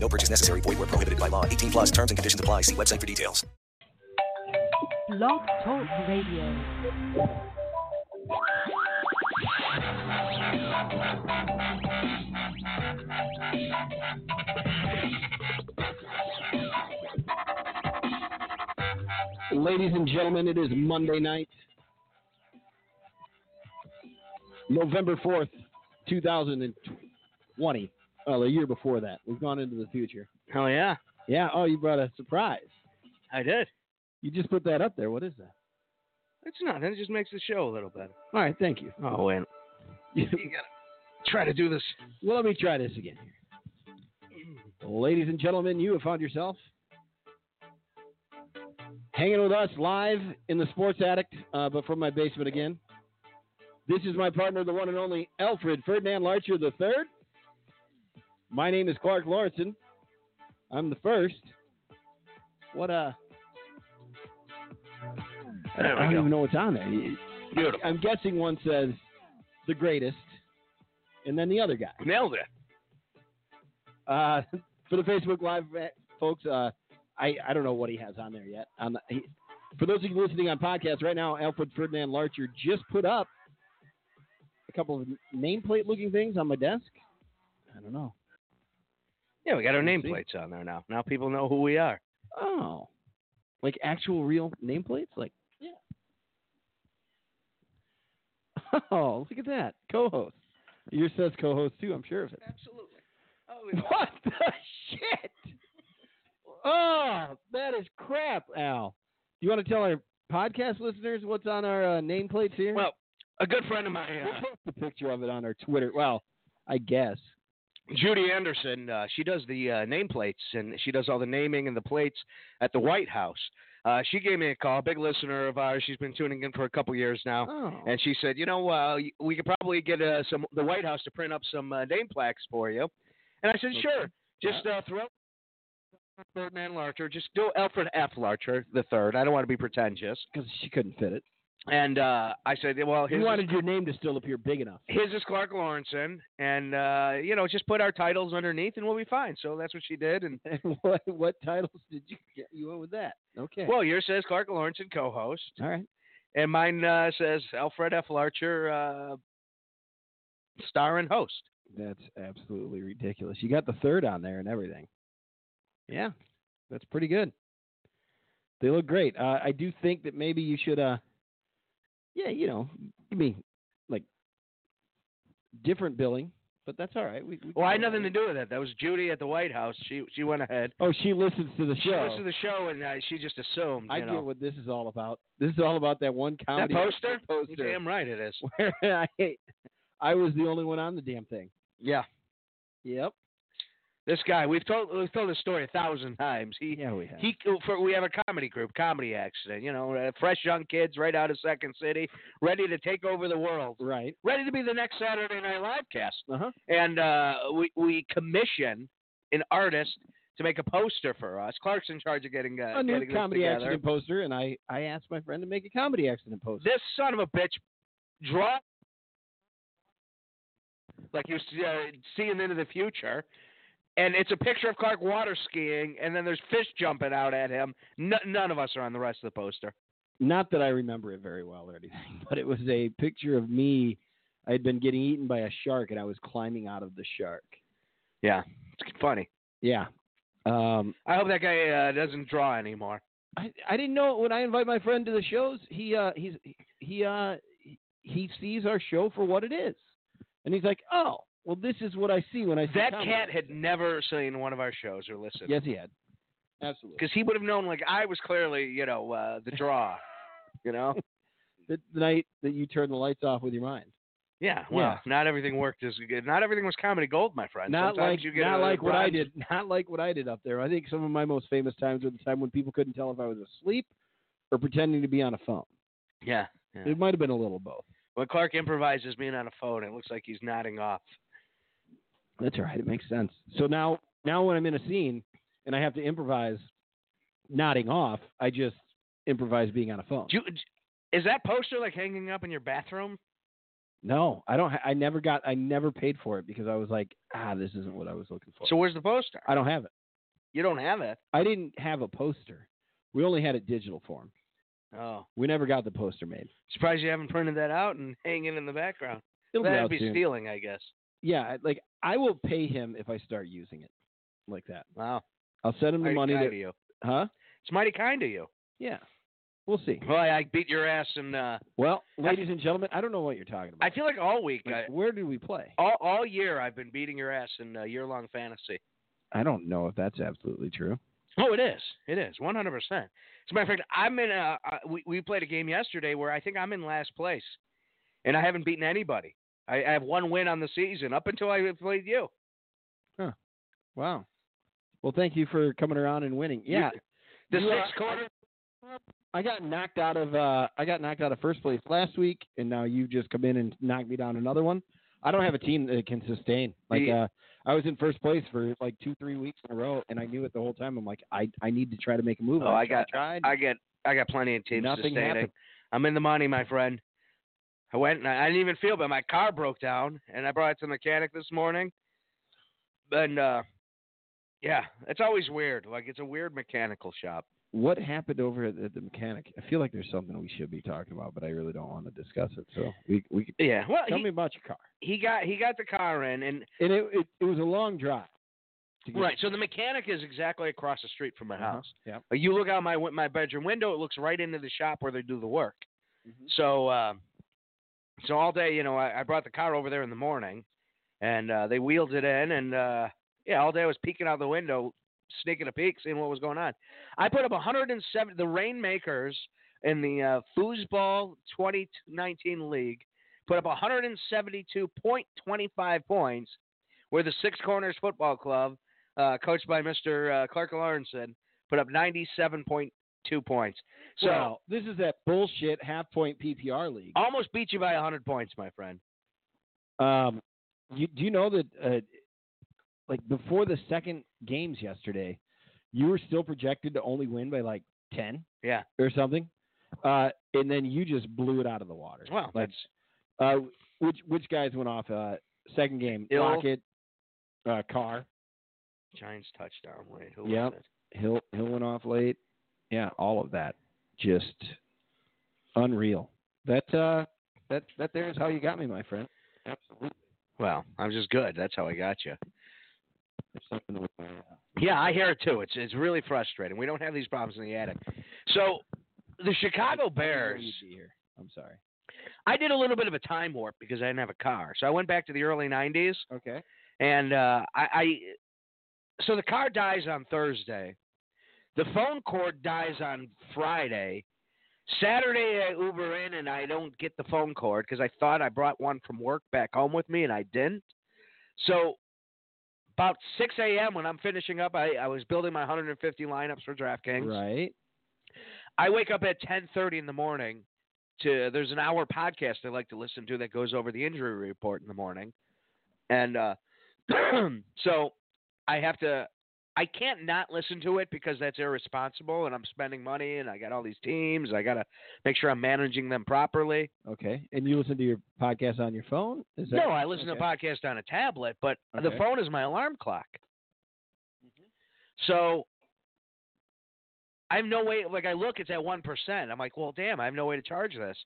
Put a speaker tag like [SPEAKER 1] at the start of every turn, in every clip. [SPEAKER 1] No purchase necessary. Void where prohibited by law. 18 plus terms and conditions apply. See website for details.
[SPEAKER 2] Blog Talk Radio.
[SPEAKER 3] Ladies and gentlemen, it is Monday night, November 4th, 2020. Well, a year before that. We've gone into the future.
[SPEAKER 4] Oh yeah,
[SPEAKER 3] Yeah. Oh, you brought a surprise.
[SPEAKER 4] I did.
[SPEAKER 3] You just put that up there. What is that?
[SPEAKER 4] It's not. It just makes the show a little better.
[SPEAKER 3] All right. Thank you.
[SPEAKER 4] Oh wait, you gotta try to do this.
[SPEAKER 3] Well, let me try this again. Ladies and gentlemen, you have found yourself hanging with us live in the Sports Addict, uh, but from my basement again. This is my partner, the one and only Alfred Ferdinand Larcher III. My name is Clark Lawrenson. I'm the first. What a. I
[SPEAKER 4] There we
[SPEAKER 3] don't
[SPEAKER 4] go.
[SPEAKER 3] even know what's on there.
[SPEAKER 4] Beautiful.
[SPEAKER 3] I'm guessing one says the greatest, and then the other guy.
[SPEAKER 4] Nailed it.
[SPEAKER 3] Uh, for the Facebook Live eh, folks, uh, I, I don't know what he has on there yet. On the, he, for those of you listening on podcast right now, Alfred Ferdinand Larcher just put up a couple of nameplate looking things on my desk. I don't know.
[SPEAKER 4] Yeah, we got our
[SPEAKER 3] Let's see.
[SPEAKER 4] nameplates on there now. Now people know who we are.
[SPEAKER 3] Oh, like actual real nameplates? Like, yeah. Oh, look at that. Co host. Yours says co host too, I'm sure of it.
[SPEAKER 4] Absolutely. Oh,
[SPEAKER 3] What the shit? Oh, that is crap, Al. You want to tell our podcast listeners what's on our uh, nameplates here?
[SPEAKER 4] Well, a good friend of mine,
[SPEAKER 3] we'll
[SPEAKER 4] uh,
[SPEAKER 3] post a picture of it on our Twitter. Well, I guess.
[SPEAKER 4] Judy Anderson, uh, she does the uh, nameplates and she does all the naming and the plates at the White House. Uh, she gave me a call, big listener of ours. She's been tuning in for a couple years now.
[SPEAKER 3] Oh,
[SPEAKER 4] and she said, "You know, uh, we could probably get uh, some the White House to print up some uh, name plaques for you." And I said,
[SPEAKER 3] Okay.
[SPEAKER 4] "Sure, just uh, throw Ferdinand Larcher, just do Alfred F. Larcher the third. I don't want to be pretentious."
[SPEAKER 3] because she couldn't fit it.
[SPEAKER 4] And uh, I said, "Well, his
[SPEAKER 3] You
[SPEAKER 4] is,
[SPEAKER 3] wanted your name to still appear big enough.
[SPEAKER 4] his is Clark Lawrenson, and uh, you know, just put our titles underneath, and we'll be fine." So that's what she did, and.
[SPEAKER 3] And what what titles did you get? You went with that. Okay.
[SPEAKER 4] Well, yours says Clark Lawrenson co-host,
[SPEAKER 3] All right.
[SPEAKER 4] and mine uh, says Alfred F. Larcher, uh, star and host.
[SPEAKER 3] That's absolutely ridiculous. You got the third on there and everything. Yeah, that's pretty good. They look great. Uh, I do think that maybe you should, uh, yeah, you know, give me like different billing, but that's all right. We, we
[SPEAKER 4] Well, I had
[SPEAKER 3] can-
[SPEAKER 4] nothing to do with that. That was Judy at the White House. She she went ahead.
[SPEAKER 3] Oh, she listens to the
[SPEAKER 4] She
[SPEAKER 3] show.
[SPEAKER 4] listened to the show and uh, she just assumed. You
[SPEAKER 3] I
[SPEAKER 4] know.
[SPEAKER 3] get what this is all about. This is all about that one
[SPEAKER 4] that
[SPEAKER 3] comedy
[SPEAKER 4] poster.
[SPEAKER 3] poster
[SPEAKER 4] You're damn right it is.
[SPEAKER 3] where I, I was the only one on the damn thing.
[SPEAKER 4] Yeah.
[SPEAKER 3] Yep.
[SPEAKER 4] This guy. We've told we've told this story a thousand times. He
[SPEAKER 3] Yeah, we have.
[SPEAKER 4] he. For, we have a comedy group, comedy accident. You know, uh, fresh young kids right out of Second City, ready to take over the world,
[SPEAKER 3] right.
[SPEAKER 4] ready to be the next Saturday Night Live cast.
[SPEAKER 3] Uh huh.
[SPEAKER 4] and uh, we we commission an artist to make a poster for us. Clark's in charge of getting uh,
[SPEAKER 3] a new
[SPEAKER 4] getting this
[SPEAKER 3] comedy
[SPEAKER 4] together.
[SPEAKER 3] accident poster, and I, I asked my friend to make a comedy accident poster.
[SPEAKER 4] This son of a bitch draw like you're uh, seeing into the future, and it's a picture of Clark water skiing, and then there's fish jumping out at him. N- none of us are on the rest of the poster.
[SPEAKER 3] Not that I remember it very well or anything, but it was a picture of me. I had been getting eaten by a shark, and I was climbing out of the shark.
[SPEAKER 4] It's funny.
[SPEAKER 3] Yeah. Um,
[SPEAKER 4] I hope that guy uh, doesn't draw anymore.
[SPEAKER 3] I, I didn't know when I invite my friend to the shows, he uh, he's he uh, he sees our show for what it is, and he's like, oh, well, this is what I see when I see
[SPEAKER 4] That
[SPEAKER 3] comedy.
[SPEAKER 4] cat had never seen one of our shows or listened.
[SPEAKER 3] Yes, he had. Absolutely.
[SPEAKER 4] because he would have known like I was clearly, you know, uh, the draw. You know,
[SPEAKER 3] The, the night that you turn the lights off with your mind.
[SPEAKER 4] Yeah, well, not everything worked as good. Not everything was comedy gold, my friend.
[SPEAKER 3] not
[SPEAKER 4] Sometimes
[SPEAKER 3] like
[SPEAKER 4] you get
[SPEAKER 3] not
[SPEAKER 4] a
[SPEAKER 3] like what I
[SPEAKER 4] bribes-
[SPEAKER 3] did. Not like what I did up there. I think some of my most famous times were the time when people couldn't tell if I was asleep or pretending to be on a phone.
[SPEAKER 4] Yeah. yeah.
[SPEAKER 3] It might have been a little of both.
[SPEAKER 4] When Clark improvises being on a phone, it looks like he's nodding off.
[SPEAKER 3] That's all right. It makes sense. So now, now when I'm in a scene and I have to improvise, nodding off, I just improvise being on a phone.
[SPEAKER 4] Do you, is that poster like hanging up in your bathroom?
[SPEAKER 3] no, I don't. Ha- I never got. I never paid for it because I was like, ah, this isn't what I was looking for.
[SPEAKER 4] So where's the poster?
[SPEAKER 3] I don't have it.
[SPEAKER 4] You don't have it.
[SPEAKER 3] I didn't have a poster. We only had it digital form.
[SPEAKER 4] Oh,
[SPEAKER 3] We never got the poster made.
[SPEAKER 4] surprised you haven't printed that out and hanging in the background.
[SPEAKER 3] It'll be
[SPEAKER 4] That'd
[SPEAKER 3] out
[SPEAKER 4] be
[SPEAKER 3] soon.
[SPEAKER 4] stealing, I guess.
[SPEAKER 3] Yeah, I- like I will pay him if I start using it like that.
[SPEAKER 4] Wow,
[SPEAKER 3] I'll send him the money.
[SPEAKER 4] mighty kind
[SPEAKER 3] To,
[SPEAKER 4] of you.
[SPEAKER 3] huh?
[SPEAKER 4] It's mighty kind of you.
[SPEAKER 3] Yeah. We'll see.
[SPEAKER 4] Well, I, I beat your ass, and uh,
[SPEAKER 3] Well, ladies and gentlemen, I don't know what you're talking about.
[SPEAKER 4] I feel like all week, I, Oh.
[SPEAKER 3] Like, where did we play?
[SPEAKER 4] all all year, I've been beating your ass in uh, year-long fantasy.
[SPEAKER 3] I don't know if that's absolutely true.
[SPEAKER 4] Oh, it is. It is. One hundred percent. As a matter of fact, I'm in. Uh, uh, we we played a game yesterday where I think I'm in last place, and I haven't beaten anybody. I, I have one win on the season up until I played you.
[SPEAKER 3] Wow. Well, thank you for coming around and winning.
[SPEAKER 4] You-
[SPEAKER 3] Yeah,
[SPEAKER 4] The
[SPEAKER 3] You are-
[SPEAKER 4] sixth quarter.
[SPEAKER 3] I got knocked out of uh, I got knocked out of first place last week, and now you've just come in and knocked me down another one. I don't have a team that can sustain. Like
[SPEAKER 4] The-
[SPEAKER 3] uh, I was in first place for like two, three weeks in a row, and I knew it the whole time. I'm like, I, I need to try to make a move.
[SPEAKER 4] Oh, I got-
[SPEAKER 3] tried.
[SPEAKER 4] I got I got plenty of teams
[SPEAKER 3] Nothing
[SPEAKER 4] sustaining.
[SPEAKER 3] happened.
[SPEAKER 4] I'm in the money, my friend. I went and I, I didn't even feel bad. My car broke down, and I brought it to the mechanic this morning. And uh, yeah, it's always weird. Like it's a weird mechanical shop.
[SPEAKER 3] what happened over at the, the mechanic? I feel like there's something we should be talking about, but I really don't want to discuss it. So we we could
[SPEAKER 4] Yeah. Well,
[SPEAKER 3] tell
[SPEAKER 4] Uh, he,
[SPEAKER 3] me about your car.
[SPEAKER 4] he got he got the car in, and
[SPEAKER 3] And it it, it was a long drive. to get-
[SPEAKER 4] right. So the mechanic is exactly across the street from my
[SPEAKER 3] Uh-huh.
[SPEAKER 4] house.
[SPEAKER 3] Yep.
[SPEAKER 4] Like, You look out my wi- my bedroom window, it looks right into the shop where they do the work.
[SPEAKER 3] Mm-hmm.
[SPEAKER 4] So um, so all day, you know, I, I brought the car over there in the morning, and uh, they wheeled it in, and uh, yeah, all day I was peeking out the window, sneaking a peek, seeing what was going on. I put up 107. The Rainmakers in the uh, Foosball 2019 league put up 172.25 points. Where the Six Corners Football Club, uh, coached by Mr. Uh, Clark Lawrenson, put up 97.2 points. So
[SPEAKER 3] Well, this is that bullshit half point PPR league.
[SPEAKER 4] almost beat you by 100 points, my friend.
[SPEAKER 3] Um, you, do you know that, uh, like, before the second games yesterday, you were still projected to only win by like 10
[SPEAKER 4] Yeah.
[SPEAKER 3] or something? Uh, and then you just blew it out of the water.
[SPEAKER 4] Well,
[SPEAKER 3] like,
[SPEAKER 4] that's
[SPEAKER 3] uh, which which guys went off? Uh, second game,
[SPEAKER 4] Hill.
[SPEAKER 3] Lockett, uh, Carr,
[SPEAKER 4] Giants touchdown. Wait, who
[SPEAKER 3] Yep.
[SPEAKER 4] was it?
[SPEAKER 3] Hill, Hill went off late. Yeah, all of that, just unreal. That uh, that that there is how you got me, my friend. Absolutely,
[SPEAKER 4] Well, I'm just good. That's how I got you.
[SPEAKER 3] there's something with my.
[SPEAKER 4] Yeah, I hear it too. It's it's really frustrating. We don't have these problems in the attic. So the Chicago Bears.
[SPEAKER 3] I'm sorry.
[SPEAKER 4] I did a little bit of a time warp because I didn't have a car, so I went back to the early '90s.
[SPEAKER 3] Okay.
[SPEAKER 4] and uh, I, I so the car dies on Thursday, the phone cord dies on Friday. Saturday I Uber in and I don't get the phone cord because I thought I brought one from work back home with me and I didn't. So about 6 a.m. when I'm finishing up, I, I was building my 150 lineups for DraftKings.
[SPEAKER 3] Right.
[SPEAKER 4] I wake up at ten thirty in the morning. To there's an hour podcast I like to listen to that goes over the injury report in the morning, and uh, so I have to. I can't not listen to it because that's irresponsible, and I'm spending money, and I got all these teams. I gotta make sure I'm managing them properly.
[SPEAKER 3] Okay. And you listen to your podcast on your phone? Is that
[SPEAKER 4] no, I listen
[SPEAKER 3] okay.
[SPEAKER 4] to podcast on a tablet, but the
[SPEAKER 3] Okay.
[SPEAKER 4] phone is my alarm clock. So I have no way. Like I look, it's at one percent. I'm like, well, damn, I have no way to charge this.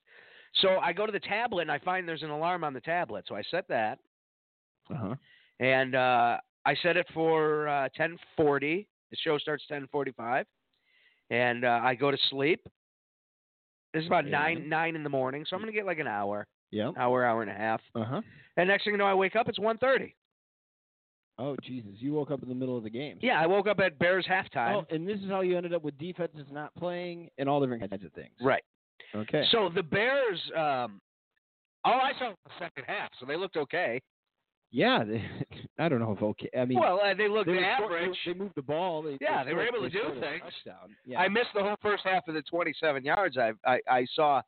[SPEAKER 4] So I go to the tablet and I find there's an alarm on the tablet. So I set that,
[SPEAKER 3] Uh-huh.
[SPEAKER 4] and uh, I set it for uh, 10:40. The show starts 10:45, and uh, I go to sleep. This is about
[SPEAKER 3] Yeah.
[SPEAKER 4] nine nine in the morning, so I'm gonna get like an hour,
[SPEAKER 3] Yep.
[SPEAKER 4] hour, hour and a half.
[SPEAKER 3] Uh-huh.
[SPEAKER 4] And next thing you know, I wake up. It's 1:30.
[SPEAKER 3] Oh, Jesus. You woke up in the middle of the game.
[SPEAKER 4] Yeah, I woke up at Bears halftime.
[SPEAKER 3] Oh, and this is how you ended up with defenses not playing and all different kinds of things.
[SPEAKER 4] Right.
[SPEAKER 3] Okay.
[SPEAKER 4] So the Bears, um, All I saw was the second half, so they looked okay.
[SPEAKER 3] Yeah, they, I don't know if okay. I mean,
[SPEAKER 4] well, uh, they looked
[SPEAKER 3] they, were short- they-
[SPEAKER 4] average.
[SPEAKER 3] they moved the ball. They,
[SPEAKER 4] Yeah, they were
[SPEAKER 3] scored-
[SPEAKER 4] able to do
[SPEAKER 3] scored a
[SPEAKER 4] things.
[SPEAKER 3] Touchdown. Yeah,
[SPEAKER 4] I missed the whole first half of the 27 yards I I, I saw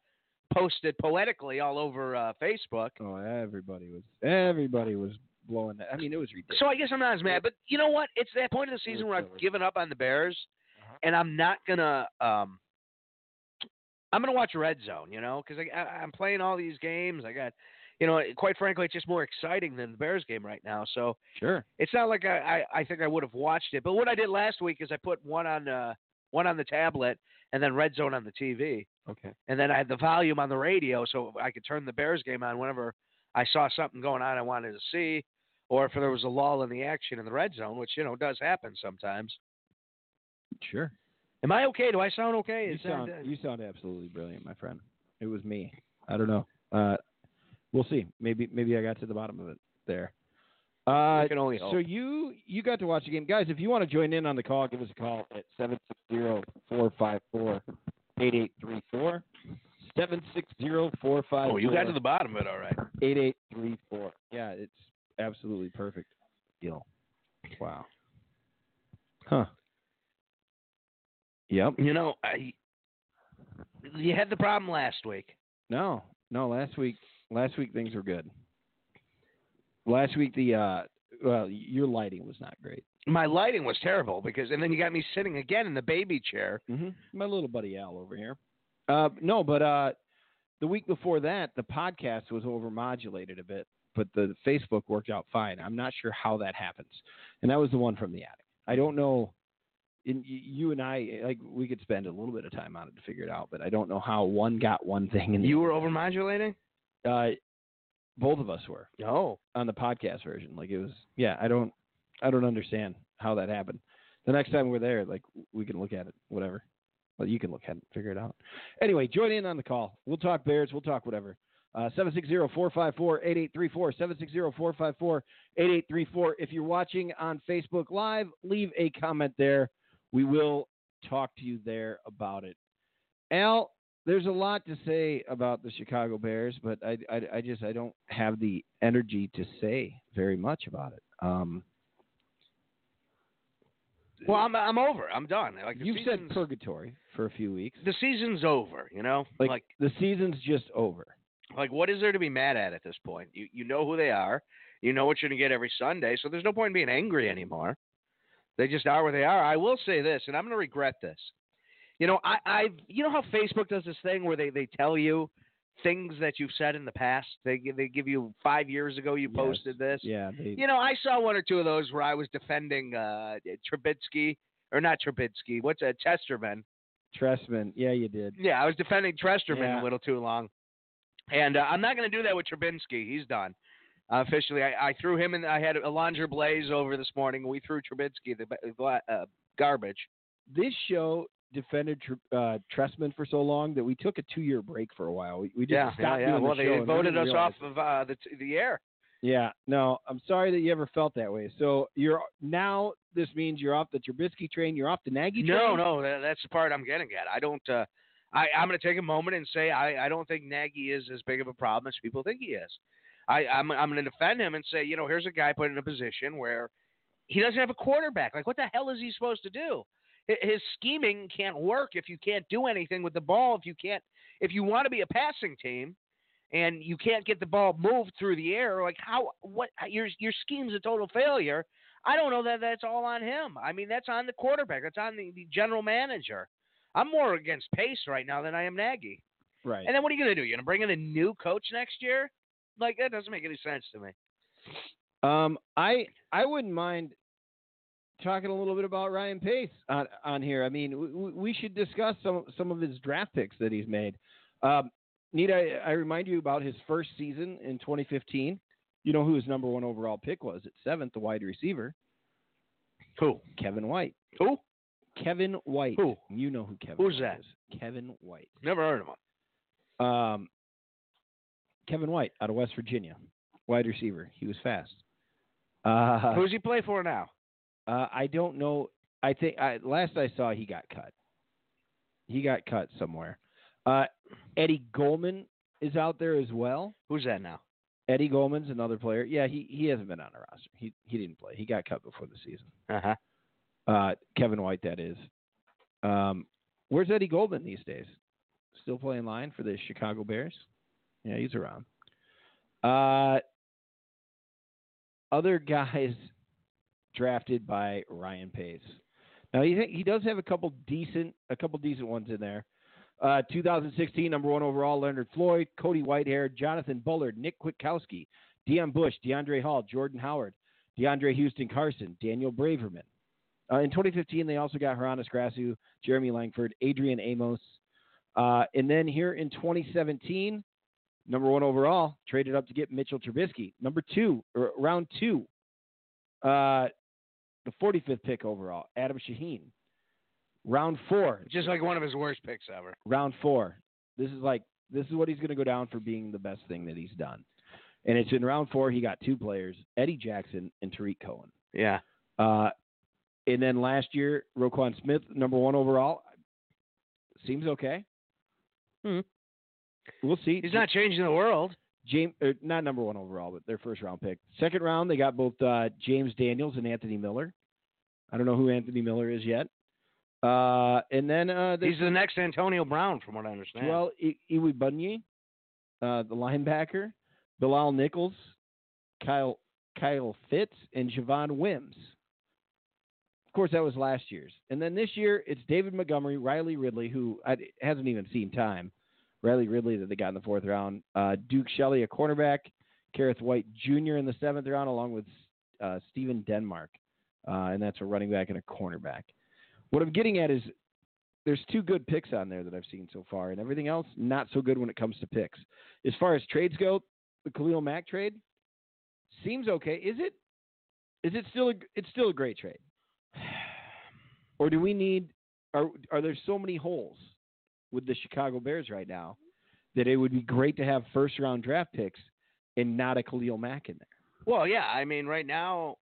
[SPEAKER 4] posted poetically all over uh, Facebook.
[SPEAKER 3] oh, everybody was everybody was blowing that. I mean, it was ridiculous.
[SPEAKER 4] So I guess I'm not as mad, but you know what? It's that point of the season where I've given up on the Bears, and I'm not gonna. Um, I'm gonna watch Red Zone, you know, because I, I, I'm playing all these games. I got, you know, quite frankly, it's just more exciting than the Bears game right now. So
[SPEAKER 3] Sure.
[SPEAKER 4] it's not like I, I, I think I would have watched it. But what I did last week is I put one on uh, one on the tablet and then Red Zone on the TV,
[SPEAKER 3] Okay.
[SPEAKER 4] and then I had the volume on the radio so I could turn the Bears game on whenever I saw something going on I wanted to see, or if there was a lull in the action in the Red Zone, which you know does happen sometimes.
[SPEAKER 3] Sure.
[SPEAKER 4] Am I okay? Do I sound okay?
[SPEAKER 3] You
[SPEAKER 4] Is that-
[SPEAKER 3] sound,
[SPEAKER 4] uh,
[SPEAKER 3] you sound absolutely brilliant, my friend. It was me. I don't know. Uh, we'll see. Maybe maybe I got to the bottom of it there. Uh,
[SPEAKER 4] we can only
[SPEAKER 3] so
[SPEAKER 4] hope.
[SPEAKER 3] you you got to watch the game, guys. If you want to join in on the call, give us a call at 760-454-8834. 760-454-8834.
[SPEAKER 4] Oh, you got to the bottom of it, all right.
[SPEAKER 3] 8834. Yeah, it's absolutely perfect deal. Wow. Huh. Yep.
[SPEAKER 4] You know, I, you had the problem last week.
[SPEAKER 3] No, no. Last week, last week things were good. Last week the uh, well, your lighting was not great.
[SPEAKER 4] My lighting was terrible because, and then you got me sitting again in the baby chair.
[SPEAKER 3] Mm-hmm. My little buddy Al over here. Uh, no, but uh, the week before that, the podcast was overmodulated a bit, but the Facebook worked out fine. I'm not sure how that happens, and that was the one from the attic. I don't know. In, y- you and I, eh, like, we could spend a little bit of time on it to figure it out, but I don't know how one got one thing and the
[SPEAKER 4] You were overmodulating.
[SPEAKER 3] uh, both of us were.
[SPEAKER 4] No.
[SPEAKER 3] on the podcast version. Like it was, yeah, I don't, I don't understand how that happened. The next time we're there, like we can look at it, whatever. Well, you can look at it, figure it out. Anyway, join in on the call. We'll talk Bears. We'll talk whatever. Uh, 760-454-8834, 760-454-8834. If you're watching on Facebook Live, leave a comment there. We will talk to you there about it. Al, there's a lot to say about the Chicago Bears, but I, I, I just I don't have the energy to say very much about it. Um,
[SPEAKER 4] Well, I'm I'm over. I'm done. Like the
[SPEAKER 3] you've said
[SPEAKER 4] season's-
[SPEAKER 3] purgatory for a few weeks.
[SPEAKER 4] the season's over. You know,
[SPEAKER 3] Like,
[SPEAKER 4] like
[SPEAKER 3] the season's just over.
[SPEAKER 4] like what is there to be mad at at this point? You you know who they are. You know what you're gonna get every Sunday. So there's no point in being angry anymore. They just are where they are. I will say this, and I'm gonna regret this. You know, I I you know how Facebook does this thing where they they tell you things that you've said in the past. They gi- they give you five years ago you
[SPEAKER 3] Yes.
[SPEAKER 4] posted this.
[SPEAKER 3] Yeah, they,
[SPEAKER 4] You know, I saw one or two of those where I was defending uh Trubisky or not Trubisky. What's a Chesterman?
[SPEAKER 3] Tressman. Yeah, you did.
[SPEAKER 4] Yeah, I was defending Tresterman
[SPEAKER 3] Yeah.
[SPEAKER 4] a little too long, and uh, I'm not going to do that with Trubinsky. He's done uh, officially. I, I threw him in. I had Alondra Blaze over this morning. We threw Trubinsky the ba- gla- uh, garbage.
[SPEAKER 3] This show defended Tr- uh, Tressman for so long that we took a two-year break for a while. We, we just
[SPEAKER 4] yeah,
[SPEAKER 3] stopped
[SPEAKER 4] yeah, yeah.
[SPEAKER 3] doing
[SPEAKER 4] Well,
[SPEAKER 3] the
[SPEAKER 4] they
[SPEAKER 3] show and we
[SPEAKER 4] voted
[SPEAKER 3] didn't
[SPEAKER 4] us
[SPEAKER 3] realize
[SPEAKER 4] off of uh, the t- the air.
[SPEAKER 3] Yeah, no, I'm sorry that you ever felt that way. So you're now this means you're off the Trubisky train, you're off the Nagy
[SPEAKER 4] No,
[SPEAKER 3] train.
[SPEAKER 4] no, that, that's the part I'm getting at. I don't. Uh, I, I'm going to take a moment and say I, I don't think Nagy is as big of a problem as people think he is. I, I'm, I'm going to defend him and say, you know, here's a guy put in a position where he doesn't have a quarterback. Like, what the hell is he supposed to do? Hi- His scheming can't work if you can't do anything with the ball. If you can't, if you want to be a passing team, and you can't get the ball moved through the air, like how? What? Your your scheme's a total failure. I don't know that that's all on him. I mean, that's on the quarterback. That's on the, the general manager. I'm more against Pace right now than I am Nagy.
[SPEAKER 3] Right.
[SPEAKER 4] And then what are you going to do? You're going to bring in a new coach next year? Like that doesn't make any sense to me.
[SPEAKER 3] Um, I I wouldn't mind talking a little bit about Ryan Pace on on here. I mean, we- we, we should discuss some some of his draft picks that he's made. Um, need I, I remind you about his first season in 2015? You know who his number one overall pick was at seventh, the wide receiver
[SPEAKER 4] Who?
[SPEAKER 3] Kevin White.
[SPEAKER 4] Who?
[SPEAKER 3] Kevin White.
[SPEAKER 4] Who?
[SPEAKER 3] You know who Kevin?
[SPEAKER 4] Who's
[SPEAKER 3] White
[SPEAKER 4] that?
[SPEAKER 3] is. Kevin White.
[SPEAKER 4] Never heard of him.
[SPEAKER 3] Um, Kevin White out of West Virginia, wide receiver. He was fast. Uh,
[SPEAKER 4] Who's he play for now?
[SPEAKER 3] uh, I don't know. I think I, last I saw, he got cut. He got cut somewhere. Uh, Eddie Goldman is out there as well.
[SPEAKER 4] Who's that now?
[SPEAKER 3] Eddie Goldman's another player. Yeah, he, he hasn't been on the roster. He he didn't play. He got cut before the season.
[SPEAKER 4] Uh huh.
[SPEAKER 3] Uh, Kevin White, that is. Um, where's Eddie Goldman these days? Still playing line for the Chicago Bears? Yeah, he's around. Uh, other guys drafted by Ryan Pace. Now he he does have a couple decent a couple decent ones in there. Uh, 2016 number one overall Leonard Floyd, Cody Whitehair, Jonathan Bullard, Nick Kwiatkowski, Deion Bush, DeAndre Hall, Jordan Howard, DeAndre Houston Carson, Daniel Braverman. Uh, in 2015 they also got Haranis Grassu, Jeremy Langford, Adrian Amos, uh, and then here in 2017 number one overall, traded up to get Mitchell Trubisky. Number two, round two, uh, the 45th pick overall, Adam Shaheen. Round four,
[SPEAKER 4] Just like one of his worst picks ever.
[SPEAKER 3] round four. This is like this is what he's going to go down for being the best thing that he's done. And it's in round four. He got two players, Eddie Jackson and Tariq Cohen.
[SPEAKER 4] Yeah.
[SPEAKER 3] Uh, and then last year, Roquan Smith, number one overall, seems okay.
[SPEAKER 5] Hmm.
[SPEAKER 3] We'll see.
[SPEAKER 4] He's not changing the world.
[SPEAKER 3] James, er, not number one overall, but their first round pick. Second round, they got both uh, James Daniels and Anthony Miller. I don't know who Anthony Miller is yet. Uh, and then uh, there's
[SPEAKER 4] He's the next Antonio Brown, from what I understand.
[SPEAKER 3] Joel I- Iwibunye, uh, the linebacker, Bilal Nichols, Kyle Kyle Fitz, and Javon Wims. Of course, that was last year's. And then this year, it's David Montgomery, Riley Ridley, who I, hasn't even seen time. Riley Ridley that they got in the fourth round. Uh, Duke Shelley, a cornerback. Kareth White Jr. in the seventh round, along with uh, Steven Denmark. Uh, and that's a running back and a cornerback. What I'm getting at is there's two good picks on there that I've seen so far, and everything else not so good when it comes to picks. As far as trades go, the Khalil Mack trade seems okay. Is it? Is it still? A, it's still a great trade. Or do we need? Are are there so many holes with the Chicago Bears right now that it would be great to have first round draft picks and not a Khalil Mack in there?
[SPEAKER 4] Well, yeah. I mean, right now,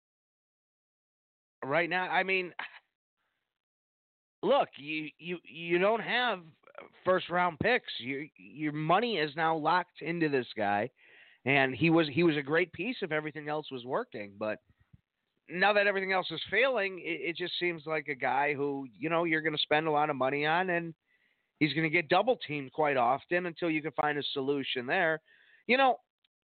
[SPEAKER 4] right now, I mean, look, you you you don't have uh, first round picks. Your your money is now locked into this guy, and he was he was a great piece if everything else was working. But now that everything else is failing, it, it just seems like a guy who you know you're going to spend a lot of money on, and he's going to get double teamed quite often until you can find a solution there. You know.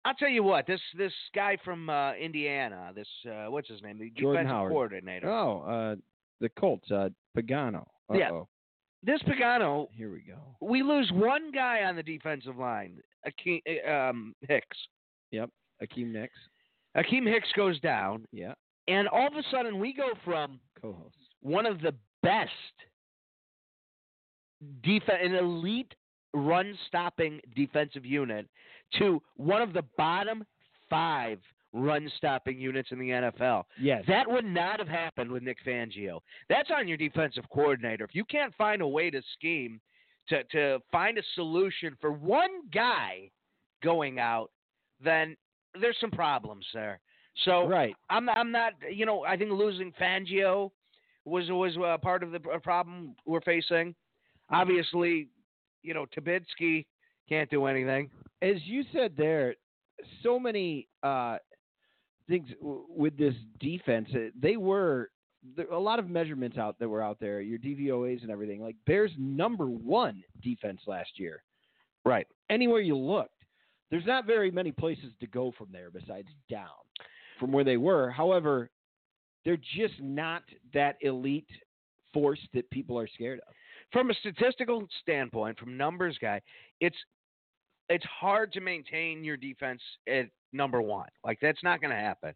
[SPEAKER 4] I'll tell you what this this guy from uh, Indiana this uh, what's his name the
[SPEAKER 3] Jordan
[SPEAKER 4] defensive
[SPEAKER 3] Howard.
[SPEAKER 4] coordinator
[SPEAKER 3] Oh, uh, the Colts, uh, Pagano. Uh-oh.
[SPEAKER 4] Yeah. this Pagano
[SPEAKER 3] Here we go.
[SPEAKER 4] we lose one guy on the defensive line, Akeem, um, Hicks.
[SPEAKER 3] Akeem Nix.
[SPEAKER 4] Akeem Hicks goes down,
[SPEAKER 3] Yeah.
[SPEAKER 4] and all of a sudden we go from
[SPEAKER 3] Co-host.
[SPEAKER 4] one of the best defense, an elite run stopping defensive unit, to one of the bottom five run stopping units in the NFL.
[SPEAKER 3] Yes.
[SPEAKER 4] That would not have happened with Nick Fangio. That's on your defensive coordinator. If you can't find a way to scheme to to find a solution for one guy going out, then there's some problems there. So
[SPEAKER 3] right.
[SPEAKER 4] I'm I'm not you know I think losing Fangio was was uh, part of the pr- problem we're facing. Obviously, you know Tabitsky can't do anything.
[SPEAKER 3] as you said there, so many uh, things w- with this defense. uh, They were there, a lot of measurements out that were out there. Your DVOAs and everything. Like Bears number one defense last year.
[SPEAKER 4] Right.
[SPEAKER 3] Anywhere you looked, there's not very many places to go from there besides down from where they were. However, they're just not that elite force that people are scared of.
[SPEAKER 4] from a statistical standpoint, from numbers guy, it's it's hard to maintain your defense at number one. Like that's not going to happen.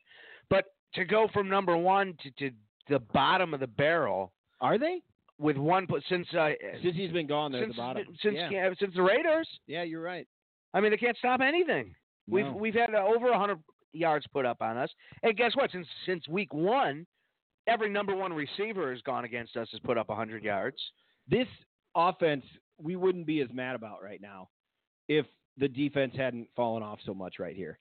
[SPEAKER 4] But to go from number one to, to the bottom of the barrel
[SPEAKER 3] Are they?
[SPEAKER 4] with one pl- since uh,
[SPEAKER 3] Since he's been gone, they're at
[SPEAKER 4] since
[SPEAKER 3] the bottom.
[SPEAKER 4] since
[SPEAKER 3] yeah.
[SPEAKER 4] yeah, since the Raiders,
[SPEAKER 3] yeah, you're right.
[SPEAKER 4] I mean they can't stop anything. We've
[SPEAKER 3] No.
[SPEAKER 4] we've had uh, over 100 yards put up on us. And guess what? Since since week one, every number one receiver has gone against us has put up 100 yards.
[SPEAKER 3] this offense we wouldn't be as mad about right now if the defense hadn't fallen off so much right here.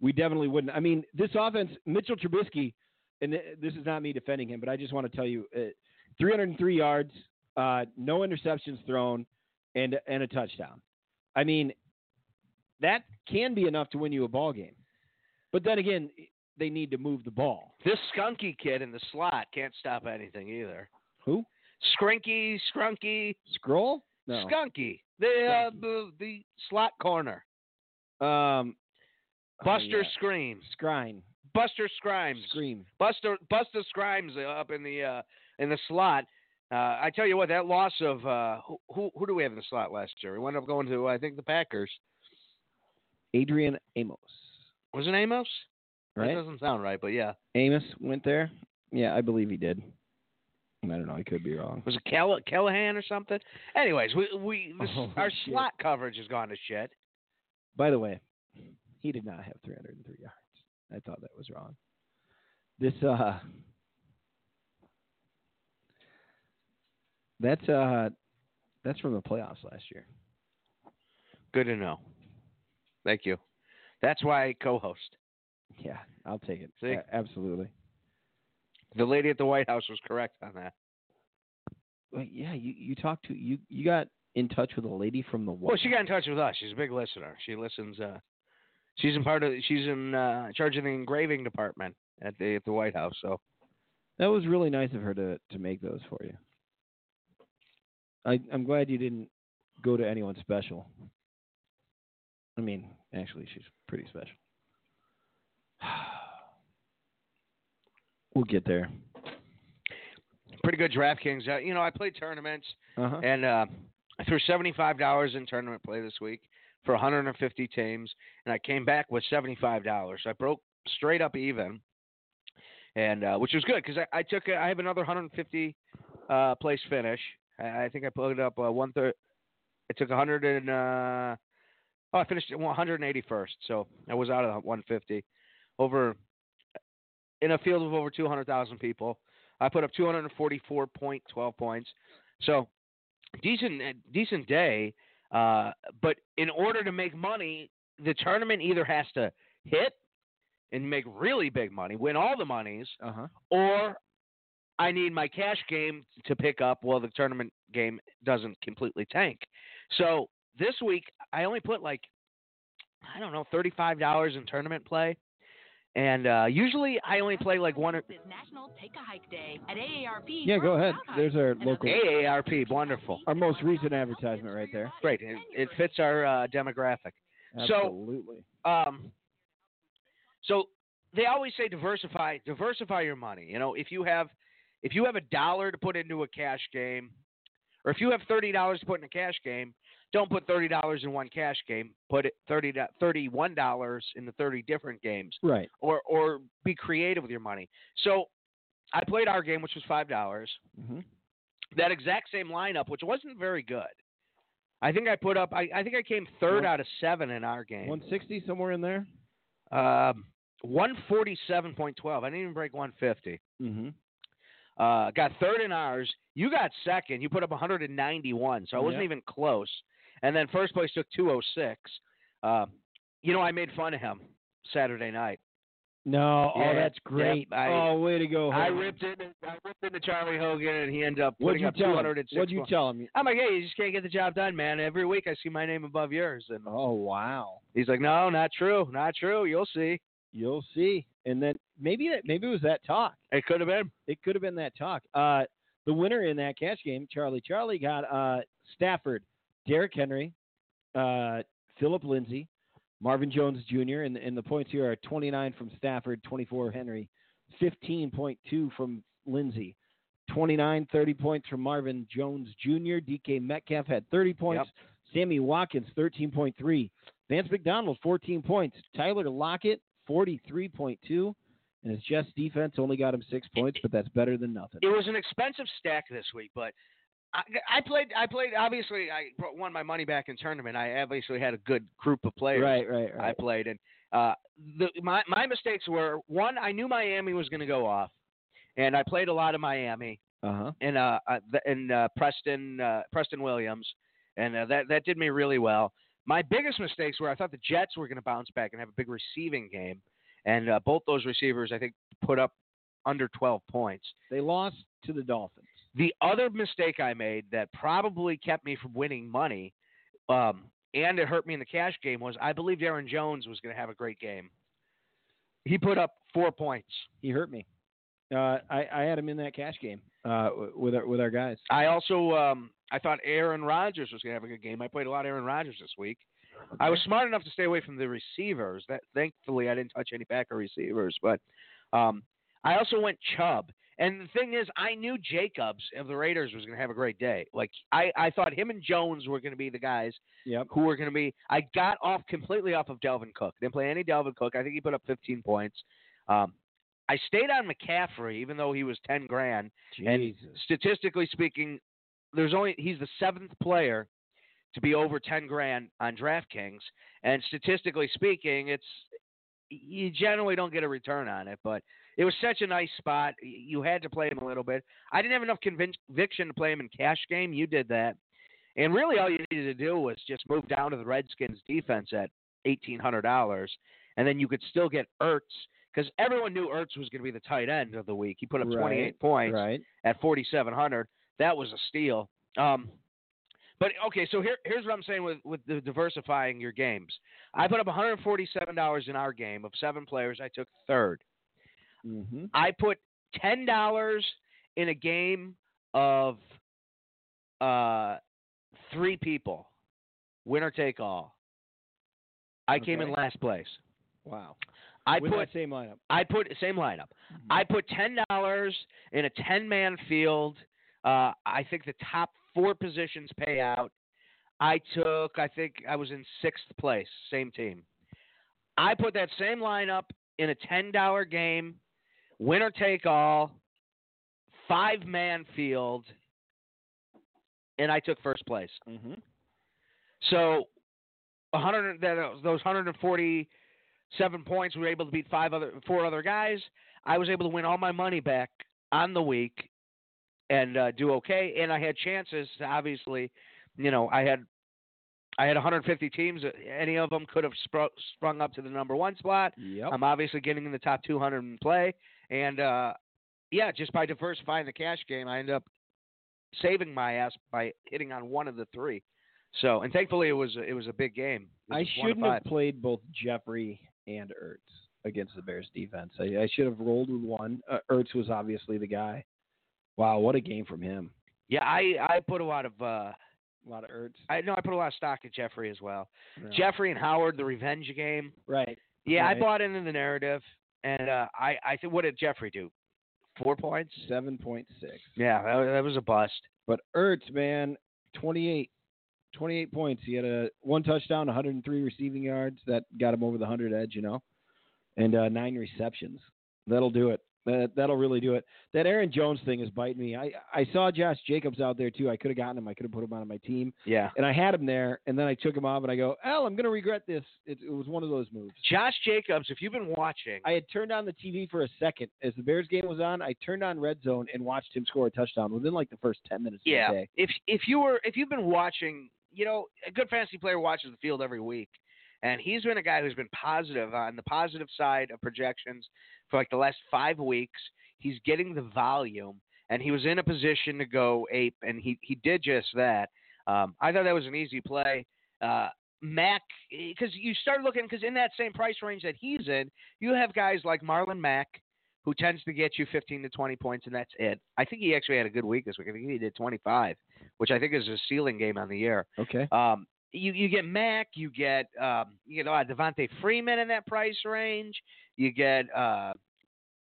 [SPEAKER 3] We definitely wouldn't. I mean, this offense, Mitchell Trubisky, and th- this is not me defending him, but I just want to tell you, uh, 303 yards, uh, no interceptions thrown, and and a touchdown. I mean, that can be enough to win you a ball game. But then again, they need to move the ball.
[SPEAKER 4] This skunky kid in the slot can't stop anything either.
[SPEAKER 3] Who?
[SPEAKER 4] Skrinky, Scrunky,
[SPEAKER 3] Scroll? No.
[SPEAKER 4] Skunky. The, uh, the the slot corner.
[SPEAKER 3] Um,
[SPEAKER 4] Buster
[SPEAKER 3] oh, yeah.
[SPEAKER 4] Scream.
[SPEAKER 3] Scrine.
[SPEAKER 4] Buster Scrimes.
[SPEAKER 3] Scream.
[SPEAKER 4] Buster Buster Scrimes up in the uh, in the slot. Uh, I tell you what, that loss of uh, who, who who do we have in the slot last year? We wound up going to I think the Packers.
[SPEAKER 3] Adrian Amos.
[SPEAKER 4] Was it Amos?
[SPEAKER 3] Right?
[SPEAKER 4] That doesn't sound right, but yeah.
[SPEAKER 3] Amos went there? Yeah, I believe he did. I don't know. I could be wrong.
[SPEAKER 4] Was it Call- Callahan or something? Anyways, we we this,
[SPEAKER 3] Oh,
[SPEAKER 4] our
[SPEAKER 3] shit.
[SPEAKER 4] slot coverage has gone to shit.
[SPEAKER 3] By the way, he did not have 303 yards. I thought that was wrong. This uh, that's uh, that's from the playoffs last year.
[SPEAKER 4] Good to know. Thank you. That's why I co-host.
[SPEAKER 3] Yeah, I'll take it.
[SPEAKER 4] See?
[SPEAKER 3] A- absolutely.
[SPEAKER 4] The lady at the White House was correct on that.
[SPEAKER 3] Well, yeah, you you talked to you you got in touch with a lady from the
[SPEAKER 4] Well, she got in touch with us. She's a big listener. She listens. Uh, she's in part of. She's in uh, charge of the engraving department at the at the White House. So
[SPEAKER 3] That was really nice of her to to make those for you. I I'm glad you didn't go to anyone special. I mean, actually, she's pretty special. we'll get there.
[SPEAKER 4] pretty good DraftKings. Uh, you know, I play tournaments
[SPEAKER 3] Uh-huh.
[SPEAKER 4] and uh, I threw seventy five dollars in tournament play this week for one hundred and fifty teams, and I came back with seventy five dollars. I broke straight up even, and uh, which was good because I, I took. a- I have another one hundred and fifty uh, place finish. I, I think I plugged up uh, one third. I took a hundred and uh, oh, I finished at one hundred and eighty first, so I was out of the one fifty over in a field of over two hundred thousand people. I put up two hundred and forty four point twelve points. So decent eh, decent day. Uh, but in order to make money, the tournament either has to hit and make really big money, win all the monies,
[SPEAKER 3] Uh-huh.
[SPEAKER 4] or I need my cash game to pick up while the tournament game doesn't completely tank. So this week I only put like I don't know thirty five dollars in tournament play, and uh, usually I only play like one or
[SPEAKER 6] This is National Take a Hike Day at AARP.
[SPEAKER 3] Yeah, go ahead. There's our local
[SPEAKER 4] AARP. Wonderful,
[SPEAKER 3] our most recent advertisement right there.
[SPEAKER 4] great. It, it fits our uh, demographic. So-
[SPEAKER 3] Absolutely.
[SPEAKER 4] Um, so they always say diversify, diversify your money. You know, if you have, if you have a dollar to put into a cash game, or if you have thirty dollars to put in a cash game, don't put thirty dollars in one cash game. Put it thirty, thirty-one dollars into thirty different games
[SPEAKER 3] right.
[SPEAKER 4] or or be creative with your money. So I played our game, which was five dollars.
[SPEAKER 3] Mhm.
[SPEAKER 4] That exact same lineup, which wasn't very good. I think I put up. I, I think I came third
[SPEAKER 3] One-
[SPEAKER 4] out of seven in our game.
[SPEAKER 3] 160 somewhere in there.
[SPEAKER 4] Um, one forty-seven point twelve. I didn't even break one fifty.
[SPEAKER 3] Mhm.
[SPEAKER 4] Uh, got third in ours. You got second. You put up one hundred and ninety-one. So I wasn't
[SPEAKER 3] Yeah.
[SPEAKER 4] even close. And then first place took two oh six. Uh, you know, I made fun of him Saturday night.
[SPEAKER 3] No,
[SPEAKER 4] Yeah,
[SPEAKER 3] oh that's
[SPEAKER 4] yep,
[SPEAKER 3] great.
[SPEAKER 4] I-
[SPEAKER 3] oh, way to go.
[SPEAKER 4] I
[SPEAKER 3] Hogan.
[SPEAKER 4] ripped in. I ripped into Charlie Hogan, and he ended up
[SPEAKER 3] What'd
[SPEAKER 4] putting
[SPEAKER 3] you
[SPEAKER 4] up
[SPEAKER 3] tell him?
[SPEAKER 4] 206.
[SPEAKER 3] What'd you
[SPEAKER 4] points.
[SPEAKER 3] tell him?
[SPEAKER 4] I'm like, hey, you just can't get the job done, man. Every week I see my name above yours, and
[SPEAKER 3] Oh, wow.
[SPEAKER 4] he's like, no, not true, not true. You'll see.
[SPEAKER 3] You'll see. And then maybe that maybe it was that talk.
[SPEAKER 4] It could have been.
[SPEAKER 3] It could have been that talk. Uh, the winner in that cash game, Charlie Charlie, got uh, Stafford, Derrick Henry, uh, Philip Lindsay, Marvin Jones Jr. And, and the points here are 29 from Stafford, 24 Henry, 15.2 from Lindsay, 29, 30 points from Marvin Jones Jr. DK Metcalf had 30 points. Sammy Watkins, 13.3. Vance McDonald, 14 points. Tyler Lockett, 43.2. And his Jets defense only got him six points, but that's better than nothing.
[SPEAKER 4] It was an expensive stack this week, but I, I played. I played. Obviously, I brought- won my money back in tournament. I obviously had a good group of players.
[SPEAKER 3] Right, right,
[SPEAKER 4] I
[SPEAKER 3] right.
[SPEAKER 4] played, and uh, the, my my mistakes were one. I knew Miami was going to go off, and I played a lot of Miami.
[SPEAKER 3] Uh huh.
[SPEAKER 4] and uh uh, th- and uh, Preston uh, Preston Williams, and uh, that that did me really well. My biggest mistakes were I thought the Jets were going to bounce back and have a big receiving game, and uh, both those receivers I think put up under 12 points.
[SPEAKER 3] They lost to the Dolphins.
[SPEAKER 4] The other mistake I made that probably kept me from winning money um, and it hurt me in the cash game was I believed Aaron Jones was going to have a great game. He put up four points.
[SPEAKER 3] He hurt me. Uh, I, I had him in that cash game uh, with our, with our guys.
[SPEAKER 4] I also um, I thought Aaron Rodgers was going to have a good game. I played a lot of Aaron Rodgers this week. I was smart enough to stay away from the receivers. That thankfully I didn't touch any backer receivers, but um, I also went Chubb. And the thing is, I knew Jacobs of the Raiders was going to have a great day. Like I, I thought him and Jones were going to be the guys
[SPEAKER 3] Yep.
[SPEAKER 4] who were going to be. I got off completely off of Delvin Cook. Didn't play any Delvin Cook. I think he put up 15 points. Um, I stayed on McCaffrey, even though he was 10 grand. And
[SPEAKER 3] Jesus.
[SPEAKER 4] statistically speaking, there's only he's the seventh player to be over 10 grand on DraftKings, and statistically speaking, it's you generally don't get a return on it, but it was such a nice spot. Y- You had to play him a little bit. I didn't have enough convin- conviction to play him in cash game. You did that. And really all you needed to do was just move down to the Redskins defense at $1800 and then you could still get Ertz cuz everyone knew Ertz was going to be the tight end of the week. He put up
[SPEAKER 3] Right,
[SPEAKER 4] 28 points
[SPEAKER 3] Right.
[SPEAKER 4] at 4,700. That was a steal. Um, but okay, so here, here's what I'm saying with with the diversifying your games. I put up $147 in our game of seven players. I took third.
[SPEAKER 3] Mm-hmm.
[SPEAKER 4] I put $10 in a game of uh, three people, winner take all. I came in
[SPEAKER 3] Okay.
[SPEAKER 4] last place.
[SPEAKER 3] Wow.
[SPEAKER 4] I
[SPEAKER 3] with
[SPEAKER 4] put
[SPEAKER 3] that same lineup.
[SPEAKER 4] I put same lineup. I put ten dollars in a ten man field. Uh, I think the top four positions pay out. I took. I think I was in sixth place. Same team. I put that same lineup in a ten dollar game, winner take all, five man field, and I took first place.
[SPEAKER 3] Mm-hmm.
[SPEAKER 4] So, 100 that- those 147 points, we were able to beat five other four other guys. I was able to win all my money back on the week and uh, do okay. And I had chances. Obviously, you know, I had I had 150 teams. Any of them could have spr- sprung up to the number one spot.
[SPEAKER 3] Yep.
[SPEAKER 4] I'm obviously getting in the top 200 in play, and uh, yeah, just by diversifying the cash game, I end up saving my ass by hitting on one of the three. So, and thankfully, it was it was a big game. It
[SPEAKER 3] I
[SPEAKER 4] was one to
[SPEAKER 3] shouldn't have
[SPEAKER 4] five.
[SPEAKER 3] played both Jeffrey and Ertz against the Bears defense. I, I should have rolled with one. Uh, Ertz was obviously the guy. Wow, what a game from him.
[SPEAKER 4] Yeah, I I put a lot of uh,
[SPEAKER 3] A lot of Ertz.
[SPEAKER 4] I know I put a lot of stock in Jeffrey as well.
[SPEAKER 3] Yeah.
[SPEAKER 4] Jeffrey and Howard, the revenge game.
[SPEAKER 3] Right.
[SPEAKER 4] Yeah,
[SPEAKER 3] Right.
[SPEAKER 4] I bought into the narrative, and uh, I I think what did Jeffrey do? Four points.
[SPEAKER 3] Seven point six.
[SPEAKER 4] Yeah, that, that was a bust.
[SPEAKER 3] But Ertz, man, 28, 28 points. He had a one touchdown, 103 receiving yards. That got him over the 100 edge, you know, and uh, nine receptions. That'll do it. That, that'll really do it. That Aaron Jones thing is biting me. I, I saw Josh Jacobs out there, too. I could have gotten him. I could have put him on my team.
[SPEAKER 4] Yeah.
[SPEAKER 3] And I had him there, and then I took him off, and I go, Al, I'm going to regret this. It, it was one of those moves.
[SPEAKER 4] Josh Jacobs, if you've been watching,
[SPEAKER 3] I had turned on the TV for a second. As the Bears game was on, I turned on Red Zone and watched him score a touchdown within like the first 10 minutes
[SPEAKER 4] Yeah.
[SPEAKER 3] of the day.
[SPEAKER 4] If if you were if you've been watching, you know, a good fantasy player watches the field every week, and he's been a guy who's been positive uh, on the positive side of projections for like the last five weeks. He's getting the volume, and he was in a position to go ape, and he he did just that. Um, I thought that was an easy play. Uh, Mack, because you start looking, because in that same price range that he's in, you have guys like Marlon Mack, who tends to get you 15 to 20 points, and that's it. I think he actually had a good week this week. I think he did 25, which I think is his ceiling game on the year.
[SPEAKER 3] Okay.
[SPEAKER 4] Um, you you get Mack, you get um, you get uh, Devontae Freeman in that price range. You get uh,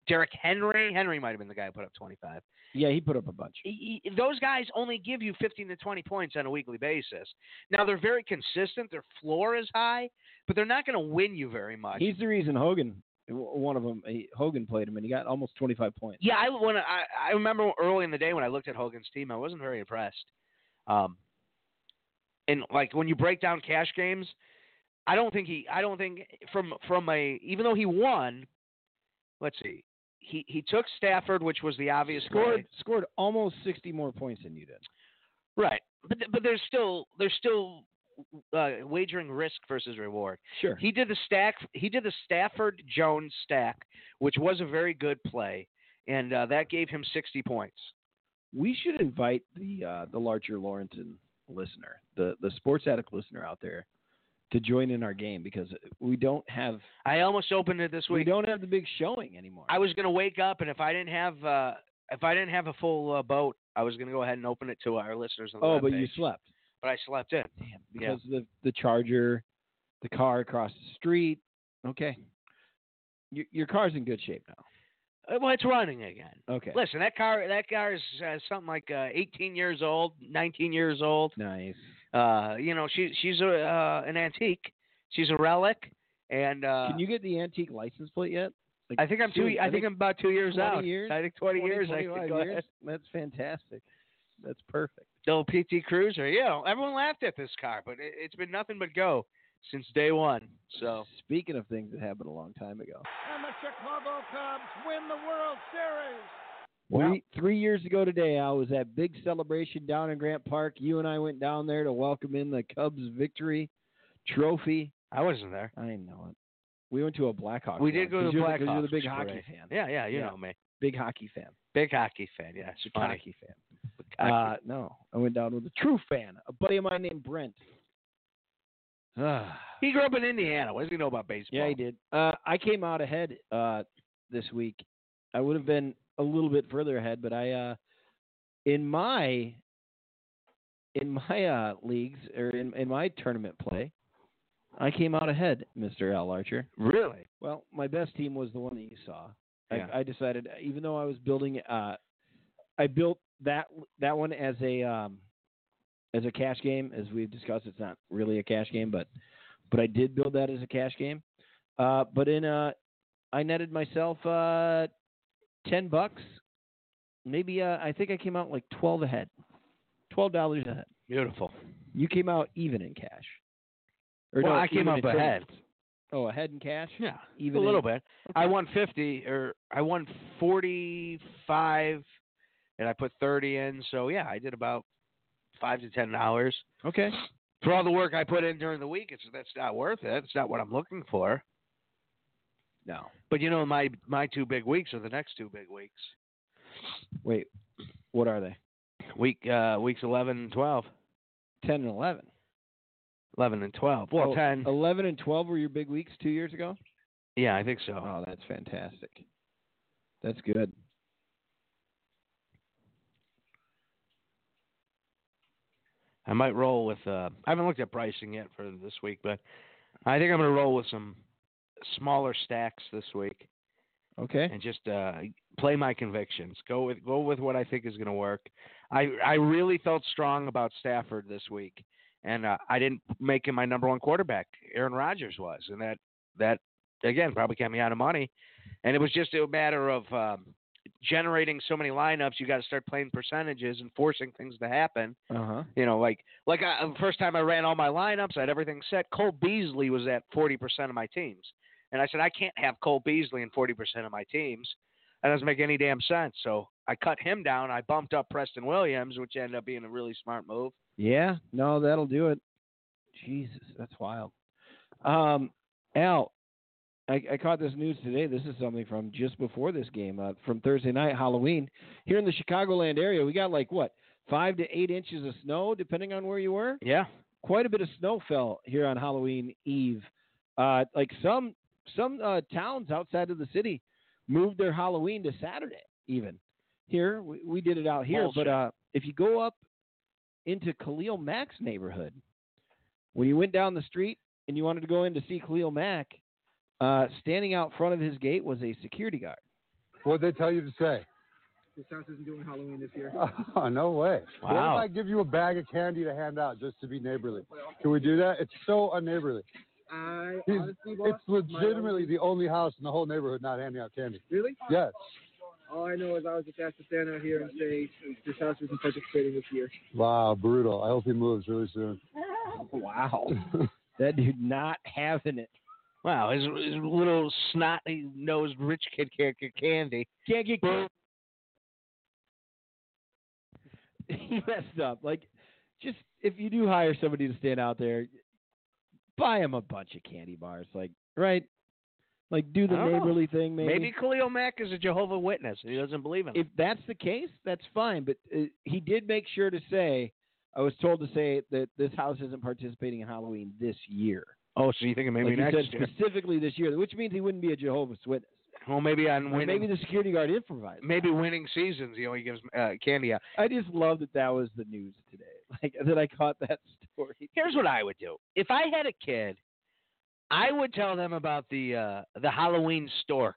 [SPEAKER 4] Derek Henry. Henry might have been the guy who put up 25
[SPEAKER 3] Yeah, he put up a bunch.
[SPEAKER 4] y- y- those guys only give you 15 to 20 points on a weekly basis. Now they're very consistent, their floor is high, but they're not going to win you very much.
[SPEAKER 3] He's the reason Hogan, w- one of them, he, Hogan played him, and he got almost 25 points.
[SPEAKER 4] yeah, I when I, I remember early in the day when I looked at Hogan's team, I wasn't very impressed. Um, and like when you break down cash games, I don't think he. I don't think from from a even though he won. Let's see. He he took Stafford, which was the obvious
[SPEAKER 3] scored
[SPEAKER 4] grade.
[SPEAKER 3] scored almost 60 more points than you did.
[SPEAKER 4] Right, but th- but there's still there's still uh, wagering risk versus reward.
[SPEAKER 3] Sure.
[SPEAKER 4] He did the stack. He did the Stafford Jones stack, which was a very good play, and uh, that gave him 60 points.
[SPEAKER 3] we should invite the uh, the Larcher Lawrenson listener, the the sports addict listener out there, to join in our game because we don't have
[SPEAKER 4] I almost opened it this
[SPEAKER 3] we
[SPEAKER 4] week.
[SPEAKER 3] don't have the big showing anymore.
[SPEAKER 4] I was gonna wake up, and if I didn't have uh, if I didn't have a full uh, boat, I was gonna go ahead and open it to our listeners. On the
[SPEAKER 3] oh, but you
[SPEAKER 4] webpage.
[SPEAKER 3] slept
[SPEAKER 4] but I slept in.
[SPEAKER 3] because the the charger, the car across the street. Okay, your your car's in good shape now.
[SPEAKER 4] Uh, Well, it's running again.
[SPEAKER 3] Okay,
[SPEAKER 4] Listen, that car that car is uh, something like uh, 18 years old, 19 years old.
[SPEAKER 3] nice.
[SPEAKER 4] Uh, you know, she she's a uh, an antique. She's a relic, and uh,
[SPEAKER 3] Can you get the antique license plate yet? Like,
[SPEAKER 4] I think I'm two.
[SPEAKER 3] soon?
[SPEAKER 4] I think I'm about two years
[SPEAKER 3] 20
[SPEAKER 4] out.
[SPEAKER 3] years?
[SPEAKER 4] I think 20 years. I
[SPEAKER 3] 20,
[SPEAKER 4] could
[SPEAKER 3] 25
[SPEAKER 4] go
[SPEAKER 3] years?
[SPEAKER 4] ahead.
[SPEAKER 3] That's fantastic. That's perfect.
[SPEAKER 4] The old PT Cruiser. You know, everyone laughed at this car, but it, it's been nothing but go since day one. So
[SPEAKER 3] Speaking of things that happened a long time ago,
[SPEAKER 7] And the Chicago Cubs win the World Series.
[SPEAKER 3] Three, three years ago today, I was at big celebration down in Grant Park. You and I went down there to welcome in the Cubs victory trophy.
[SPEAKER 4] I wasn't there.
[SPEAKER 3] I know it. We went to a Blackhawks.
[SPEAKER 4] We
[SPEAKER 3] one,
[SPEAKER 4] did go to
[SPEAKER 3] 'cause
[SPEAKER 4] the
[SPEAKER 3] you're
[SPEAKER 4] Blackhawks.
[SPEAKER 3] Because you're the big
[SPEAKER 4] which was
[SPEAKER 3] hockey
[SPEAKER 4] great.
[SPEAKER 3] fan.
[SPEAKER 4] Yeah, yeah, you
[SPEAKER 3] Yeah.
[SPEAKER 4] know me.
[SPEAKER 3] Big hockey fan.
[SPEAKER 4] Big hockey fan. Yeah, it's
[SPEAKER 3] Big
[SPEAKER 4] funny.
[SPEAKER 3] hockey fan.
[SPEAKER 4] Big
[SPEAKER 3] Uh,
[SPEAKER 4] hockey.
[SPEAKER 3] no, I went down with a true fan, a buddy of mine named Brent. Ah.
[SPEAKER 4] he grew up in Indiana. What does he know about baseball?
[SPEAKER 3] Yeah, he did. Uh, I came out ahead uh, this week. I would have been a little bit further ahead, but I, uh, in my, in my uh, leagues or in in my tournament play, I came out ahead, Mister Al Archer.
[SPEAKER 4] Really?
[SPEAKER 3] Well, my best team was the one that you saw.
[SPEAKER 4] Yeah.
[SPEAKER 3] I, I decided, even though I was building, uh, I built that that one as a um, as a cash game. As we've discussed, it's not really a cash game, but but I did build that as a cash game. Uh, but in uh, I netted myself uh, ten bucks. Maybe uh, I think I came out like twelve ahead, twelve dollars ahead.
[SPEAKER 4] Beautiful.
[SPEAKER 3] You came out even in cash. Or
[SPEAKER 4] Well,
[SPEAKER 3] no,
[SPEAKER 4] I came
[SPEAKER 3] even
[SPEAKER 4] up
[SPEAKER 3] in
[SPEAKER 4] ahead.
[SPEAKER 3] tournaments. Oh, ahead in cash.
[SPEAKER 4] Yeah,
[SPEAKER 3] Even
[SPEAKER 4] a little
[SPEAKER 3] in-
[SPEAKER 4] bit. I won 50 or I won 45 and I put 30 in. So yeah, I did about 5 to 10 hours.
[SPEAKER 3] Okay.
[SPEAKER 4] For all the work I put in during the week, it's that's not worth it. It's not what I'm looking for.
[SPEAKER 3] No.
[SPEAKER 4] But you know my my two big weeks are the next two big weeks.
[SPEAKER 3] Wait, what are they?
[SPEAKER 4] Week uh weeks 11 and 12.
[SPEAKER 3] 10 and 11.
[SPEAKER 4] 11 and 12. Well,
[SPEAKER 3] Oh,
[SPEAKER 4] 10.
[SPEAKER 3] 11 and 12 were your big weeks two years ago?
[SPEAKER 4] Yeah, I think so.
[SPEAKER 3] Oh, that's fantastic. That's good.
[SPEAKER 4] I might roll with. Uh, I haven't looked at pricing yet for this week, but I think I'm going to roll with some smaller stacks this week
[SPEAKER 3] Okay.
[SPEAKER 4] and just uh, play my convictions. Go with go with what I think is going to work. I I really felt strong about Stafford this week, and uh, I didn't make him my number one quarterback. Aaron Rodgers was, and that that again probably kept me out of money. And it was just a matter of um, generating so many lineups. You got to start playing percentages and forcing things to happen.
[SPEAKER 3] Uh huh.
[SPEAKER 4] You know, like like I, the first time I ran all my lineups, I had everything set. Cole Beasley was at forty percent of my teams, and I said I can't have Cole Beasley in forty percent of my teams. That doesn't make any damn sense. So I cut him down. I bumped up Preston Williams, which ended up being a really smart move.
[SPEAKER 3] Yeah. No, that'll do it. Jesus, that's wild. Um, Al, I, I caught this news today. This is something from just before this game, uh, from Thursday night, Halloween. Here in the Chicagoland area, we got like what, five to eight inches of snow, depending on where you were?
[SPEAKER 4] Yeah,
[SPEAKER 3] quite a bit of snow fell here on Halloween Eve. Uh, like some some uh, towns outside of the city moved their Halloween to Saturday. Even here, we, we did it out here.
[SPEAKER 4] Bullshit.
[SPEAKER 3] But uh, if you go up into Khalil Mack's neighborhood, when you went down the street and you wanted to go in to see Khalil Mack, uh, standing out front of his gate was a security guard.
[SPEAKER 7] What'd they tell you to say?
[SPEAKER 8] This house isn't doing Halloween this year.
[SPEAKER 7] Oh, no way.
[SPEAKER 4] Wow.
[SPEAKER 7] What if I give you a bag of candy to hand out just to be neighborly? Can we do that? It's so unneighborly.
[SPEAKER 8] I
[SPEAKER 7] He's-
[SPEAKER 8] honestly, boss,
[SPEAKER 7] It's legitimately the only house in the whole neighborhood not handing out candy.
[SPEAKER 8] really,
[SPEAKER 7] Yes.
[SPEAKER 8] all I know is I was just asked to stand out here and say this house isn't participating this year.
[SPEAKER 7] Wow, brutal. I hope he moves really soon.
[SPEAKER 3] Wow, that dude not having it.
[SPEAKER 4] wow. His, his little snotty nosed rich kid can't get candy.
[SPEAKER 3] Can't get he messed up. Like, just if you do hire somebody to stand out there, buy him a bunch of candy bars. Like, right? Like, do the
[SPEAKER 4] I don't know.
[SPEAKER 3] neighborly thing, maybe.
[SPEAKER 4] Maybe Khalil Mack is a Jehovah Witness and he doesn't believe in it.
[SPEAKER 3] If that's the case, that's fine. But uh, he did make sure to say, I was told to say that this house isn't participating in Halloween this year.
[SPEAKER 4] Oh, so you think it maybe
[SPEAKER 3] like you
[SPEAKER 4] next
[SPEAKER 3] said
[SPEAKER 4] year?
[SPEAKER 3] specifically this year, which means he wouldn't be a Jehovah's Witness.
[SPEAKER 4] Well, maybe on
[SPEAKER 3] Or
[SPEAKER 4] winning.
[SPEAKER 3] maybe the security guard improvised.
[SPEAKER 4] maybe winning seasons. You know, he gives uh, candy out.
[SPEAKER 3] I just love that that was the news today. Like that I caught that story.
[SPEAKER 4] Here's what I would do. If I had a kid, I would tell them about the uh, the Halloween stork.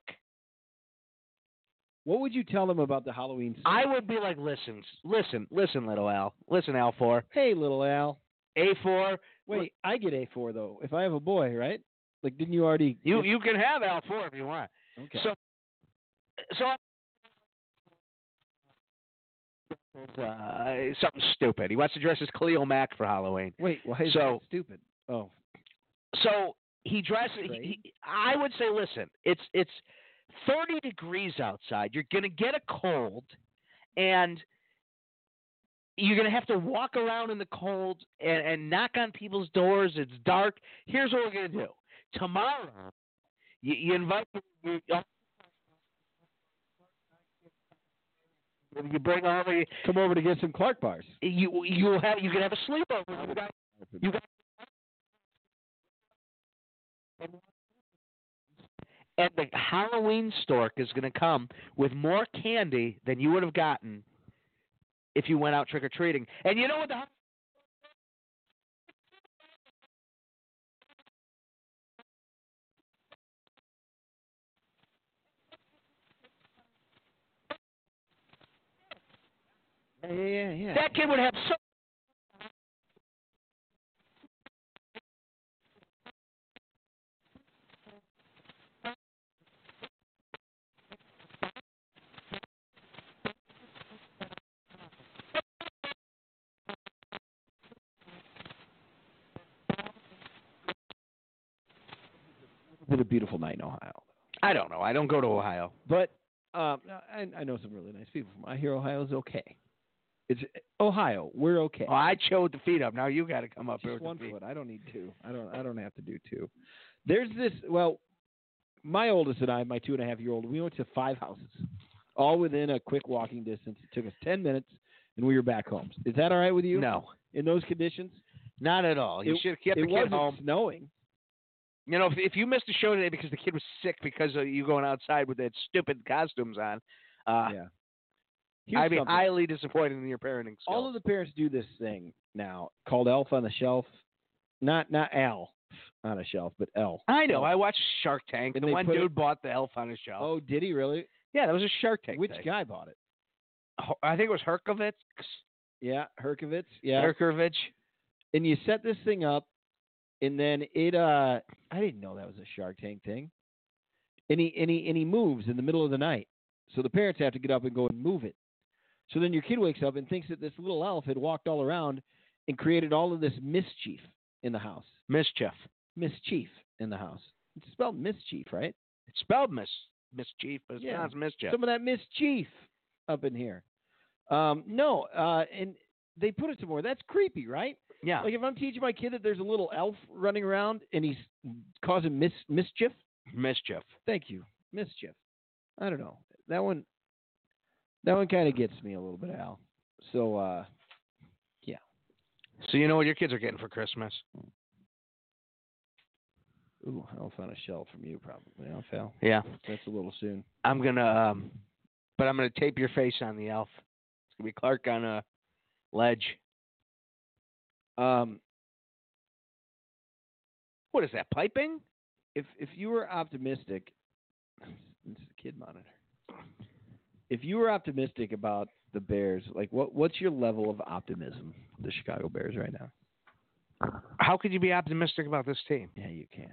[SPEAKER 3] What would you tell them about the Halloween? Story?
[SPEAKER 4] I would be like, listen, listen, listen, little Al, listen, Al four,
[SPEAKER 3] Hey, little Al.
[SPEAKER 4] A four.
[SPEAKER 3] Wait, I get a four though. If I have a boy, right? Like, didn't you already?
[SPEAKER 4] You you can have Al four if you want.
[SPEAKER 3] okay.
[SPEAKER 4] So, so uh, something stupid. He wants to dress as Cleo Mack for Halloween.
[SPEAKER 3] Wait, why is that
[SPEAKER 4] so-
[SPEAKER 3] stupid? Oh,
[SPEAKER 4] So he dresses.
[SPEAKER 3] Right.
[SPEAKER 4] He, he- I would say, listen, it's it's 30 degrees outside. You're gonna get a cold, and you're gonna have to walk around in the cold and, and knock on people's doors. It's dark. Here's what we're gonna do tomorrow. You, you invite you, you bring all the
[SPEAKER 3] come over to get some Clark bars.
[SPEAKER 4] you you have you can have a sleepover. You got you got and the Halloween stork is going to come with more candy than you would have gotten if you went out trick or treating. And you know what the
[SPEAKER 3] Yeah, yeah, yeah.
[SPEAKER 4] that kid would have so
[SPEAKER 3] It's been a beautiful night in Ohio.
[SPEAKER 4] I don't know. I don't go to Ohio.
[SPEAKER 3] But um, I, I know some really nice people. From, I hear Ohio's okay. It's Ohio. We're okay.
[SPEAKER 4] Oh, I chewed the feet up. Now you got to come up here
[SPEAKER 3] Just
[SPEAKER 4] with
[SPEAKER 3] one
[SPEAKER 4] the feet.
[SPEAKER 3] foot. I don't need two. I don't. I don't have to do two. There's this. Well, my oldest and I, my two and a half year old, we went to five houses, all within a quick walking distance. It took us ten minutes, and we were back home. Is that all right with you?
[SPEAKER 4] No,
[SPEAKER 3] In those conditions,
[SPEAKER 4] not at all. You
[SPEAKER 3] It-
[SPEAKER 4] should have kept
[SPEAKER 3] it
[SPEAKER 4] the kid
[SPEAKER 3] wasn't
[SPEAKER 4] home.
[SPEAKER 3] snowing.
[SPEAKER 4] You know, if, if you missed the show today because the kid was sick because of you going outside with that stupid costumes on, uh,
[SPEAKER 3] yeah.
[SPEAKER 4] I'd be
[SPEAKER 3] something.
[SPEAKER 4] highly disappointed in your parenting skills.
[SPEAKER 3] all of the parents do this thing now called Elf on the Shelf. Not not Al on a shelf, but L.
[SPEAKER 4] I know. I watched Shark Tank.
[SPEAKER 3] And
[SPEAKER 4] The
[SPEAKER 3] they
[SPEAKER 4] one
[SPEAKER 3] put
[SPEAKER 4] dude
[SPEAKER 3] it-
[SPEAKER 4] bought the elf on his shelf.
[SPEAKER 3] Oh, did he really?
[SPEAKER 4] yeah, that was a Shark Tank.
[SPEAKER 3] Which
[SPEAKER 4] thing.
[SPEAKER 3] guy bought it?
[SPEAKER 4] Ho- I think it was Herkovitz.
[SPEAKER 3] Yeah, Herkovitz. Yeah.
[SPEAKER 4] Herkovich.
[SPEAKER 3] and you set this thing up and then it uh I didn't know that was a Shark Tank thing. And he and he and he moves in the middle of the night. So the parents have to get up and go and move it. So then your kid wakes up and thinks that this little elf had walked all around and created all of this mischief in the house.
[SPEAKER 4] Mischief.
[SPEAKER 3] Mischief in the house. It's spelled mischief, right?
[SPEAKER 4] It's spelled mis mischief, but it's
[SPEAKER 3] Yeah.
[SPEAKER 4] pronounced mischief.
[SPEAKER 3] some of that mischief up in here. Um, no, uh, and they put it some more. That's creepy, right?
[SPEAKER 4] yeah.
[SPEAKER 3] Like if I'm teaching my kid that there's a little elf running around and he's causing mis- mischief.
[SPEAKER 4] mischief.
[SPEAKER 3] Thank you, mischief. I don't know that one. That one kind of gets me a little bit, Al. So uh,
[SPEAKER 4] So you know what your kids are getting for Christmas?
[SPEAKER 3] ooh, elf on a shelf from you probably, Al. Al.
[SPEAKER 4] Yeah.
[SPEAKER 3] That's a little soon.
[SPEAKER 4] I'm gonna, um, but I'm gonna tape your face on the elf. It's gonna be Clark on a ledge.
[SPEAKER 3] Um,
[SPEAKER 4] What is that piping?
[SPEAKER 3] if if you were optimistic, it's the kid monitor. If you were optimistic about the Bears, like what what's your level of optimism for the Chicago Bears right now?
[SPEAKER 4] How could you be optimistic about this team?
[SPEAKER 3] Yeah, you can.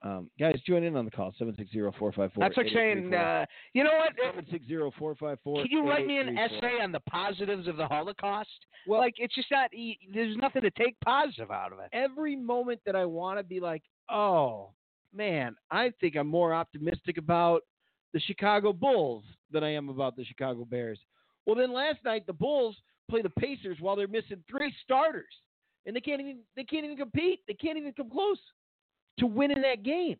[SPEAKER 3] Um, guys, join in on the call seven six zero four five four.
[SPEAKER 4] That's like saying, uh, you know what? Uh,
[SPEAKER 3] seven six zero four five four.
[SPEAKER 4] Can you write me an essay on the positives of the Holocaust?
[SPEAKER 3] Well-
[SPEAKER 4] like it's just not. y- There's nothing to take positive out of it.
[SPEAKER 3] Every moment that I want to be like, oh man, I think I'm more optimistic about the Chicago Bulls than I am about the Chicago Bears. Well, then last night the Bulls play the Pacers while they're missing three starters, and they can't even they can't even compete. They can't even come close to winning that game.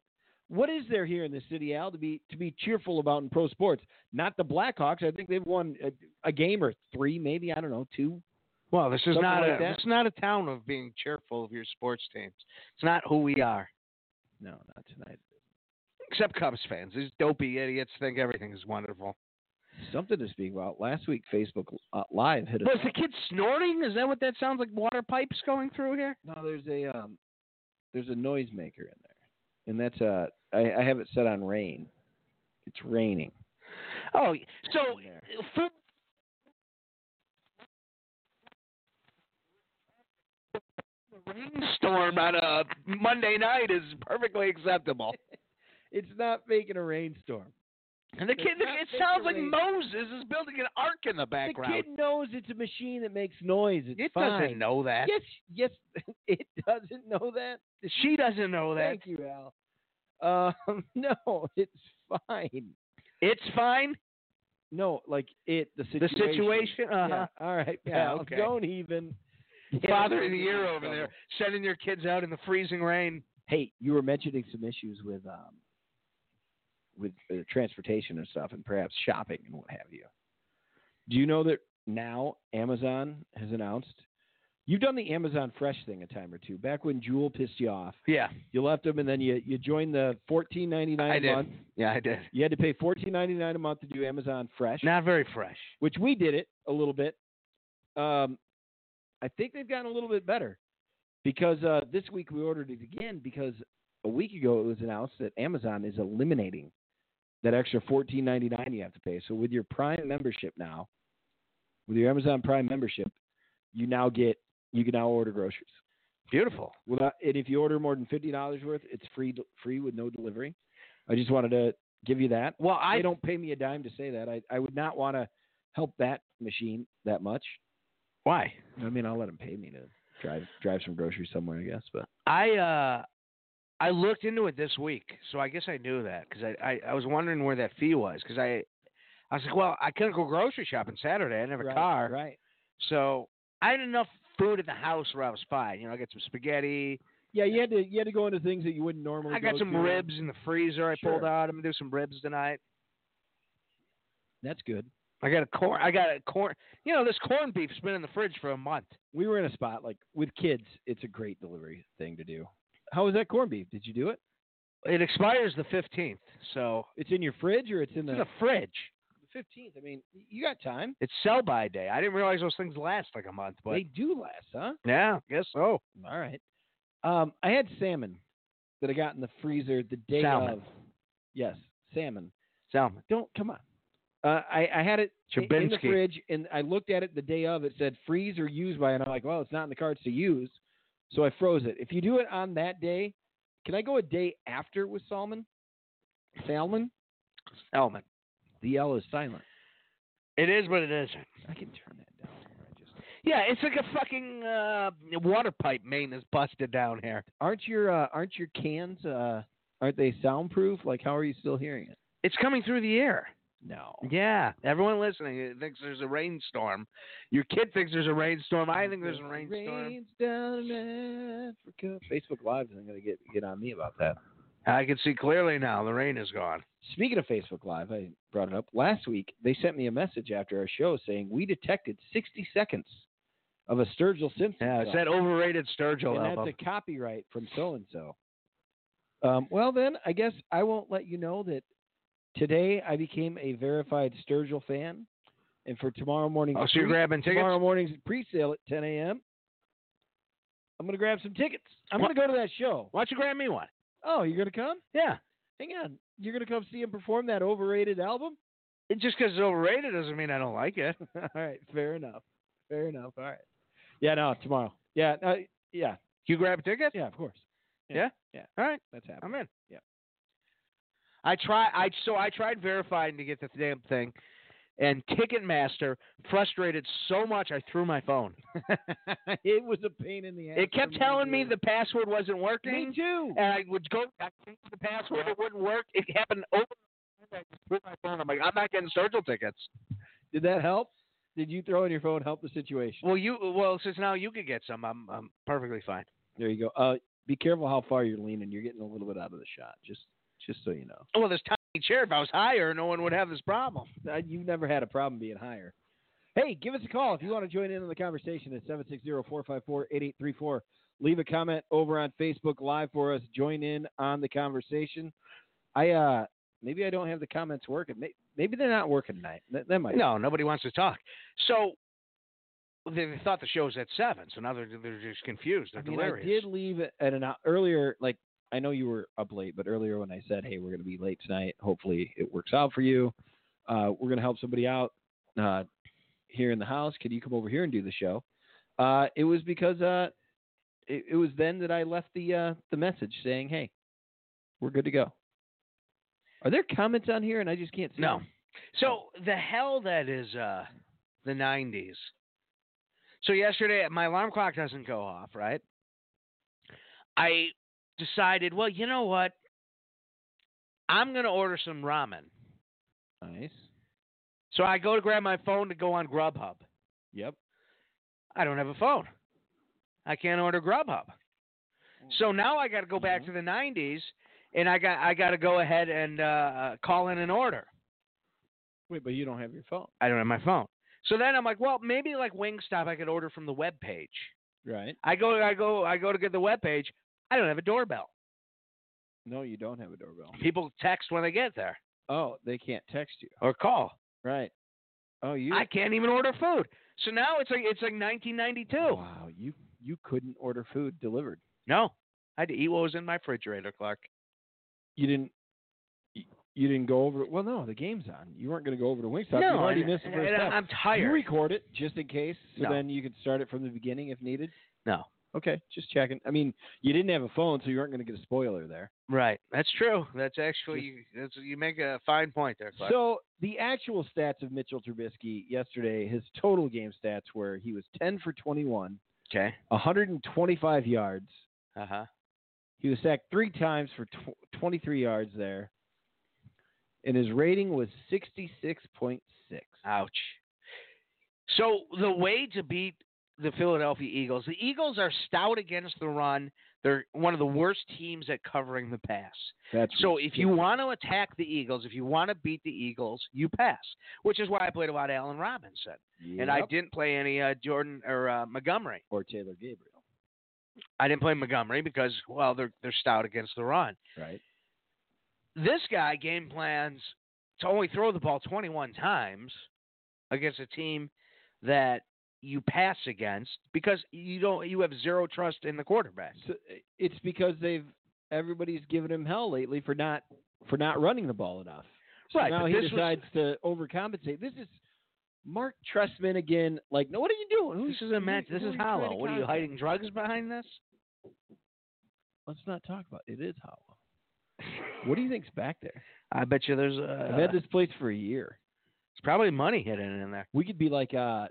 [SPEAKER 3] What is there here in the city, Al, to be to be cheerful about in pro sports? Not the Blackhawks. I think they've won a, a game or three, maybe I don't know, two
[SPEAKER 4] Well, this is
[SPEAKER 3] Something
[SPEAKER 4] not
[SPEAKER 3] like
[SPEAKER 4] a
[SPEAKER 3] that?
[SPEAKER 4] this is not a town of being cheerful of your sports teams. It's not who we are.
[SPEAKER 3] No, not tonight.
[SPEAKER 4] Except Cubs fans. These dopey idiots think everything is wonderful.
[SPEAKER 3] Something to speak about. Last week, Facebook uh, Live hit us.
[SPEAKER 4] Was the kid snorting? Is that what that sounds like? Water pipes going through here?
[SPEAKER 3] No, there's a um, there's a noisemaker in there, and that's uh, I, I have it set on rain. It's raining.
[SPEAKER 4] Oh, so uh,
[SPEAKER 3] Yeah.
[SPEAKER 4] food. Rainstorm on a Monday night is perfectly acceptable.
[SPEAKER 3] It's not making a rainstorm.
[SPEAKER 4] And the
[SPEAKER 3] It's
[SPEAKER 4] kid,
[SPEAKER 3] not
[SPEAKER 4] it
[SPEAKER 3] making
[SPEAKER 4] sounds like
[SPEAKER 3] rain.
[SPEAKER 4] Moses is building an ark in the background.
[SPEAKER 3] The kid knows it's a machine that makes noise. It's
[SPEAKER 4] it
[SPEAKER 3] fine.
[SPEAKER 4] doesn't know that.
[SPEAKER 3] Yes, yes, it doesn't know that.
[SPEAKER 4] She doesn't know that.
[SPEAKER 3] Thank you, Al. Um, no, it's fine.
[SPEAKER 4] It's fine.
[SPEAKER 3] No, like it the
[SPEAKER 4] The
[SPEAKER 3] situation.
[SPEAKER 4] situation. Uh-huh.
[SPEAKER 3] Yeah. All right,
[SPEAKER 4] Yeah,
[SPEAKER 3] pal.
[SPEAKER 4] okay.
[SPEAKER 3] Don't even.
[SPEAKER 4] Father
[SPEAKER 3] Yeah,
[SPEAKER 4] of the year over
[SPEAKER 3] trouble.
[SPEAKER 4] there, sending your kids out in the freezing rain.
[SPEAKER 3] Hey, you were mentioning some issues with um, with uh, transportation and stuff, and perhaps shopping and what have you. Do you know that now Amazon has announced? You've done the Amazon Fresh thing a time or two. Back when Jewel pissed you off,
[SPEAKER 4] Yeah,
[SPEAKER 3] you left them, and then you you joined the fourteen ninety
[SPEAKER 4] I
[SPEAKER 3] nine
[SPEAKER 4] did.
[SPEAKER 3] a month.
[SPEAKER 4] Yeah, I did.
[SPEAKER 3] You had to pay fourteen ninety nine a month to do Amazon Fresh,
[SPEAKER 4] Not very fresh.
[SPEAKER 3] which we did it a little bit. Um, I think they've gotten a little bit better because uh, this week we ordered it again because a week ago it was announced that Amazon is eliminating that extra fourteen ninety nine you have to pay. So with your Prime membership now, with your Amazon Prime membership, you now get you can now order groceries.
[SPEAKER 4] Beautiful.
[SPEAKER 3] Without, uh, and if you order more than fifty dollars worth, it's free free with no delivery. I just wanted to give you that.
[SPEAKER 4] Well,
[SPEAKER 3] I
[SPEAKER 4] I
[SPEAKER 3] don't pay me a dime to say that. I, I would not want to help that machine that much.
[SPEAKER 4] why.
[SPEAKER 3] I mean, I'll let them pay me to drive drive some groceries somewhere, I guess. But
[SPEAKER 4] I uh, I looked into it this week, so I guess I knew that because I, I I was wondering where that fee was because I I was like, well, I couldn't go grocery shopping Saturday. I didn't have a
[SPEAKER 3] right,
[SPEAKER 4] car,
[SPEAKER 3] right?
[SPEAKER 4] so I had enough food at the house where I was fine. You know, I got some spaghetti.
[SPEAKER 3] Yeah, you had to you had to go into things that you wouldn't normally.
[SPEAKER 4] I got
[SPEAKER 3] go
[SPEAKER 4] some
[SPEAKER 3] to. uh,
[SPEAKER 4] ribs in the freezer. I pulled
[SPEAKER 3] Sure.
[SPEAKER 4] out. I'm gonna do some ribs tonight.
[SPEAKER 3] That's good.
[SPEAKER 4] I got a corn. I got a corn. You know, this corned beef's been in the fridge for a month.
[SPEAKER 3] We were in a spot like with kids. It's a great delivery thing to do. How was that corned beef? Did you do it?
[SPEAKER 4] It expires the 15th, so
[SPEAKER 3] It's in your fridge or it's in
[SPEAKER 4] it's in
[SPEAKER 3] the
[SPEAKER 4] the fridge.
[SPEAKER 3] fifteenth. I mean, you got time.
[SPEAKER 4] It's sell by day. I didn't realize those things last like a month, but
[SPEAKER 3] they do last, huh?
[SPEAKER 4] yeah, I guess so.
[SPEAKER 3] All right. Um, I had salmon that I got in the freezer the day
[SPEAKER 4] Salmon.
[SPEAKER 3] of. Yes, salmon.
[SPEAKER 4] Salmon.
[SPEAKER 3] Don't come on. Uh, I, I had it i- in the
[SPEAKER 4] Trubinsky.
[SPEAKER 3] fridge, and I looked at it the day of. It said freeze or use by, and I'm like, well, it's not in the cards to use, so I froze it. If you do it on that day, can I go a day after with salmon? Salmon.
[SPEAKER 4] Salmon.
[SPEAKER 3] The L is silent.
[SPEAKER 4] It is what it isn't.
[SPEAKER 3] I can turn that down. or I just-
[SPEAKER 4] Yeah, it's like a fucking uh, water pipe main that's busted down here.
[SPEAKER 3] Aren't your uh, aren't your cans uh, aren't they soundproof? Like, how are you still hearing it?
[SPEAKER 4] It's coming through the air.
[SPEAKER 3] No.
[SPEAKER 4] Yeah, everyone listening thinks there's a rainstorm. Your kid thinks there's a rainstorm. I think there's a rainstorm.
[SPEAKER 3] Rains down in Africa. Facebook Live isn't going to get get on me about that.
[SPEAKER 4] I can see clearly now. The rain is gone.
[SPEAKER 3] Speaking of Facebook Live, I brought it up last week. They sent me a message after our show saying we detected 60 seconds of a Sturgill Simpson.
[SPEAKER 4] Yeah, it's
[SPEAKER 3] song,
[SPEAKER 4] that overrated Sturgill
[SPEAKER 3] and
[SPEAKER 4] album. Oh,
[SPEAKER 3] that's a copyright from so and so. Well, then I guess I won't let you know that today I became a verified Sturgill fan, and for tomorrow morning,
[SPEAKER 4] oh, so you're grabbing tickets?
[SPEAKER 3] tomorrow morning's pre-sale at 10 a.m. I'm gonna grab some tickets. I'm gonna go to that show.
[SPEAKER 4] Why don't you grab me one?
[SPEAKER 3] Oh, you're gonna come?
[SPEAKER 4] Yeah.
[SPEAKER 3] Hang on. You're gonna come see him perform that overrated album?
[SPEAKER 4] It, just because it's overrated doesn't mean I don't like it.
[SPEAKER 3] All right, fair enough. Fair enough. All right. Yeah, no, tomorrow. Yeah, no, yeah,
[SPEAKER 4] You grab a ticket?
[SPEAKER 3] yeah, of course.
[SPEAKER 4] Yeah?
[SPEAKER 3] yeah.
[SPEAKER 4] All right,
[SPEAKER 3] That's
[SPEAKER 4] I'm
[SPEAKER 3] happening.
[SPEAKER 4] in.
[SPEAKER 3] Yeah.
[SPEAKER 4] I try. I so I tried verifying to get the damn thing, and Ticketmaster frustrated so much I threw my phone.
[SPEAKER 3] it was a pain in the ass.
[SPEAKER 4] It
[SPEAKER 3] for
[SPEAKER 4] kept
[SPEAKER 3] to
[SPEAKER 4] telling
[SPEAKER 3] do
[SPEAKER 4] me
[SPEAKER 3] it.
[SPEAKER 4] the password wasn't
[SPEAKER 3] Me
[SPEAKER 4] working,
[SPEAKER 3] too.
[SPEAKER 4] and I would go. I changed the password. It wouldn't work. It happened over. and over. I just threw my phone. I'm like, I'm not getting Sturgill tickets.
[SPEAKER 3] Did that help? Did you throw in your phone help the situation?
[SPEAKER 4] Well, you well since now you could get some. I'm I'm perfectly fine.
[SPEAKER 3] There you go. Uh, be careful how far you're leaning. You're getting a little bit out of the shot. Just, just so you know.
[SPEAKER 4] Well, this tiny chair. If I was higher, no one would have this problem.
[SPEAKER 3] Uh, You've never had a problem being higher. Hey, give us a call if you want to join in on the conversation at 760-454-8834. Leave a comment over on Facebook Live for us. Join in on the conversation. I uh maybe I don't have the comments working. May- Maybe they're not working tonight. That, that might
[SPEAKER 4] No, nobody wants to talk. So they, they thought the show's at seven, so now they're they're just confused. They're
[SPEAKER 3] I mean, I did
[SPEAKER 4] delirious.
[SPEAKER 3] leave at an hou- earlier, like I know you were up late, but earlier when I said, "Hey, we're going to be late tonight. Hopefully, it works out for you. Uh, we're going to help somebody out uh, here in the house. Can you come over here and do the show?" Uh, it was because uh, it, it was then that I left the uh, the message saying, "Hey, we're good to go." Are there comments on here and I just can't see?
[SPEAKER 4] No.
[SPEAKER 3] them?
[SPEAKER 4] So the hell that is uh the nineties. So yesterday my alarm clock doesn't go off, right? I decided, well, you know what? I'm gonna order some ramen.
[SPEAKER 3] Nice.
[SPEAKER 4] So I go to grab my phone to go on Grubhub.
[SPEAKER 3] Yep.
[SPEAKER 4] I don't have a phone. I can't order Grubhub.
[SPEAKER 3] Hmm.
[SPEAKER 4] So now I got to go back
[SPEAKER 3] Mhm.
[SPEAKER 4] to the 90s and I got I got to go ahead and uh, uh, call in an order.
[SPEAKER 3] Wait, but you don't have your phone,
[SPEAKER 4] I don't have my phone. So then I'm like, well, maybe like Wingstop I could order from the web page.
[SPEAKER 3] right?
[SPEAKER 4] I go I go I go to get the web page. I don't have a doorbell.
[SPEAKER 3] No, you don't have a doorbell.
[SPEAKER 4] People text when they get there
[SPEAKER 3] Oh, they can't text you,
[SPEAKER 4] or call.
[SPEAKER 3] right? Oh, you.
[SPEAKER 4] I can't even order food. So now it's like it's like 1992.
[SPEAKER 3] Wow, you you couldn't order food delivered.
[SPEAKER 4] No. I had to eat what was in my refrigerator, Clark.
[SPEAKER 3] You didn't. You, you didn't go over. Well, no, the game's on. You weren't going to go over to Wingstop. you
[SPEAKER 4] no,
[SPEAKER 3] already
[SPEAKER 4] and-
[SPEAKER 3] missed the
[SPEAKER 4] and
[SPEAKER 3] first half.
[SPEAKER 4] I'm tired.
[SPEAKER 3] You record it just in case, so
[SPEAKER 4] No.
[SPEAKER 3] then you could start it from the beginning if needed.
[SPEAKER 4] No.
[SPEAKER 3] Okay, just checking. I mean, you didn't have a phone, so you weren't going to get a spoiler there.
[SPEAKER 4] Right. That's true. That's actually you, that's, you make a fine point there, Clark.
[SPEAKER 3] So the actual stats of Mitchell Trubisky yesterday, his total game stats were he was 10 for 21,
[SPEAKER 4] okay.
[SPEAKER 3] 125 yards,
[SPEAKER 4] Uh huh.
[SPEAKER 3] He was sacked three times for tw- 23 yards there, and his rating was 66.6.
[SPEAKER 4] Ouch. So the way to beat the Philadelphia Eagles, the Eagles are stout against the run. They're one of the worst teams at covering the pass.
[SPEAKER 3] That's
[SPEAKER 4] So if you want to attack the Eagles, if you want to beat the Eagles, you pass, which is why I played a lot of Allen Robinson, and I
[SPEAKER 3] Yep.
[SPEAKER 4] didn't play any uh, Jordan or uh, Montgomery.
[SPEAKER 3] or Taylor Gabriel,
[SPEAKER 4] I didn't play Montgomery because well, they're they're stout against the run.
[SPEAKER 3] right?
[SPEAKER 4] this guy game plans to only throw the ball 21 times against a team that you pass against because you don't you have zero trust in the quarterback.
[SPEAKER 3] So it's because they've everybody's given him hell lately for not for not running the ball enough. So
[SPEAKER 4] Right,
[SPEAKER 3] now
[SPEAKER 4] but
[SPEAKER 3] he
[SPEAKER 4] this was-
[SPEAKER 3] decides to overcompensate. This is Mark Trestman again. Like, no, what are you doing?
[SPEAKER 4] This
[SPEAKER 3] Who's-
[SPEAKER 4] is a match.
[SPEAKER 3] who-
[SPEAKER 4] This
[SPEAKER 3] who are
[SPEAKER 4] is
[SPEAKER 3] you trying
[SPEAKER 4] hollow.
[SPEAKER 3] to
[SPEAKER 4] What are you
[SPEAKER 3] contact?
[SPEAKER 4] hiding drugs behind this?
[SPEAKER 3] Let's not talk about it. It is hollow. What do you think's back there?
[SPEAKER 4] I bet you there's uh,
[SPEAKER 3] I've had this place for a year.
[SPEAKER 4] there's probably money hidden in there.
[SPEAKER 3] we could be like, uh,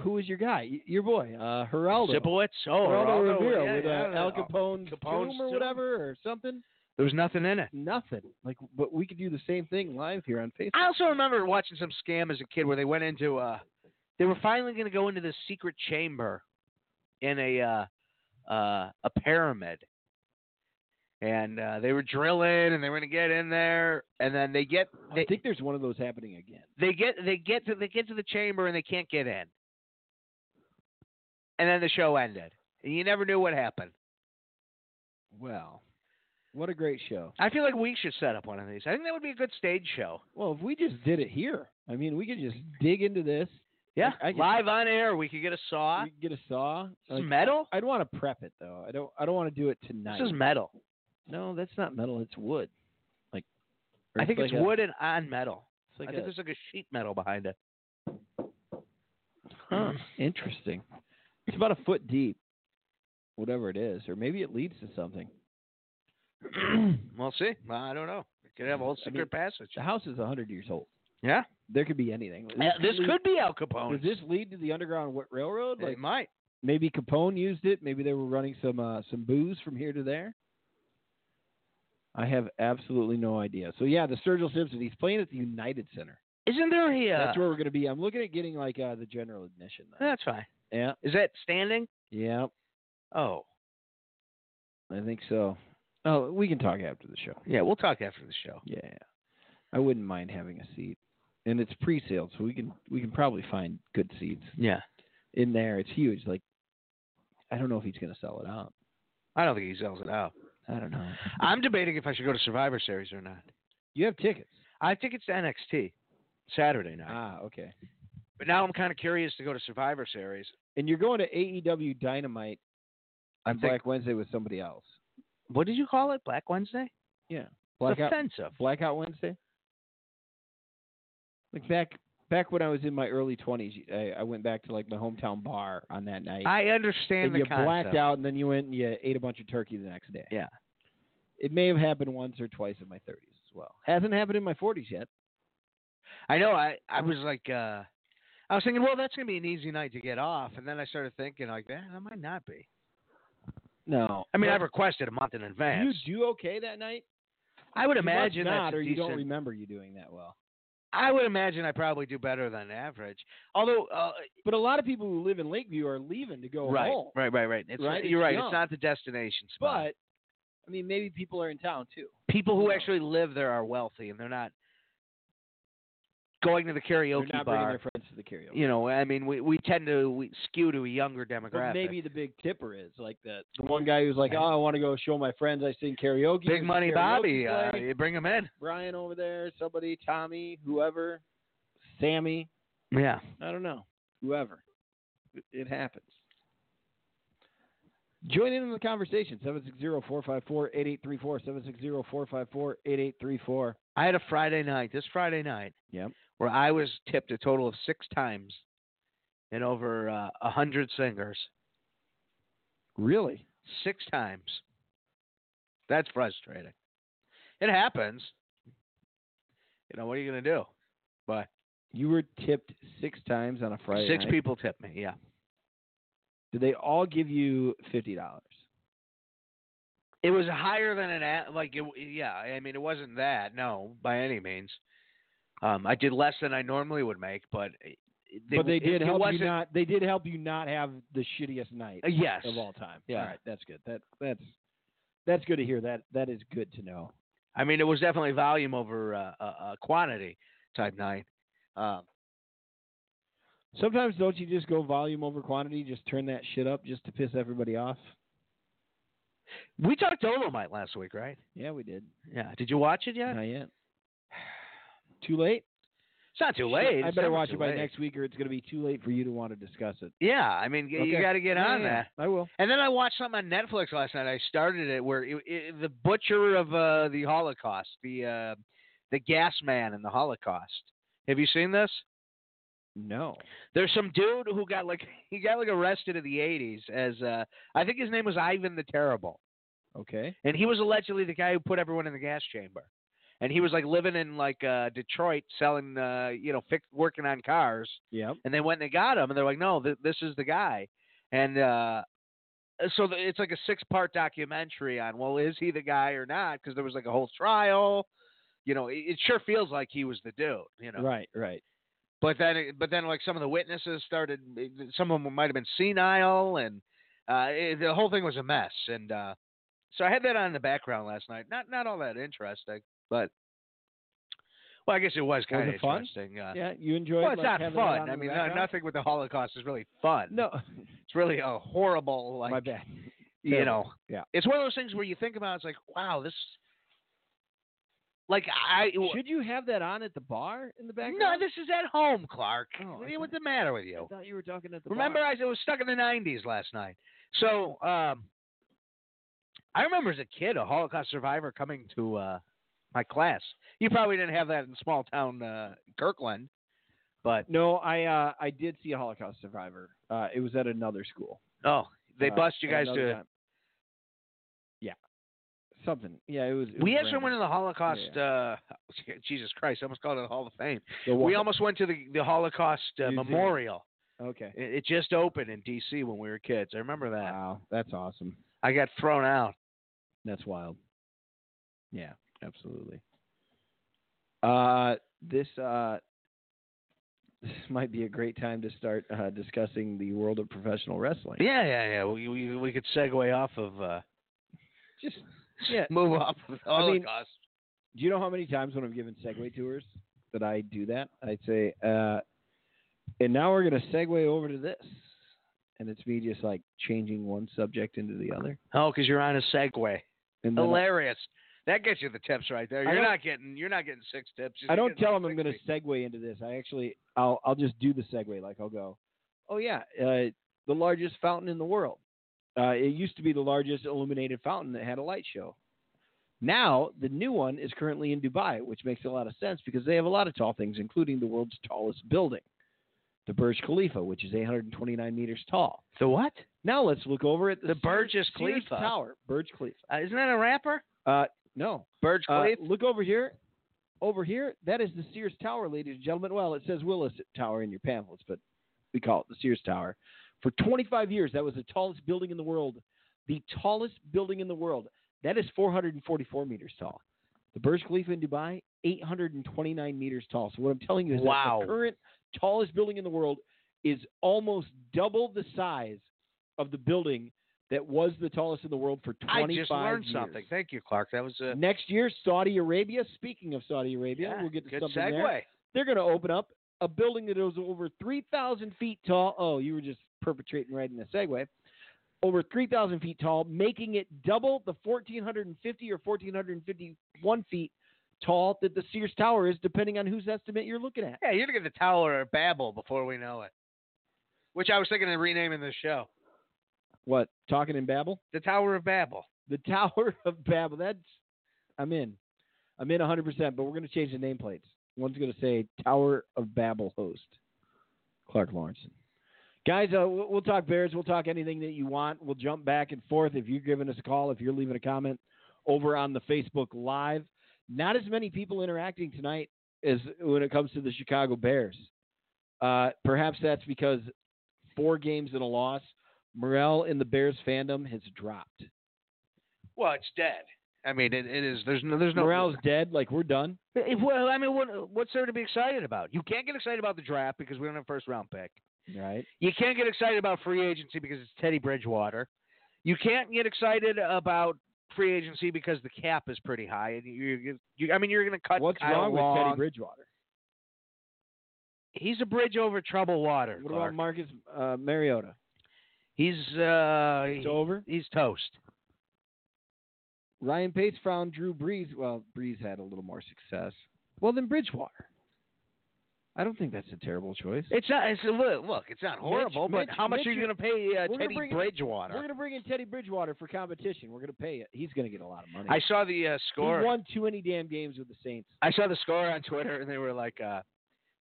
[SPEAKER 3] who is your guy? Y- Your boy, uh, Geraldo.
[SPEAKER 4] Sipowicz, oh, Geraldo,
[SPEAKER 3] Geraldo Rivera
[SPEAKER 4] yeah,
[SPEAKER 3] with uh,
[SPEAKER 4] yeah,
[SPEAKER 3] Al
[SPEAKER 4] yeah.
[SPEAKER 3] Capone's,
[SPEAKER 4] Capone's
[SPEAKER 3] tomb or
[SPEAKER 4] tomb.
[SPEAKER 3] whatever or something.
[SPEAKER 4] There was nothing in it.
[SPEAKER 3] Nothing. Like, but we could do the same thing live here on Facebook.
[SPEAKER 4] I also remember watching some scam as a kid where they went into uh they were finally going to go into this secret chamber in a uh uh a pyramid. And uh they were drilling and they were going to get in there and then they get
[SPEAKER 3] I
[SPEAKER 4] they,
[SPEAKER 3] think there's one of those happening again.
[SPEAKER 4] they get they get to they get to the chamber and they can't get in. And then the show ended. And you never knew what happened.
[SPEAKER 3] Well, what a great show.
[SPEAKER 4] I feel like we should set up one of these. I think that would be a good stage show.
[SPEAKER 3] Well, if we just did it here, I mean, we could just dig into this.
[SPEAKER 4] Yeah,
[SPEAKER 3] I- I could-
[SPEAKER 4] live on air. We could get a saw,
[SPEAKER 3] We could get a saw.
[SPEAKER 4] some
[SPEAKER 3] Like,
[SPEAKER 4] metal.
[SPEAKER 3] I'd want to prep it though. I don't. I don't want to do it tonight.
[SPEAKER 4] This is metal.
[SPEAKER 3] no, that's not metal. It's wood. Like, or
[SPEAKER 4] I think it's
[SPEAKER 3] like a-
[SPEAKER 4] wood and on metal.
[SPEAKER 3] it's like
[SPEAKER 4] I think
[SPEAKER 3] a-
[SPEAKER 4] there's like a sheet metal behind it.
[SPEAKER 3] Huh. Interesting. It's about a foot deep, whatever it is, or maybe it leads to something.
[SPEAKER 4] we'll see. Well, I don't know. It could have a whole
[SPEAKER 3] I
[SPEAKER 4] secret passage.
[SPEAKER 3] The house is hundred years old.
[SPEAKER 4] Yeah.
[SPEAKER 3] There could be anything. Does
[SPEAKER 4] Uh, this
[SPEAKER 3] lead-
[SPEAKER 4] could be Al Capone.
[SPEAKER 3] Does this lead to the underground wa- railroad? Like
[SPEAKER 4] it might.
[SPEAKER 3] maybe Capone used it. Maybe they were running some uh, some booze from here to there. I have absolutely no idea. So yeah, the Sturgill Simpson. He's playing at the United Center.
[SPEAKER 4] Isn't there a? Uh,
[SPEAKER 3] That's where we're going to be. I'm looking at getting like uh, the general admission. Though.
[SPEAKER 4] that's fine.
[SPEAKER 3] Yeah,
[SPEAKER 4] Is that standing?
[SPEAKER 3] yeah.
[SPEAKER 4] Oh,
[SPEAKER 3] I think so. Oh, we can talk after the show.
[SPEAKER 4] yeah. We'll talk after the show.
[SPEAKER 3] Yeah. I wouldn't mind having a seat. and it's pre-sale, so we can we can probably find good seats
[SPEAKER 4] Yeah.
[SPEAKER 3] in there. It's huge. Like, I don't know if he's gonna sell it up.
[SPEAKER 4] I don't think he sells it out.
[SPEAKER 3] I don't know.
[SPEAKER 4] I'm debating if I should go to Survivor Series or not.
[SPEAKER 3] You have tickets.
[SPEAKER 4] I think it's NXT Saturday night.
[SPEAKER 3] Ah, okay.
[SPEAKER 4] but now I'm kind of curious to go to Survivor Series.
[SPEAKER 3] And you're going to AEW Dynamite
[SPEAKER 4] I
[SPEAKER 3] on
[SPEAKER 4] think-
[SPEAKER 3] Black Wednesday with somebody else.
[SPEAKER 4] What did you call it? Black Wednesday? It's
[SPEAKER 3] Blackout
[SPEAKER 4] offensive.
[SPEAKER 3] Blackout Wednesday. Like back back when I was in my early twenties, I, I went back to like my hometown bar on that night.
[SPEAKER 4] I
[SPEAKER 3] and
[SPEAKER 4] understand the
[SPEAKER 3] you
[SPEAKER 4] concept.
[SPEAKER 3] blacked out, and then you went and you ate a bunch of turkey the next day.
[SPEAKER 4] Yeah.
[SPEAKER 3] It may have happened once or twice in my 30s as well. Hasn't happened in my 40s yet. Oh.
[SPEAKER 4] I know. I I was like, uh, I was thinking, well, that's gonna be an easy night to get off, and then I started thinking like, eh, that might not be.
[SPEAKER 3] No.
[SPEAKER 4] I mean, I've requested a month in
[SPEAKER 3] you
[SPEAKER 4] advance.
[SPEAKER 3] do okay that night?
[SPEAKER 4] I would
[SPEAKER 3] You must
[SPEAKER 4] imagine
[SPEAKER 3] not,
[SPEAKER 4] that's a
[SPEAKER 3] or you
[SPEAKER 4] decent.
[SPEAKER 3] don't remember you doing that well.
[SPEAKER 4] I would imagine I probably do better than average. Although, uh,
[SPEAKER 3] But a lot of people who live in Lakeview are leaving to go
[SPEAKER 4] right,
[SPEAKER 3] home.
[SPEAKER 4] right, right, right. It's
[SPEAKER 3] Right,
[SPEAKER 4] you're
[SPEAKER 3] it's
[SPEAKER 4] right.
[SPEAKER 3] young.
[SPEAKER 4] It's not the destination spot.
[SPEAKER 3] But I mean, maybe people are in town too.
[SPEAKER 4] people who
[SPEAKER 3] No.
[SPEAKER 4] actually live there are wealthy and they're not going to the karaoke
[SPEAKER 3] They're not bringing
[SPEAKER 4] bar.
[SPEAKER 3] their friends to the karaoke.
[SPEAKER 4] You know, I mean, we, we tend to we skew to a younger demographic.
[SPEAKER 3] But maybe the big tipper is like that. The one guy who's like, "Oh, I want to go show my friends I sing karaoke." There's
[SPEAKER 4] Big
[SPEAKER 3] a
[SPEAKER 4] Money
[SPEAKER 3] karaoke
[SPEAKER 4] Bobby,
[SPEAKER 3] place.
[SPEAKER 4] uh, you bring him in.
[SPEAKER 3] Brian over there, somebody, Tommy, whoever, Sammy,
[SPEAKER 4] Yeah.
[SPEAKER 3] I don't know, whoever. It, it happens. Join in on the conversation, 760-454-8834, 760-454-8834.
[SPEAKER 4] I had a Friday night, this Friday night,
[SPEAKER 3] Yep.
[SPEAKER 4] where I was tipped a total of six times and over uh, 100 singers.
[SPEAKER 3] Really?
[SPEAKER 4] Six times. That's frustrating. It happens. You know, what are you going to do? But
[SPEAKER 3] You were tipped six times on a Friday
[SPEAKER 4] six
[SPEAKER 3] night.
[SPEAKER 4] people tipped me, yeah.
[SPEAKER 3] Did they all give you $50?
[SPEAKER 4] It was higher than an a- like it, yeah. I mean, it wasn't that no by any means. Um, I did less than I normally would make, but it, it-
[SPEAKER 3] but they
[SPEAKER 4] it-
[SPEAKER 3] did
[SPEAKER 4] it
[SPEAKER 3] help you
[SPEAKER 4] wasn't-
[SPEAKER 3] not. They did help you not have the shittiest night
[SPEAKER 4] Uh, yes,
[SPEAKER 3] of all time.
[SPEAKER 4] Yeah.
[SPEAKER 3] All right, that's good. That that's that's good to hear. That that is good to know.
[SPEAKER 4] I mean it was definitely volume over uh, uh, uh, quantity type night. Um,
[SPEAKER 3] Sometimes don't you just go volume over quantity? Just turn that shit up just to piss everybody off.
[SPEAKER 4] we talked Dolomite last week, right?
[SPEAKER 3] Yeah, we did.
[SPEAKER 4] Yeah. Did you watch it yet?
[SPEAKER 3] Not yet. Too late.
[SPEAKER 4] It's not too
[SPEAKER 3] Shit,
[SPEAKER 4] late.
[SPEAKER 3] I
[SPEAKER 4] It's
[SPEAKER 3] better
[SPEAKER 4] never
[SPEAKER 3] watch
[SPEAKER 4] too
[SPEAKER 3] it by
[SPEAKER 4] late.
[SPEAKER 3] next week, or it's going to be too late for you to want to discuss it.
[SPEAKER 4] Yeah, I mean y- you
[SPEAKER 3] Okay.
[SPEAKER 4] got to get
[SPEAKER 3] Yeah,
[SPEAKER 4] on
[SPEAKER 3] yeah,
[SPEAKER 4] that.
[SPEAKER 3] I will.
[SPEAKER 4] And then I watched something on Netflix last night. I started it where it, it, the butcher of uh, the Holocaust, the uh, the gas man in the Holocaust. Have you seen this?
[SPEAKER 3] No.
[SPEAKER 4] There's some dude who got like he got like arrested in the 80s as uh, I think his name was Ivan the Terrible,
[SPEAKER 3] Okay.
[SPEAKER 4] and he was allegedly the guy who put everyone in the gas chamber. And he was like living in like uh, Detroit, selling uh, you know, fix, working on cars.
[SPEAKER 3] Yep.
[SPEAKER 4] And they went and they got him, and they're like, "No, th- this is the guy." And uh, so th- it's like a six-part documentary on, well, is he the guy or not? Because there was like a whole trial. You know, it, it sure feels like he was the dude. You know,
[SPEAKER 3] Right. Right.
[SPEAKER 4] but then, it- but then, like some of the witnesses started. Some of them might have been senile, and uh, it, the whole thing was a mess. And uh, so I had that on in the background last night. Not not all that interesting, but well, I guess it was kind of
[SPEAKER 3] it fun?
[SPEAKER 4] interesting. Uh,
[SPEAKER 3] Yeah. You enjoyed.
[SPEAKER 4] well, it's
[SPEAKER 3] like,
[SPEAKER 4] not
[SPEAKER 3] having that on in
[SPEAKER 4] fun. I
[SPEAKER 3] the
[SPEAKER 4] mean, no-
[SPEAKER 3] background?
[SPEAKER 4] nothing with the Holocaust is really fun.
[SPEAKER 3] No.
[SPEAKER 4] it's really a horrible, like,
[SPEAKER 3] My bad.
[SPEAKER 4] you
[SPEAKER 3] Terrible.
[SPEAKER 4] know,
[SPEAKER 3] Yeah.
[SPEAKER 4] it's one of those things where you think about, it's like, wow, this, like, I,
[SPEAKER 3] Should you have that on at the bar in the background?
[SPEAKER 4] no, this is at home, Clark.
[SPEAKER 3] Oh, I
[SPEAKER 4] What's the matter with you?
[SPEAKER 3] I thought you were talking at the
[SPEAKER 4] Remember,
[SPEAKER 3] bar.
[SPEAKER 4] I was stuck in the '90s last night. So um, I remember as a kid, a Holocaust survivor coming to uh, my class. You probably didn't have that in small town uh, Kirkland, but
[SPEAKER 3] No, I uh, I did see a Holocaust survivor. Uh, it was at another school.
[SPEAKER 4] oh, they
[SPEAKER 3] uh,
[SPEAKER 4] bust you
[SPEAKER 3] at
[SPEAKER 4] guys
[SPEAKER 3] another
[SPEAKER 4] to.
[SPEAKER 3] time. Yeah, something. Yeah, it was. it
[SPEAKER 4] We
[SPEAKER 3] was
[SPEAKER 4] had someone in
[SPEAKER 3] random.
[SPEAKER 4] the Holocaust. Uh, Jesus Christ, I almost called it the Hall of Fame.
[SPEAKER 3] The
[SPEAKER 4] We
[SPEAKER 3] wa-
[SPEAKER 4] almost went to the, the Holocaust uh,
[SPEAKER 3] Museum.
[SPEAKER 4] Memorial.
[SPEAKER 3] Okay.
[SPEAKER 4] It, it just opened in D.C. when we were kids. I remember that.
[SPEAKER 3] Wow, that's awesome.
[SPEAKER 4] I got thrown out.
[SPEAKER 3] That's wild. Yeah, absolutely. Uh, this uh, this might be a great time to start uh, discussing the world of professional wrestling.
[SPEAKER 4] Yeah, yeah, yeah. We we, we could segue off of. Uh,
[SPEAKER 3] Just yeah,
[SPEAKER 4] move off of the
[SPEAKER 3] I mean-
[SPEAKER 4] Holocaust.
[SPEAKER 3] Do you know how many times when I'm giving segue tours that I do that. I'd say, uh, and now we're going to segue over to this. And it's me just like changing one subject into the other.
[SPEAKER 4] Oh, because you're on a Segway.
[SPEAKER 3] And then I-
[SPEAKER 4] Hilarious. That gets you the tips right there.
[SPEAKER 3] I
[SPEAKER 4] You're
[SPEAKER 3] don't-
[SPEAKER 4] not getting you're not getting six tips.
[SPEAKER 3] I don't tell them I'm going
[SPEAKER 4] to.
[SPEAKER 3] to segue into this. I actually, I'll, I'll just do the segue. Like I'll go, oh yeah, uh, the largest fountain in the world. Uh, it used to be the largest illuminated fountain that had a light show. Now the new one is currently in Dubai, which makes a lot of sense because they have a lot of tall things, including the world's tallest building, the Burj Khalifa, which is 829 meters tall.
[SPEAKER 4] The what?
[SPEAKER 3] Now let's look over at the,
[SPEAKER 4] The Burj
[SPEAKER 3] Sears- Sears
[SPEAKER 4] Khalifa.
[SPEAKER 3] Tower. Burj Khalifa.
[SPEAKER 4] Uh, isn't that a rapper?
[SPEAKER 3] Uh, no,
[SPEAKER 4] Burj
[SPEAKER 3] uh,
[SPEAKER 4] Khalifa.
[SPEAKER 3] look over here. Over here, that is the Sears Tower, ladies and gentlemen. Well, it says Willis Tower in your pamphlets, but we call it the Sears Tower. For 25 years, that was the tallest building in the world. The tallest building in the world. That is 444 meters tall. The Burj Khalifa in Dubai, 829 meters tall. So what I'm telling you is
[SPEAKER 4] Wow.
[SPEAKER 3] that the current tallest building in the world is almost double the size of the building that was the tallest in the world for 25
[SPEAKER 4] I just learned
[SPEAKER 3] years.
[SPEAKER 4] something. Thank you, Clark. That was uh, a
[SPEAKER 3] Next year, Saudi Arabia. Speaking of Saudi Arabia,
[SPEAKER 4] yeah,
[SPEAKER 3] we'll get to
[SPEAKER 4] good
[SPEAKER 3] something
[SPEAKER 4] segue.
[SPEAKER 3] there. They're going to open up a building that is over 3,000 feet tall. Oh, you were just perpetrating right in the segue. Over 3,000 feet tall, making it double the 1,450 or 1,451 feet tall that the Sears Tower is, depending on whose estimate you're looking at.
[SPEAKER 4] Yeah, you're gonna get the Tower of Babel before we know it. Which I was thinking of renaming the show,
[SPEAKER 3] What? Talking in Babel?
[SPEAKER 4] the Tower of Babel.
[SPEAKER 3] The Tower of Babel. That's I'm in. I'm in 100%, but we're going to change the nameplates. One's going to say Tower of Babel host, Clark Lawrence. Guys, uh, we'll we'll talk Bears. We'll talk anything that you want. We'll jump back and forth. If you're giving us a call, if you're leaving a comment over on the Facebook Live, not as many people interacting tonight as when it comes to the Chicago Bears. Uh, perhaps that's because four games and a loss, morale in the Bears fandom has dropped.
[SPEAKER 4] Well, it's dead. I mean, it, it is. There's no. There's no.
[SPEAKER 3] Morale's dead. Like we're done.
[SPEAKER 4] It- well, I mean, what, what's there to be excited about? You can't get excited about the draft because we don't have a first round pick.
[SPEAKER 3] Right.
[SPEAKER 4] You can't get excited about free agency because it's Teddy Bridgewater. You can't get excited about free agency because the cap is pretty high, and you, you, you I mean, you're going to cut.
[SPEAKER 3] What's
[SPEAKER 4] Kyle
[SPEAKER 3] wrong with
[SPEAKER 4] Long.
[SPEAKER 3] Teddy Bridgewater?
[SPEAKER 4] He's a bridge over troubled water.
[SPEAKER 3] What
[SPEAKER 4] Clark.
[SPEAKER 3] about Marcus uh, Mariota?
[SPEAKER 4] He's uh,
[SPEAKER 3] It's over.
[SPEAKER 4] he's toast.
[SPEAKER 3] Ryan Pace found Drew Brees. Well, Brees had a little more success. Well, then Bridgewater. I don't think that's a terrible choice.
[SPEAKER 4] It's not. It's look. Look, it's not horrible, but
[SPEAKER 3] Mitch-
[SPEAKER 4] how much
[SPEAKER 3] Mitch
[SPEAKER 4] are
[SPEAKER 3] is-
[SPEAKER 4] you going to pay uh,
[SPEAKER 3] gonna
[SPEAKER 4] Teddy
[SPEAKER 3] bring in-
[SPEAKER 4] Bridgewater?
[SPEAKER 3] We're going to bring in Teddy Bridgewater for competition. We're going to pay it. He's going to get a lot of money.
[SPEAKER 4] I saw the uh, score.
[SPEAKER 3] He won too many damn games with the Saints.
[SPEAKER 4] I saw the score on Twitter, and they were like, uh,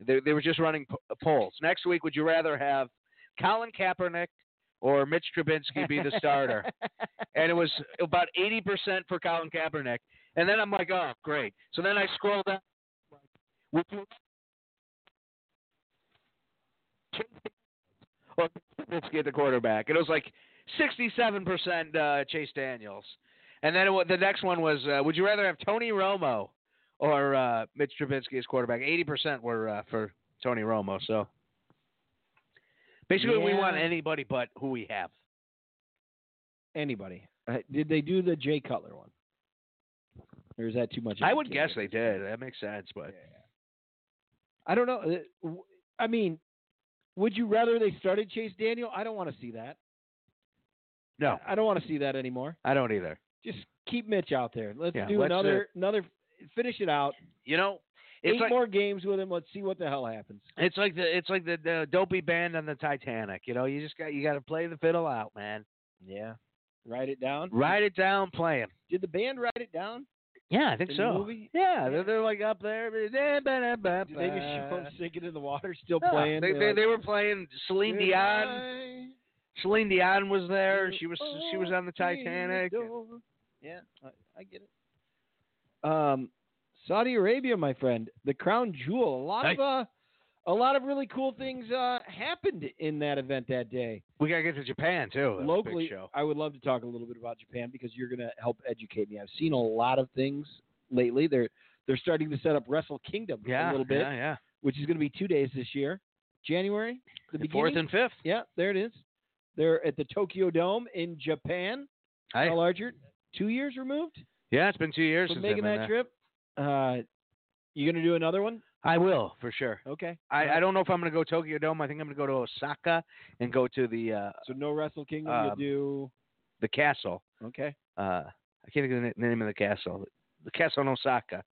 [SPEAKER 4] they they were just running p- polls. Next week, would you rather have Colin Kaepernick or Mitch Trubinsky be the starter? and it was about eighty percent for Colin Kaepernick. And then I'm like, oh, great. So then I scroll down. Would you or Trubisky at the quarterback? And it was like sixty-seven percent uh, Chase Daniels. And then it, wa- the next one was, uh, would you rather have Tony Romo or uh, Mitch Trubisky as quarterback. Eighty percent were uh, for Tony Romo. So basically, we
[SPEAKER 3] Yeah.
[SPEAKER 4] want anybody but who we have.
[SPEAKER 3] Anybody? Uh, did they do the Jay Cutler one? Or is that too much? of
[SPEAKER 4] I
[SPEAKER 3] a
[SPEAKER 4] would
[SPEAKER 3] gimmick?
[SPEAKER 4] guess they did. That makes sense, but
[SPEAKER 3] I don't know. Uh, w- I mean, would you rather they started Chase Daniel? I don't want to see that.
[SPEAKER 4] no,
[SPEAKER 3] I don't want to see that anymore.
[SPEAKER 4] I don't either.
[SPEAKER 3] Just keep Mitch out there. Let's
[SPEAKER 4] Yeah,
[SPEAKER 3] do
[SPEAKER 4] let's, uh,
[SPEAKER 3] another another finish it out.
[SPEAKER 4] You know, it's
[SPEAKER 3] Eight
[SPEAKER 4] like
[SPEAKER 3] more games with him. Let's see what the hell happens.
[SPEAKER 4] it's like the it's like the, the dopey band on the Titanic. You know, you just got you got to play the fiddle out, man.
[SPEAKER 3] Yeah. Write it down.
[SPEAKER 4] Write it down, play 'em.
[SPEAKER 3] Did the band write it down?
[SPEAKER 4] Yeah, I think
[SPEAKER 3] In the
[SPEAKER 4] so.
[SPEAKER 3] movie?
[SPEAKER 4] Yeah, They're, they're like up there. Did they
[SPEAKER 3] Did they just show him sinking in the water, still
[SPEAKER 4] Yeah,
[SPEAKER 3] playing?
[SPEAKER 4] Uh, Ah, they,
[SPEAKER 3] They're
[SPEAKER 4] they,
[SPEAKER 3] like,
[SPEAKER 4] they were playing Celine Dion.
[SPEAKER 3] "Goodbye,
[SPEAKER 4] Celine Dion was there.
[SPEAKER 3] you
[SPEAKER 4] She was she was on the
[SPEAKER 3] open
[SPEAKER 4] Titanic.
[SPEAKER 3] door." Yeah, I, I get it. Um, Saudi Arabia, my friend, the crown jewel. A lot of uh, a lot of really cool things uh, happened in that event that day.
[SPEAKER 4] We gotta get to Japan too. Oh, That was a big
[SPEAKER 3] Locally,
[SPEAKER 4] show.
[SPEAKER 3] I would love to talk a little bit about Japan because you're going to help educate me. I've seen a lot of things lately. They're they're starting to set up Wrestle Kingdom
[SPEAKER 4] yeah,
[SPEAKER 3] a little bit,
[SPEAKER 4] yeah, yeah.
[SPEAKER 3] which is going to be two days this year, January, the
[SPEAKER 4] The
[SPEAKER 3] beginning.
[SPEAKER 4] fourth and fifth.
[SPEAKER 3] Yeah, there it is. They're at the Tokyo Dome in Japan.
[SPEAKER 4] Hey.
[SPEAKER 3] How large? you're- Two years removed
[SPEAKER 4] Yeah, it's been two years
[SPEAKER 3] from
[SPEAKER 4] since
[SPEAKER 3] making
[SPEAKER 4] I've been
[SPEAKER 3] that
[SPEAKER 4] there.
[SPEAKER 3] trip. Uh, you gonna do another one?
[SPEAKER 4] I will for sure.
[SPEAKER 3] Okay.
[SPEAKER 4] I, I don't know if I'm going to go Tokyo Dome. I think I'm going to go to Osaka and go to the uh,
[SPEAKER 3] So no Wrestle Kingdom.
[SPEAKER 4] Um,
[SPEAKER 3] you
[SPEAKER 4] the castle.
[SPEAKER 3] do okay.
[SPEAKER 4] Uh, I can't think of the na- name of the castle. The castle in Osaka.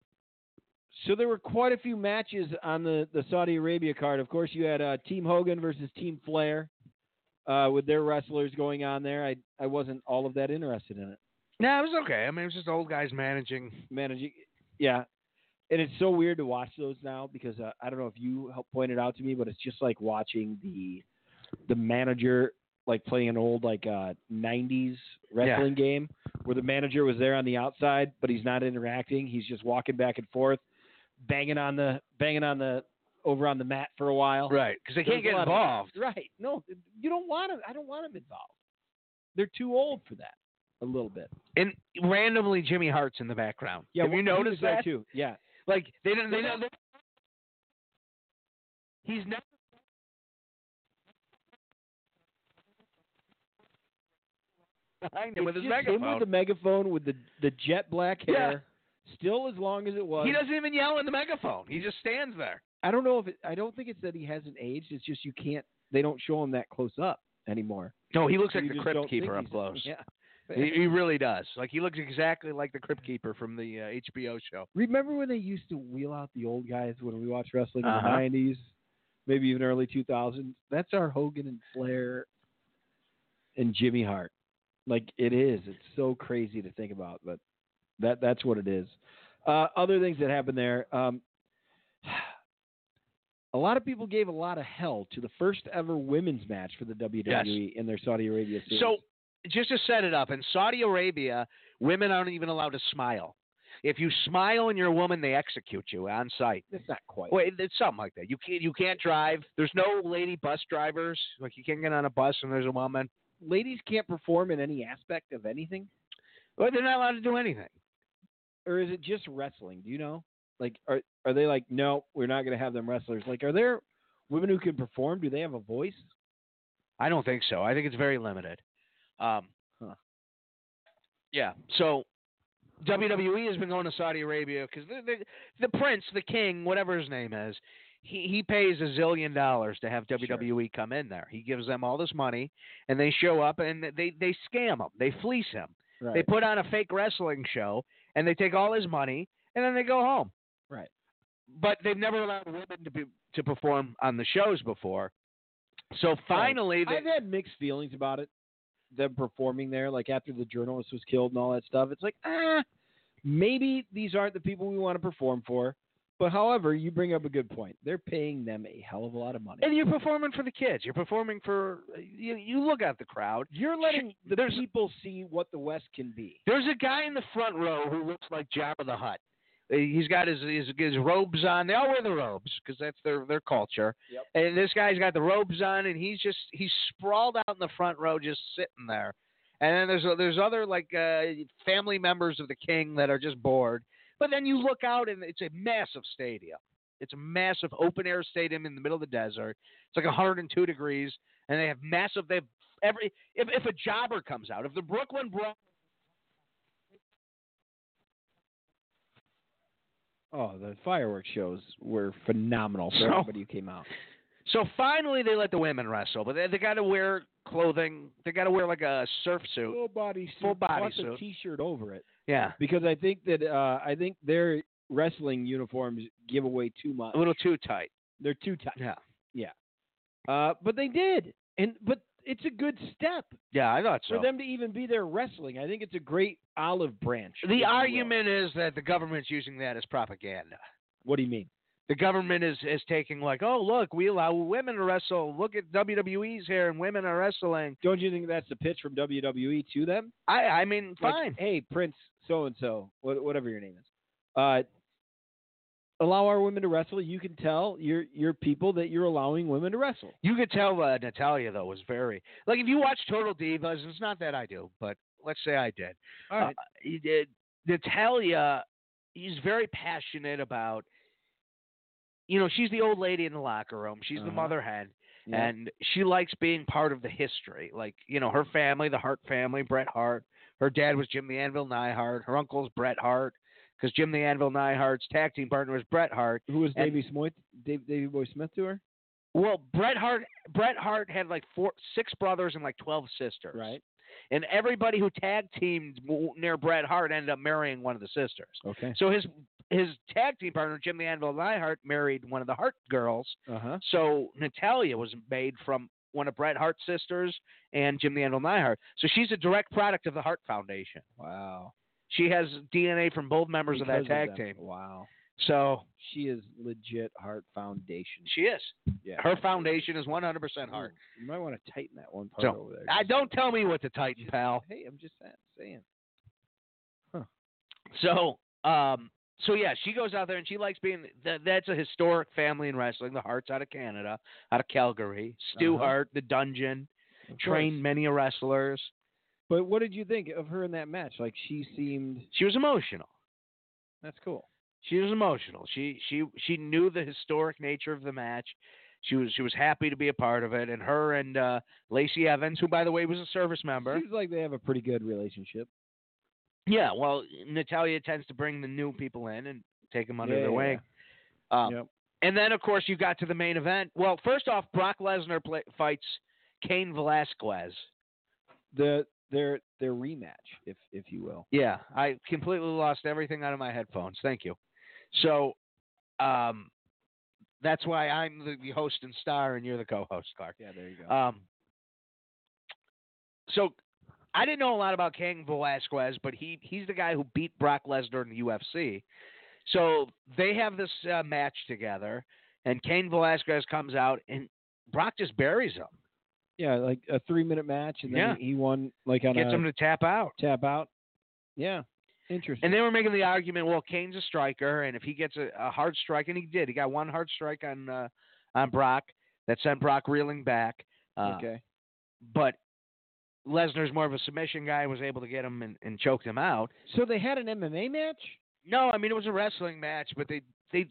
[SPEAKER 3] So there were quite a few matches on the, the Saudi Arabia card. Of course, you had uh, Team Hogan versus Team Flair uh, with their wrestlers going on there. I I wasn't all of that interested in it.
[SPEAKER 4] No, it was okay. I mean, it was just old guys managing.
[SPEAKER 3] Managing, yeah. And it's so weird to watch those now because uh, I don't know if you helped point it out to me, but it's just like watching the the manager like playing an old like uh, '90s wrestling game where the manager was there on the outside, but he's not interacting. He's just walking back and forth, banging on the banging on the over on the mat for a while.
[SPEAKER 4] Right. Because they
[SPEAKER 3] There's
[SPEAKER 4] can't
[SPEAKER 3] a lot of-
[SPEAKER 4] get involved.
[SPEAKER 3] right. No, you don't want them. I don't want them involved. They're too old for that. A little bit.
[SPEAKER 4] And randomly, Jimmy Hart's in the background. Have
[SPEAKER 3] well,
[SPEAKER 4] you
[SPEAKER 3] he was
[SPEAKER 4] noticed
[SPEAKER 3] there
[SPEAKER 4] that?
[SPEAKER 3] too? Yeah.
[SPEAKER 4] Like they didn't. They don't. He's never. Behind him with
[SPEAKER 3] It's
[SPEAKER 4] his
[SPEAKER 3] just him
[SPEAKER 4] megaphone.
[SPEAKER 3] with the megaphone with the the jet black hair, still as long as it was.
[SPEAKER 4] he doesn't even yell in the megaphone. He just stands there.
[SPEAKER 3] I don't know if it, I don't think it's that he hasn't aged. It's just you can't. They don't show him that close up anymore.
[SPEAKER 4] No, he looks
[SPEAKER 3] So
[SPEAKER 4] like
[SPEAKER 3] you
[SPEAKER 4] the
[SPEAKER 3] just
[SPEAKER 4] crypt
[SPEAKER 3] don't think
[SPEAKER 4] keeper up
[SPEAKER 3] he's-
[SPEAKER 4] close.
[SPEAKER 3] Yeah.
[SPEAKER 4] He, he really does. Like he looks exactly like the crypt keeper from the uh, HBO show.
[SPEAKER 3] Remember when they used to wheel out the old guys when we watched wrestling in
[SPEAKER 4] Uh-huh.
[SPEAKER 3] the nineties, maybe even early two thousands? That's our Hogan and Flair and Jimmy Hart. Like it is. It's so crazy to think about, but that that's what it is. Uh, other things that happened there. Um, a lot of people gave a lot of hell to the first ever women's match for the WWE in their Saudi Arabia series.
[SPEAKER 4] So, just to set it up, in Saudi Arabia, women aren't even allowed to smile. If you smile and you're a woman, they execute you on site.
[SPEAKER 3] that's not quite.
[SPEAKER 4] Wait, it's something like that. You can't you can't drive. There's no lady bus drivers. Like you can't get on a bus and there's a woman.
[SPEAKER 3] Ladies can't perform in any aspect of anything.
[SPEAKER 4] Well, they're not allowed to do anything.
[SPEAKER 3] or is it just wrestling? Do you know? Like, are are they like, no, we're not going to have them wrestlers? Like, are there women who can perform? Do they have a voice?
[SPEAKER 4] I don't think so. I think it's very limited. Um,
[SPEAKER 3] Huh.
[SPEAKER 4] Yeah. So WWE has been going to Saudi Arabia because the, the the prince, the king, whatever his name is, he he pays a zillion dollars to have WWE come in there. He gives them all this money, and they show up and they they scam him. They fleece him.
[SPEAKER 3] Right.
[SPEAKER 4] They put on a fake wrestling show and they take all his money and then they go home.
[SPEAKER 3] Right.
[SPEAKER 4] But they've never allowed women to be to perform on the shows before. So finally, they,
[SPEAKER 3] I've had mixed feelings about it. Them performing there, like after the journalist was killed and all that stuff. It's like, ah, maybe these aren't the people we want to perform for. But however, you bring up a good point. They're paying them a hell of a lot of money.
[SPEAKER 4] and you're performing for the kids. You're performing for you. You look at the crowd.
[SPEAKER 3] you're letting the
[SPEAKER 4] There's-
[SPEAKER 3] people see what the West can be.
[SPEAKER 4] There's a guy in the front row who looks like Jabba the Hutt. Uh, He's got his his, his robes on. They all wear the robes because that's their their culture.
[SPEAKER 3] Yep.
[SPEAKER 4] And this guy's got the robes on, and he's just he's sprawled out in the front row, just sitting there. And then there's there's other like uh, family members of the king that are just bored. But then you look out, and it's a massive stadium. It's a massive open air stadium in the middle of the desert. It's like 102 degrees, and they have massive. They have every if if a jobber comes out, if the Brooklyn Bro-
[SPEAKER 3] Oh, the fireworks shows were phenomenal for
[SPEAKER 4] So-
[SPEAKER 3] everybody who came out.
[SPEAKER 4] So finally, they let the women wrestle, but they, they got to wear clothing. They got to wear like a surf suit.
[SPEAKER 3] full body suit
[SPEAKER 4] Full body
[SPEAKER 3] plus
[SPEAKER 4] suit.
[SPEAKER 3] a t-shirt over it
[SPEAKER 4] Yeah,
[SPEAKER 3] because I think that uh, I think their wrestling uniforms give away too much.
[SPEAKER 4] a little too tight.
[SPEAKER 3] They're too tight.
[SPEAKER 4] Yeah,
[SPEAKER 3] Uh, but they did, and but it's a good step
[SPEAKER 4] yeah, I thought so.
[SPEAKER 3] for them to even be there wrestling. I think it's a great olive branch. if you
[SPEAKER 4] the
[SPEAKER 3] will.
[SPEAKER 4] argument is that the government's using that as propaganda.
[SPEAKER 3] What do you mean?
[SPEAKER 4] The government is is taking like, oh look, we allow women to wrestle. Look at WWE's here, and women are wrestling.
[SPEAKER 3] Don't you think that's the pitch from WWE to them?
[SPEAKER 4] I I mean,
[SPEAKER 3] Like,
[SPEAKER 4] fine.
[SPEAKER 3] hey, Prince so and so, whatever your name is, uh, allow our women to wrestle. You can tell your your people that you're allowing women to wrestle.
[SPEAKER 4] You could tell uh, Natalia though was very like if you watch Total Divas, and it's not that I do, but let's say I did.
[SPEAKER 3] All right.
[SPEAKER 4] Uh, he did- Natalia, he's very passionate about. You know, she's the old lady in the locker room. She's the
[SPEAKER 3] Uh-huh.
[SPEAKER 4] mother hen,
[SPEAKER 3] Yeah.
[SPEAKER 4] and she likes being part of the history. Like, you know, her family, the Hart family, Bret Hart. Her dad was Jim the Anvil Nyhart. Her uncle's Bret Hart. because Jim the Anvil Nyhart's tag team partner was Bret Hart.
[SPEAKER 3] Who was
[SPEAKER 4] And-
[SPEAKER 3] Davey Smith? Dave, Davey Boy Smith to her?
[SPEAKER 4] Well, Bret Hart Bret Hart had like four six brothers and like twelve sisters. And everybody who tag teamed w- near Bret Hart ended up marrying one of the sisters.
[SPEAKER 3] Okay.
[SPEAKER 4] So his his tag team partner Jim the Anvil Nyhart married one of the Hart girls.
[SPEAKER 3] Uh huh.
[SPEAKER 4] So Natalia was made from one of Bret Hart's sisters and Jim the Anvil Nyhart. So she's a direct product of the Hart Foundation.
[SPEAKER 3] Wow.
[SPEAKER 4] She has DNA from both members
[SPEAKER 3] Because
[SPEAKER 4] of that tag
[SPEAKER 3] them.
[SPEAKER 4] team.
[SPEAKER 3] Wow.
[SPEAKER 4] So
[SPEAKER 3] She is legit Heart Foundation.
[SPEAKER 4] she is.
[SPEAKER 3] yeah.
[SPEAKER 4] Her foundation is 100% Hart.
[SPEAKER 3] Ooh, You might want to tighten that one part
[SPEAKER 4] So,
[SPEAKER 3] over there.
[SPEAKER 4] I
[SPEAKER 3] Just-
[SPEAKER 4] don't tell me what to tighten, pal.
[SPEAKER 3] Hey, I'm just sa- saying.
[SPEAKER 4] So, um, so yeah, she goes out there and she likes being. Th- that's a historic family in wrestling. The Harts out of Canada, out of Calgary. Stu
[SPEAKER 3] Uh-huh.
[SPEAKER 4] Hart, the Dungeon,
[SPEAKER 3] Of
[SPEAKER 4] trained
[SPEAKER 3] course.
[SPEAKER 4] many wrestlers.
[SPEAKER 3] But what did you think of her in that match? Like she seemed.
[SPEAKER 4] She was emotional.
[SPEAKER 3] That's cool.
[SPEAKER 4] She was emotional. She she she knew the historic nature of the match. She was she was happy to be a part of it. And her and uh, Lacey Evans, who by the way was a service member.
[SPEAKER 3] Seems like they have a pretty good relationship. Hmm.
[SPEAKER 4] Yeah, well, Natalia tends to bring the new people in and take them under
[SPEAKER 3] Yeah,
[SPEAKER 4] their
[SPEAKER 3] yeah,
[SPEAKER 4] wing. Um,
[SPEAKER 3] Yep.
[SPEAKER 4] And then, of course, you got to the main event. Well, first off, Brock Lesnar pla fights Kane Velasquez.
[SPEAKER 3] The their their rematch, if if you will.
[SPEAKER 4] Yeah, I completely lost everything out of my headphones. Thank you. So, um, that's why I'm the, the host and star, and you're the co-host, Clark.
[SPEAKER 3] Yeah, there you go.
[SPEAKER 4] Um, so, I didn't know a lot about Kane Velasquez, but he he's the guy who beat Brock Lesnar in the UFC. So they have this uh, match together, and Kane Velasquez comes out, and Brock just buries him.
[SPEAKER 3] yeah, like a three minute match, and then
[SPEAKER 4] Yeah.
[SPEAKER 3] he won like on
[SPEAKER 4] gets
[SPEAKER 3] a
[SPEAKER 4] him to tap out.
[SPEAKER 3] tap out. Yeah, interesting.
[SPEAKER 4] And they were making the argument, well, Kane's a striker, and if he gets a, a hard strike, and he did, he got one hard strike on uh, on Brock that sent Brock reeling back. Uh,
[SPEAKER 3] okay.
[SPEAKER 4] But Lesnar's more of a submission guy, and was able to get him and, and choke him out.
[SPEAKER 3] So they had an MMA match.
[SPEAKER 4] No, I mean it was a wrestling match, but they they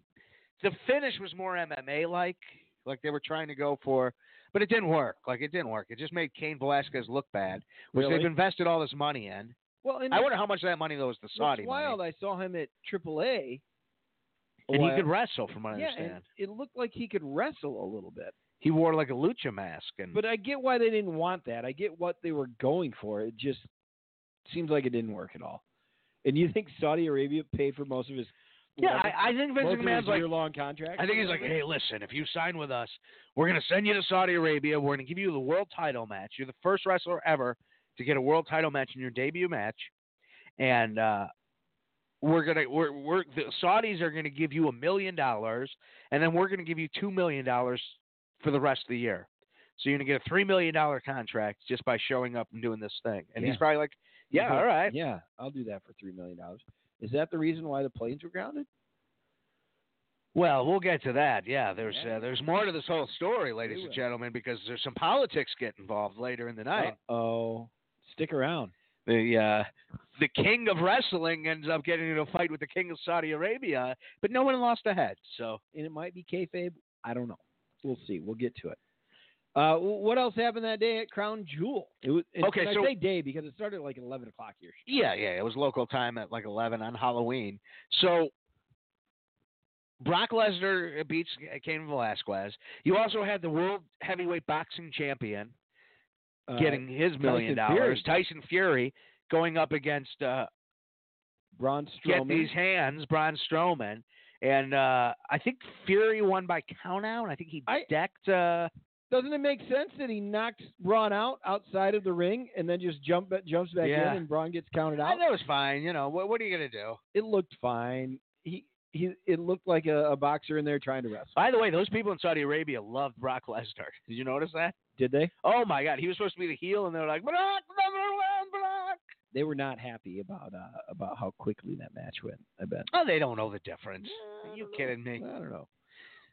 [SPEAKER 4] the finish was more MMA like, like they were trying to go for, but it didn't work. Like it didn't work. It just made Kane Velasquez look bad, which
[SPEAKER 3] Really?
[SPEAKER 4] they've invested all this money in.
[SPEAKER 3] Well, and
[SPEAKER 4] I wonder how much of that money though was the
[SPEAKER 3] what's
[SPEAKER 4] Saudi money.
[SPEAKER 3] wild. I saw him at AAA. a
[SPEAKER 4] and he
[SPEAKER 3] while-
[SPEAKER 4] could wrestle, from what I
[SPEAKER 3] yeah,
[SPEAKER 4] understand.
[SPEAKER 3] and it looked like he could wrestle a little bit.
[SPEAKER 4] he wore like a lucha mask, and
[SPEAKER 3] But I get why they didn't want that. I get what they were going for. It just seems like it didn't work at all. And you think Saudi Arabia paid for most of his
[SPEAKER 4] yeah,
[SPEAKER 3] whatever-
[SPEAKER 4] I, I think Vince
[SPEAKER 3] most of his
[SPEAKER 4] McMahon's like,
[SPEAKER 3] year long contract?
[SPEAKER 4] I think he's like, hey, listen, if you sign with us, we're gonna send you to Saudi Arabia. We're gonna give you the world title match. You're the first wrestler ever to get a world title match in your debut match, and uh, we're gonna we're we're the Saudis are gonna give you a million dollars, and then we're gonna give you two million dollars for the rest of the year. So you're gonna get a three million dollar contract just by showing up and doing this thing. And
[SPEAKER 3] Yeah.
[SPEAKER 4] he's probably like, yeah, all right.
[SPEAKER 3] Yeah, I'll do that for three million dollars. Is that the reason why the planes were grounded?
[SPEAKER 4] Well, we'll get to that. Yeah, there's
[SPEAKER 3] Yeah.
[SPEAKER 4] uh, there's more to this whole story, ladies
[SPEAKER 3] We
[SPEAKER 4] and
[SPEAKER 3] will.
[SPEAKER 4] gentlemen, because there's some politics get involved later in the night.
[SPEAKER 3] Oh, stick around.
[SPEAKER 4] the uh, the king of wrestling ends up getting into a fight with the king of Saudi Arabia, but no one lost a head. So
[SPEAKER 3] and it might be kayfabe. I don't know. We'll see. We'll get to it. Uh, w- what else happened that day at Crown Jewel? It was and
[SPEAKER 4] Okay,
[SPEAKER 3] I
[SPEAKER 4] so-
[SPEAKER 3] say day because it started at like eleven o'clock here.
[SPEAKER 4] yeah, yeah, it was local time at like 11 on Halloween. So Brock Lesnar beats Cain Velasquez. You also had the world heavyweight boxing champion
[SPEAKER 3] Uh,
[SPEAKER 4] getting his million
[SPEAKER 3] Tyson Fury.
[SPEAKER 4] dollars, Tyson Fury, going up against uh,
[SPEAKER 3] Braun
[SPEAKER 4] get
[SPEAKER 3] Strowman.
[SPEAKER 4] these hands, Braun Strowman. And uh, I think Fury won by countout. I think he
[SPEAKER 3] I-
[SPEAKER 4] decked. Uh,
[SPEAKER 3] Doesn't it make sense that he knocked Braun out outside of the ring and then just jump jumps back
[SPEAKER 4] Yeah.
[SPEAKER 3] in and Braun gets counted
[SPEAKER 4] I
[SPEAKER 3] out?
[SPEAKER 4] that was fine. You know what? What are you gonna do?
[SPEAKER 3] It looked fine. He he it looked like a, a boxer in there trying to wrestle.
[SPEAKER 4] By the way, those people in Saudi Arabia loved Brock Lesnar. Did you notice that?
[SPEAKER 3] Did they?
[SPEAKER 4] Oh my God, he was supposed to be the heel, and they were like, Brock, number one, Brock.
[SPEAKER 3] They were not happy about uh, about how quickly that match went. I bet.
[SPEAKER 4] Oh, they don't know the difference. Are you kidding me?
[SPEAKER 3] I don't know.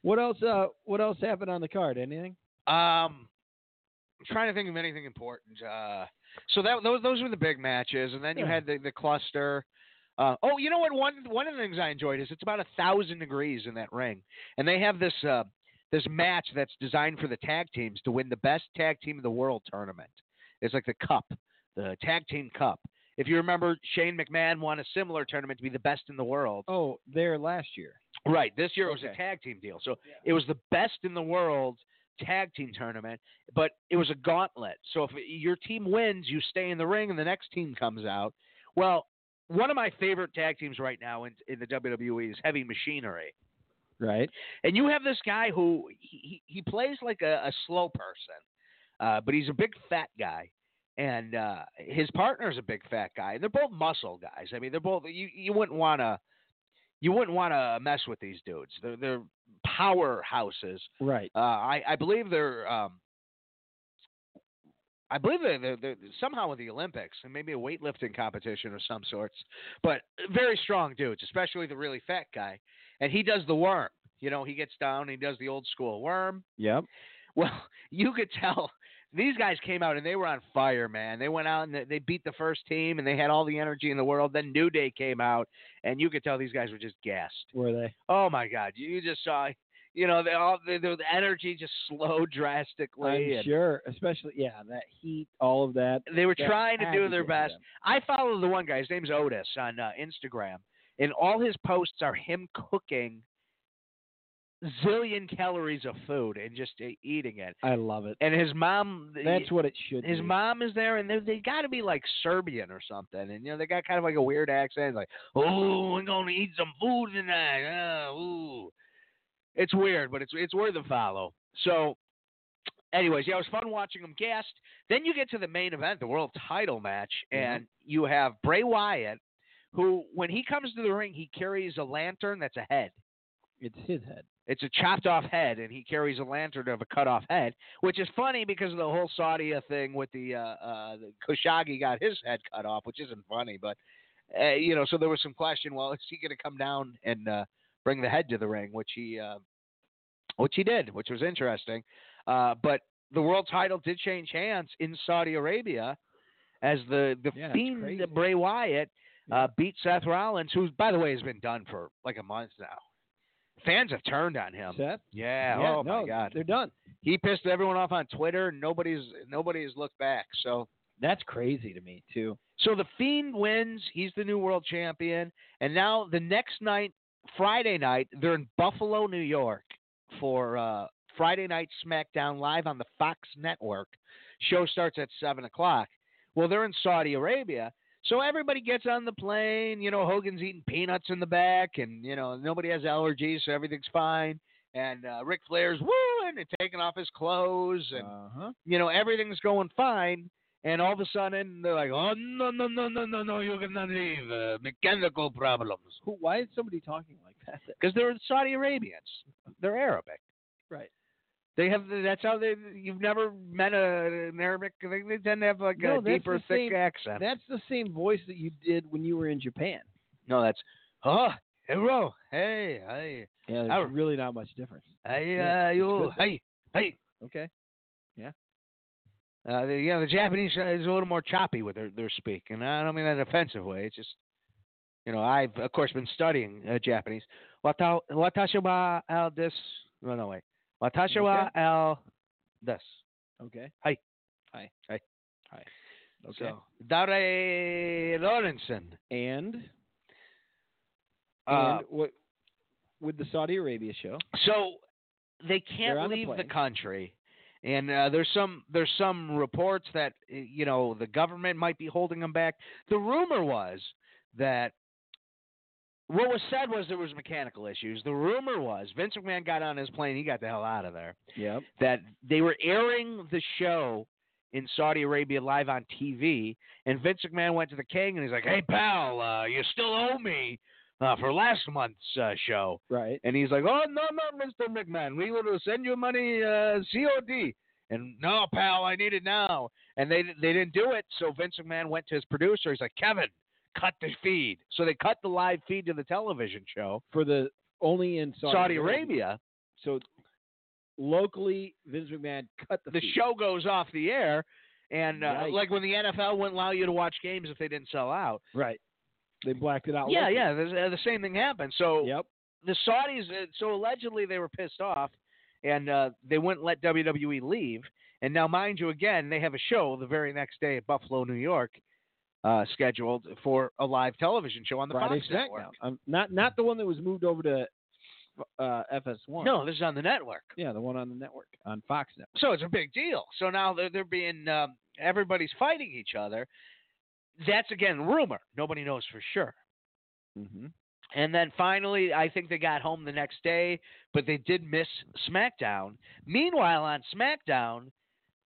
[SPEAKER 3] What else? Uh, what else happened on the card? Anything?
[SPEAKER 4] Um, I'm trying to think of anything important. Uh, so that those those were the big matches, and then you
[SPEAKER 3] Yeah.
[SPEAKER 4] had the the cluster. Uh, oh, you know what? One one of the things I enjoyed is it's about a thousand degrees in that ring, and they have this uh, this match that's designed for the tag teams to win the best tag team in the world tournament. It's like the cup, the tag team cup, If you remember, Shane McMahon won a similar tournament to be the best in the world.
[SPEAKER 3] Oh, there last year.
[SPEAKER 4] Right. This year it was
[SPEAKER 3] Okay.
[SPEAKER 4] a tag team deal. So it was the best in the world tag team tournament, but it was a gauntlet. So if your team wins, you stay in the ring and the next team comes out. Well, one of my favorite tag teams right now in, in the WWE is Heavy Machinery.
[SPEAKER 3] Right.
[SPEAKER 4] And you have this guy who he, he he plays like a, a slow person, uh, but he's a big fat guy, and uh, his partner's a big fat guy, and they're both muscle guys. I mean, they're both you you wouldn't want to you wouldn't want to mess with these dudes. They're they're powerhouses.
[SPEAKER 3] Right.
[SPEAKER 4] Uh, I I believe they're um, I believe they're, they're, they're somehow with the Olympics and maybe a weightlifting competition of some sorts. But very strong dudes, especially the really fat guy, and he does the worm. You know, he gets down and he does the old school worm.
[SPEAKER 3] Yep.
[SPEAKER 4] Well, you could tell these guys came out and they were on fire, man. They went out and they- they beat the first team and they had all the energy in the world. Then New Day came out and you could tell these guys were just gassed.
[SPEAKER 3] Were they?
[SPEAKER 4] Oh my God! You just saw, you know, they all the, the energy just slowed drastically.
[SPEAKER 3] I'm
[SPEAKER 4] and
[SPEAKER 3] sure. Especially yeah, that heat, all of that.
[SPEAKER 4] They were
[SPEAKER 3] that
[SPEAKER 4] trying to
[SPEAKER 3] had
[SPEAKER 4] do their
[SPEAKER 3] get
[SPEAKER 4] best.
[SPEAKER 3] them.
[SPEAKER 4] I follow the one guy. His name's Otis on uh, Instagram, and all his posts are him cooking zillion calories of food and just uh, eating it.
[SPEAKER 3] I love it.
[SPEAKER 4] And his mom,
[SPEAKER 3] That's what it should
[SPEAKER 4] his
[SPEAKER 3] be.
[SPEAKER 4] mom is there, and they they got to be like Serbian or something, and you know they got kind of like a weird accent, like "Oh, we're gonna eat some food tonight." Uh, ooh, it's weird, but it's it's worth a follow. So, anyways, yeah, it was fun watching them guest. Then you get to the main event, the world title match,
[SPEAKER 3] Mm-hmm.
[SPEAKER 4] and you have Bray Wyatt, who when he comes to the ring, he carries a lantern that's a head.
[SPEAKER 3] It's his head.
[SPEAKER 4] It's a chopped off head, and he carries a lantern of a cut off head, which is funny because of the whole Saudi thing with the, uh, uh, the Khashoggi got his head cut off, which isn't funny, but uh, you know, so there was some question. Well, is he going to come down and uh, bring the head to the ring, which he, uh, which he did, which was interesting. Uh, but the world title did change hands in Saudi Arabia as the the
[SPEAKER 3] Yeah, it's
[SPEAKER 4] fiend
[SPEAKER 3] crazy.
[SPEAKER 4] Bray Wyatt uh, beat Seth Rollins, who by the way has been done for like a month now. Fans have turned on him.
[SPEAKER 3] Seth.
[SPEAKER 4] Yeah.
[SPEAKER 3] Yeah,
[SPEAKER 4] oh
[SPEAKER 3] no,
[SPEAKER 4] my God.
[SPEAKER 3] They're done.
[SPEAKER 4] He pissed everyone off on Twitter. and Nobody's nobody has looked back. So
[SPEAKER 3] That's crazy to me too.
[SPEAKER 4] so the Fiend wins. He's the new world champion. And now the next night, Friday night, they're in Buffalo, New York for uh, Friday night SmackDown live on the Fox Network. Show starts at seven o'clock. Well, they're in Saudi Arabia. So everybody gets on the plane, you know, Hogan's eating peanuts in the back and you know, nobody has allergies, so everything's fine. And uh Ric Flair's wooing and taking off his clothes and
[SPEAKER 3] Uh-huh.
[SPEAKER 4] you know, everything's going fine. And all of a sudden, they're like, oh, no, no, no, no, no, no, you cannot leave. Uh, mechanical problems.
[SPEAKER 3] Who, why is somebody talking like that?
[SPEAKER 4] Because they're Saudi Arabians. They're Arabic.
[SPEAKER 3] Right.
[SPEAKER 4] They have, that's how they, you've never met a, an Arabic, they, they tend to have like
[SPEAKER 3] No,
[SPEAKER 4] a
[SPEAKER 3] that's
[SPEAKER 4] deeper,
[SPEAKER 3] the
[SPEAKER 4] thick
[SPEAKER 3] same-
[SPEAKER 4] accent.
[SPEAKER 3] That's the same voice that you did when you were in Japan.
[SPEAKER 4] no, that's, oh, hello, hey, hey,
[SPEAKER 3] Yeah,
[SPEAKER 4] I-
[SPEAKER 3] there's really not much difference.
[SPEAKER 4] hey,
[SPEAKER 3] Yeah,
[SPEAKER 4] uh, you,
[SPEAKER 3] good.
[SPEAKER 4] hey, hey.
[SPEAKER 3] Okay.
[SPEAKER 4] Uh, the, you know, the Japanese uh, is a little more choppy with their, their speak, and I don't mean that in an offensive way. It's just, you know, I've of course been studying uh, Japanese. Wata watashi wa al des. No, no wait. Watashi wa al des.
[SPEAKER 3] Okay. Okay.
[SPEAKER 4] So, Dare Lorenzen.
[SPEAKER 3] And,
[SPEAKER 4] Uh,
[SPEAKER 3] and what with the Saudi Arabia show?
[SPEAKER 4] so they
[SPEAKER 3] They're
[SPEAKER 4] can't
[SPEAKER 3] on the
[SPEAKER 4] leave the
[SPEAKER 3] plane.
[SPEAKER 4] country, and uh, there's some there's some reports that uh, you know the government might be holding them back. The rumor was that what was said was there was mechanical issues. The rumor was Vince McMahon got on his plane, he got the hell out of there.
[SPEAKER 3] Yep.
[SPEAKER 4] That they were airing the show in Saudi Arabia live on TV, and Vince McMahon went to the king and he's like, "Hey pal, uh, you still owe me uh, for last month's uh, show."
[SPEAKER 3] Right.
[SPEAKER 4] And he's like, "Oh no, no, Mister McMahon, we will send you money uh, COD." And no, pal, I need it now. And they they didn't do it. So Vince McMahon went to his producer. He's like, "Kevin, cut the feed." So they cut the live feed to the television show,
[SPEAKER 3] For the only in Saudi,
[SPEAKER 4] Saudi, Arabia.
[SPEAKER 3] So locally, Vince McMahon cut the
[SPEAKER 4] The
[SPEAKER 3] feed.
[SPEAKER 4] show goes off the air, and uh,
[SPEAKER 3] Yikes.
[SPEAKER 4] like when the NFL wouldn't allow you to watch games if they didn't sell out.
[SPEAKER 3] Right. They blacked it out.
[SPEAKER 4] yeah,
[SPEAKER 3] locally.
[SPEAKER 4] yeah, the, the same thing happened. So
[SPEAKER 3] Yep.
[SPEAKER 4] the Saudis, uh, so allegedly they were pissed off, and uh, they wouldn't let E WWE leave. And now, mind you, again, they have a show the very next day at Buffalo, New York. uh, scheduled for a live television show on the
[SPEAKER 3] Friday
[SPEAKER 4] Fox Network.
[SPEAKER 3] SmackDown. Um, not not the one that was moved over to uh, FS1.
[SPEAKER 4] No, this is on the network.
[SPEAKER 3] Yeah, the one on the network on Fox Network.
[SPEAKER 4] So it's a big deal. So now they're, they're being um, everybody's fighting each other. That's again rumor. Nobody knows for sure.
[SPEAKER 3] Mm-hmm.
[SPEAKER 4] And then finally, I think they got home the next day, but they did miss SmackDown. Meanwhile, on SmackDown,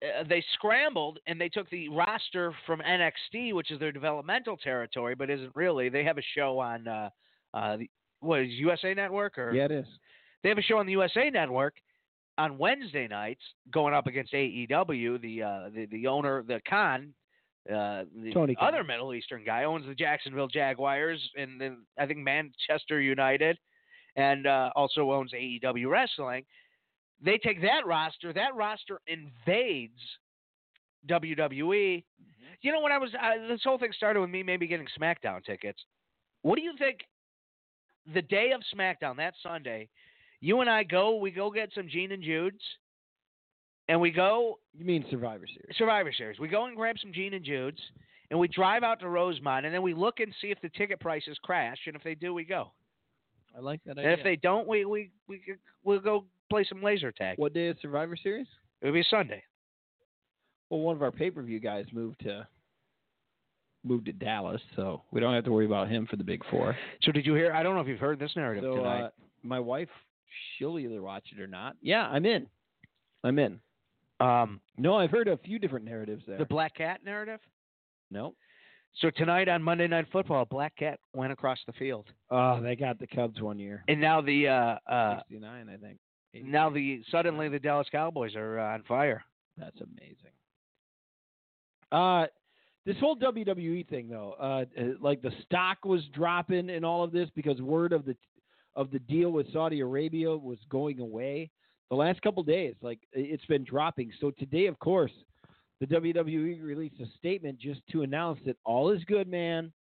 [SPEAKER 4] uh, they scrambled and they took the roster from NXT, which is their developmental territory, but isn't really. They have a show on uh, uh, the, what is USA Network or
[SPEAKER 3] Yeah, it is.
[SPEAKER 4] they have a show on the USA Network on Wednesday nights going up against AEW. The uh, the, the owner, the Khan, uh, the
[SPEAKER 3] Tony Khan.
[SPEAKER 4] other Middle Eastern guy, owns the Jacksonville Jaguars and then I think Manchester United, and uh, also owns AEW Wrestling. They take that roster. That roster invades WWE.
[SPEAKER 3] Mm-hmm.
[SPEAKER 4] You know when I was uh, this whole thing started with me maybe getting SmackDown tickets. What do you think? The day of SmackDown, that Sunday, you and I go, we go get some Gene and Jude's, and we go
[SPEAKER 3] You mean Survivor Series?
[SPEAKER 4] Survivor Series. We go and grab some Gene and Jude's, and we drive out to Rosemont, and then we look and see if the ticket prices crash, and if they do, we go.
[SPEAKER 3] I like that
[SPEAKER 4] And if they don't, we we we we'll go play some laser tag.
[SPEAKER 3] what day is Survivor Series?
[SPEAKER 4] It'll be Sunday.
[SPEAKER 3] Well, one of our pay per view guys moved to moved to Dallas, so we don't have to worry about him for the Big Four.
[SPEAKER 4] So did you hear? I don't know if you've heard this narrative
[SPEAKER 3] So
[SPEAKER 4] tonight.
[SPEAKER 3] uh, my wife, she'll either watch it or not. Yeah, I'm in. I'm in.
[SPEAKER 4] um,
[SPEAKER 3] No, I've heard a few different narratives there.
[SPEAKER 4] the Black Cat narrative.
[SPEAKER 3] no.
[SPEAKER 4] So tonight on Monday Night Football, Black Cat went across the field,
[SPEAKER 3] Oh, they got the Cubs one year.
[SPEAKER 4] and now the uh, uh,
[SPEAKER 3] 69, I think.
[SPEAKER 4] now the suddenly the Dallas Cowboys are uh, on fire.
[SPEAKER 3] That's amazing. Uh, this whole WWE thing, though, uh, uh, like the stock was dropping in all of this because word of the of the deal with Saudi Arabia was going away. The last couple days, like i- it's been dropping. So today, of course, the WWE released a statement just to announce that all is good, man.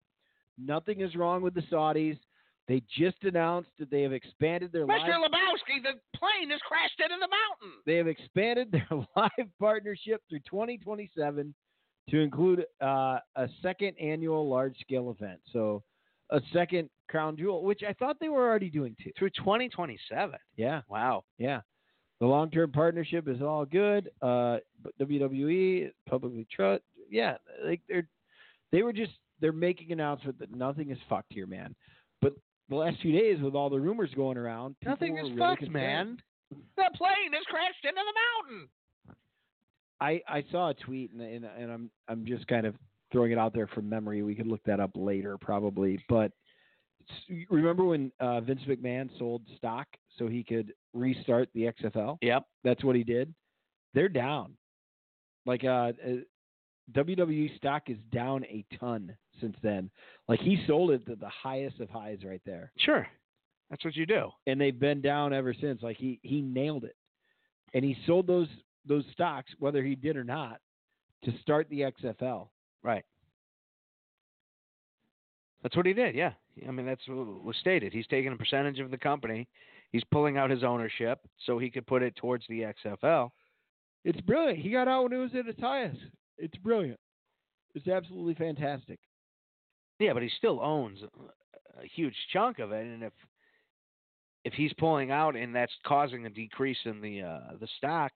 [SPEAKER 3] Nothing is wrong with the Saudis. They just announced that they have expanded their live-
[SPEAKER 4] Mr. Lebowski, the plane has crashed into the mountain.
[SPEAKER 3] they have expanded their live partnership through 2027 to include uh, a second annual large scale event. So, a second crown jewel, which I thought they were already doing too.
[SPEAKER 4] Through 2027.
[SPEAKER 3] Yeah,
[SPEAKER 4] Wow.
[SPEAKER 3] yeah. The long term partnership is all good. Uh, but WWE publicly trust. Yeah, like they're they were just they're making announcement that nothing is fucked here, man. But the last few days with all the rumors going around, people
[SPEAKER 4] Nothing
[SPEAKER 3] were
[SPEAKER 4] is
[SPEAKER 3] really
[SPEAKER 4] fucked,
[SPEAKER 3] concerned.
[SPEAKER 4] man. The plane has crashed into the mountain.
[SPEAKER 3] I, I saw a tweet and, and and I'm I'm just kind of throwing it out there from memory. We could look that up later probably, but s- remember when uh, Vince McMahon sold stock so he could restart the XFL?
[SPEAKER 4] Yep.
[SPEAKER 3] That's what he did. They're down. Like uh, uh, WWE stock is down a ton since then. Like he sold it to the highest of highs right there
[SPEAKER 4] Sure. That's what you do.
[SPEAKER 3] and they've been down ever since. Like he he nailed it, and he sold those those stocks whether he did or not to start the XFL.
[SPEAKER 4] That's what he did. Yeah. I mean, that's what was stated. He's taking a percentage of the company. He's pulling out his ownership so he could put it towards the XFL.
[SPEAKER 3] It's brilliant. He got out when it was at its highest. It's brilliant. It's absolutely fantastic.
[SPEAKER 4] Yeah, but he still owns a huge chunk of it, and if if he's pulling out and that's causing a decrease in the uh, the stock,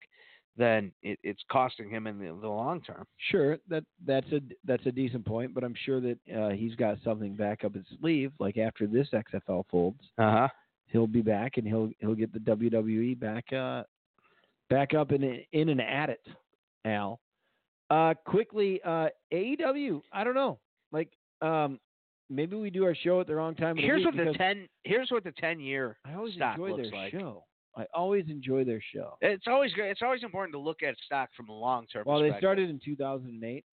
[SPEAKER 4] then it, it's costing him in the, the long term.
[SPEAKER 3] Sure, that that's a that's a decent point, but I'm sure that uh, he's got something back up his sleeve. Like after this XFL folds,
[SPEAKER 4] Uh huh.
[SPEAKER 3] he'll be back and he'll he'll get the WWE back uh back up and in and at it, Al. Uh quickly, uh AEW, I don't know. Like um maybe we do our show at the wrong time. of the
[SPEAKER 4] Here's
[SPEAKER 3] week
[SPEAKER 4] what the
[SPEAKER 3] because
[SPEAKER 4] ten. Here's what the ten year
[SPEAKER 3] I always
[SPEAKER 4] stock
[SPEAKER 3] enjoy
[SPEAKER 4] looks
[SPEAKER 3] their
[SPEAKER 4] like.
[SPEAKER 3] show. I always enjoy their show.
[SPEAKER 4] It's always good. It's always important to look at stock from a long term.
[SPEAKER 3] Well, they started in 2008.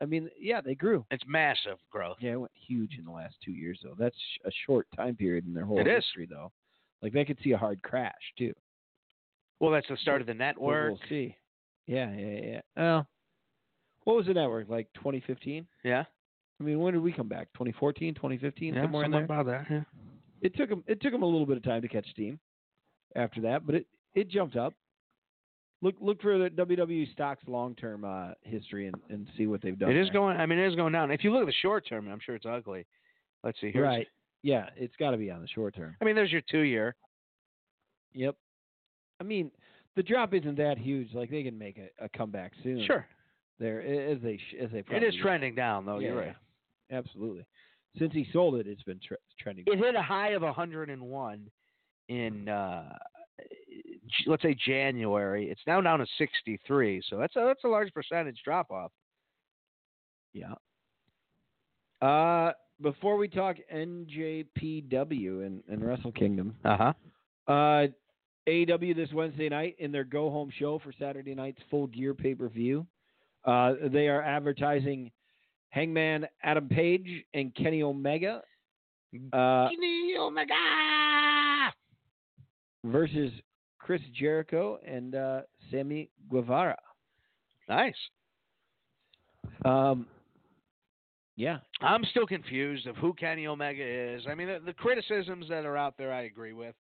[SPEAKER 3] I mean, yeah, they grew.
[SPEAKER 4] It's massive growth.
[SPEAKER 3] Yeah, it went huge in the last two years, though. That's a short time period in their whole
[SPEAKER 4] It is.
[SPEAKER 3] history, though. Like they could see a hard crash too.
[SPEAKER 4] Well, that's the start of the
[SPEAKER 3] But
[SPEAKER 4] network.
[SPEAKER 3] We'll see. Yeah, yeah, yeah. Well, what was the network like? 2015.
[SPEAKER 4] Yeah.
[SPEAKER 3] I mean, when did we come back? 2014, 2015,
[SPEAKER 4] yeah
[SPEAKER 3] somewhere in there.
[SPEAKER 4] something about that. Yeah.
[SPEAKER 3] It took them. It took them a little bit of time to catch steam after that, but it it jumped up. Look look for the WWE stocks long term uh, history and, and see what they've done.
[SPEAKER 4] It is
[SPEAKER 3] there.
[SPEAKER 4] going. I mean, it is going down. If you look at the short term, I'm sure it's ugly. Let's see. Here's,
[SPEAKER 3] right. Yeah, it's got to be on the short term.
[SPEAKER 4] I mean, there's your two year.
[SPEAKER 3] Yep. I mean, the drop isn't that huge. Like they can make a, a comeback soon.
[SPEAKER 4] Sure.
[SPEAKER 3] There a- as they sh- as they
[SPEAKER 4] It
[SPEAKER 3] Hmm. probably
[SPEAKER 4] is trending down though. You're
[SPEAKER 3] Yeah.
[SPEAKER 4] right.
[SPEAKER 3] Oh, Absolutely. Since he sold it, it's been tre- trending.
[SPEAKER 4] It hit a high of 101
[SPEAKER 3] Hmm.
[SPEAKER 4] in uh, j- let's say January. It's now down to 63. So that's a, that's a large percentage drop off.
[SPEAKER 3] Yeah. Uh, before we talk NJPW and, and Wrestle Kingdom,
[SPEAKER 4] Uh huh.
[SPEAKER 3] uh, AEW this Wednesday night in their go home show for Saturday night's full gear pay per view, uh, they are advertising Hangman Adam Page and Kenny Omega uh,
[SPEAKER 4] Omega.
[SPEAKER 3] versus Chris Jericho and uh, Sammy Guevara.
[SPEAKER 4] Nice.
[SPEAKER 3] Um, yeah,
[SPEAKER 4] I'm still confused of who Kenny Omega is. I mean, the, the criticisms that are out there, I agree with.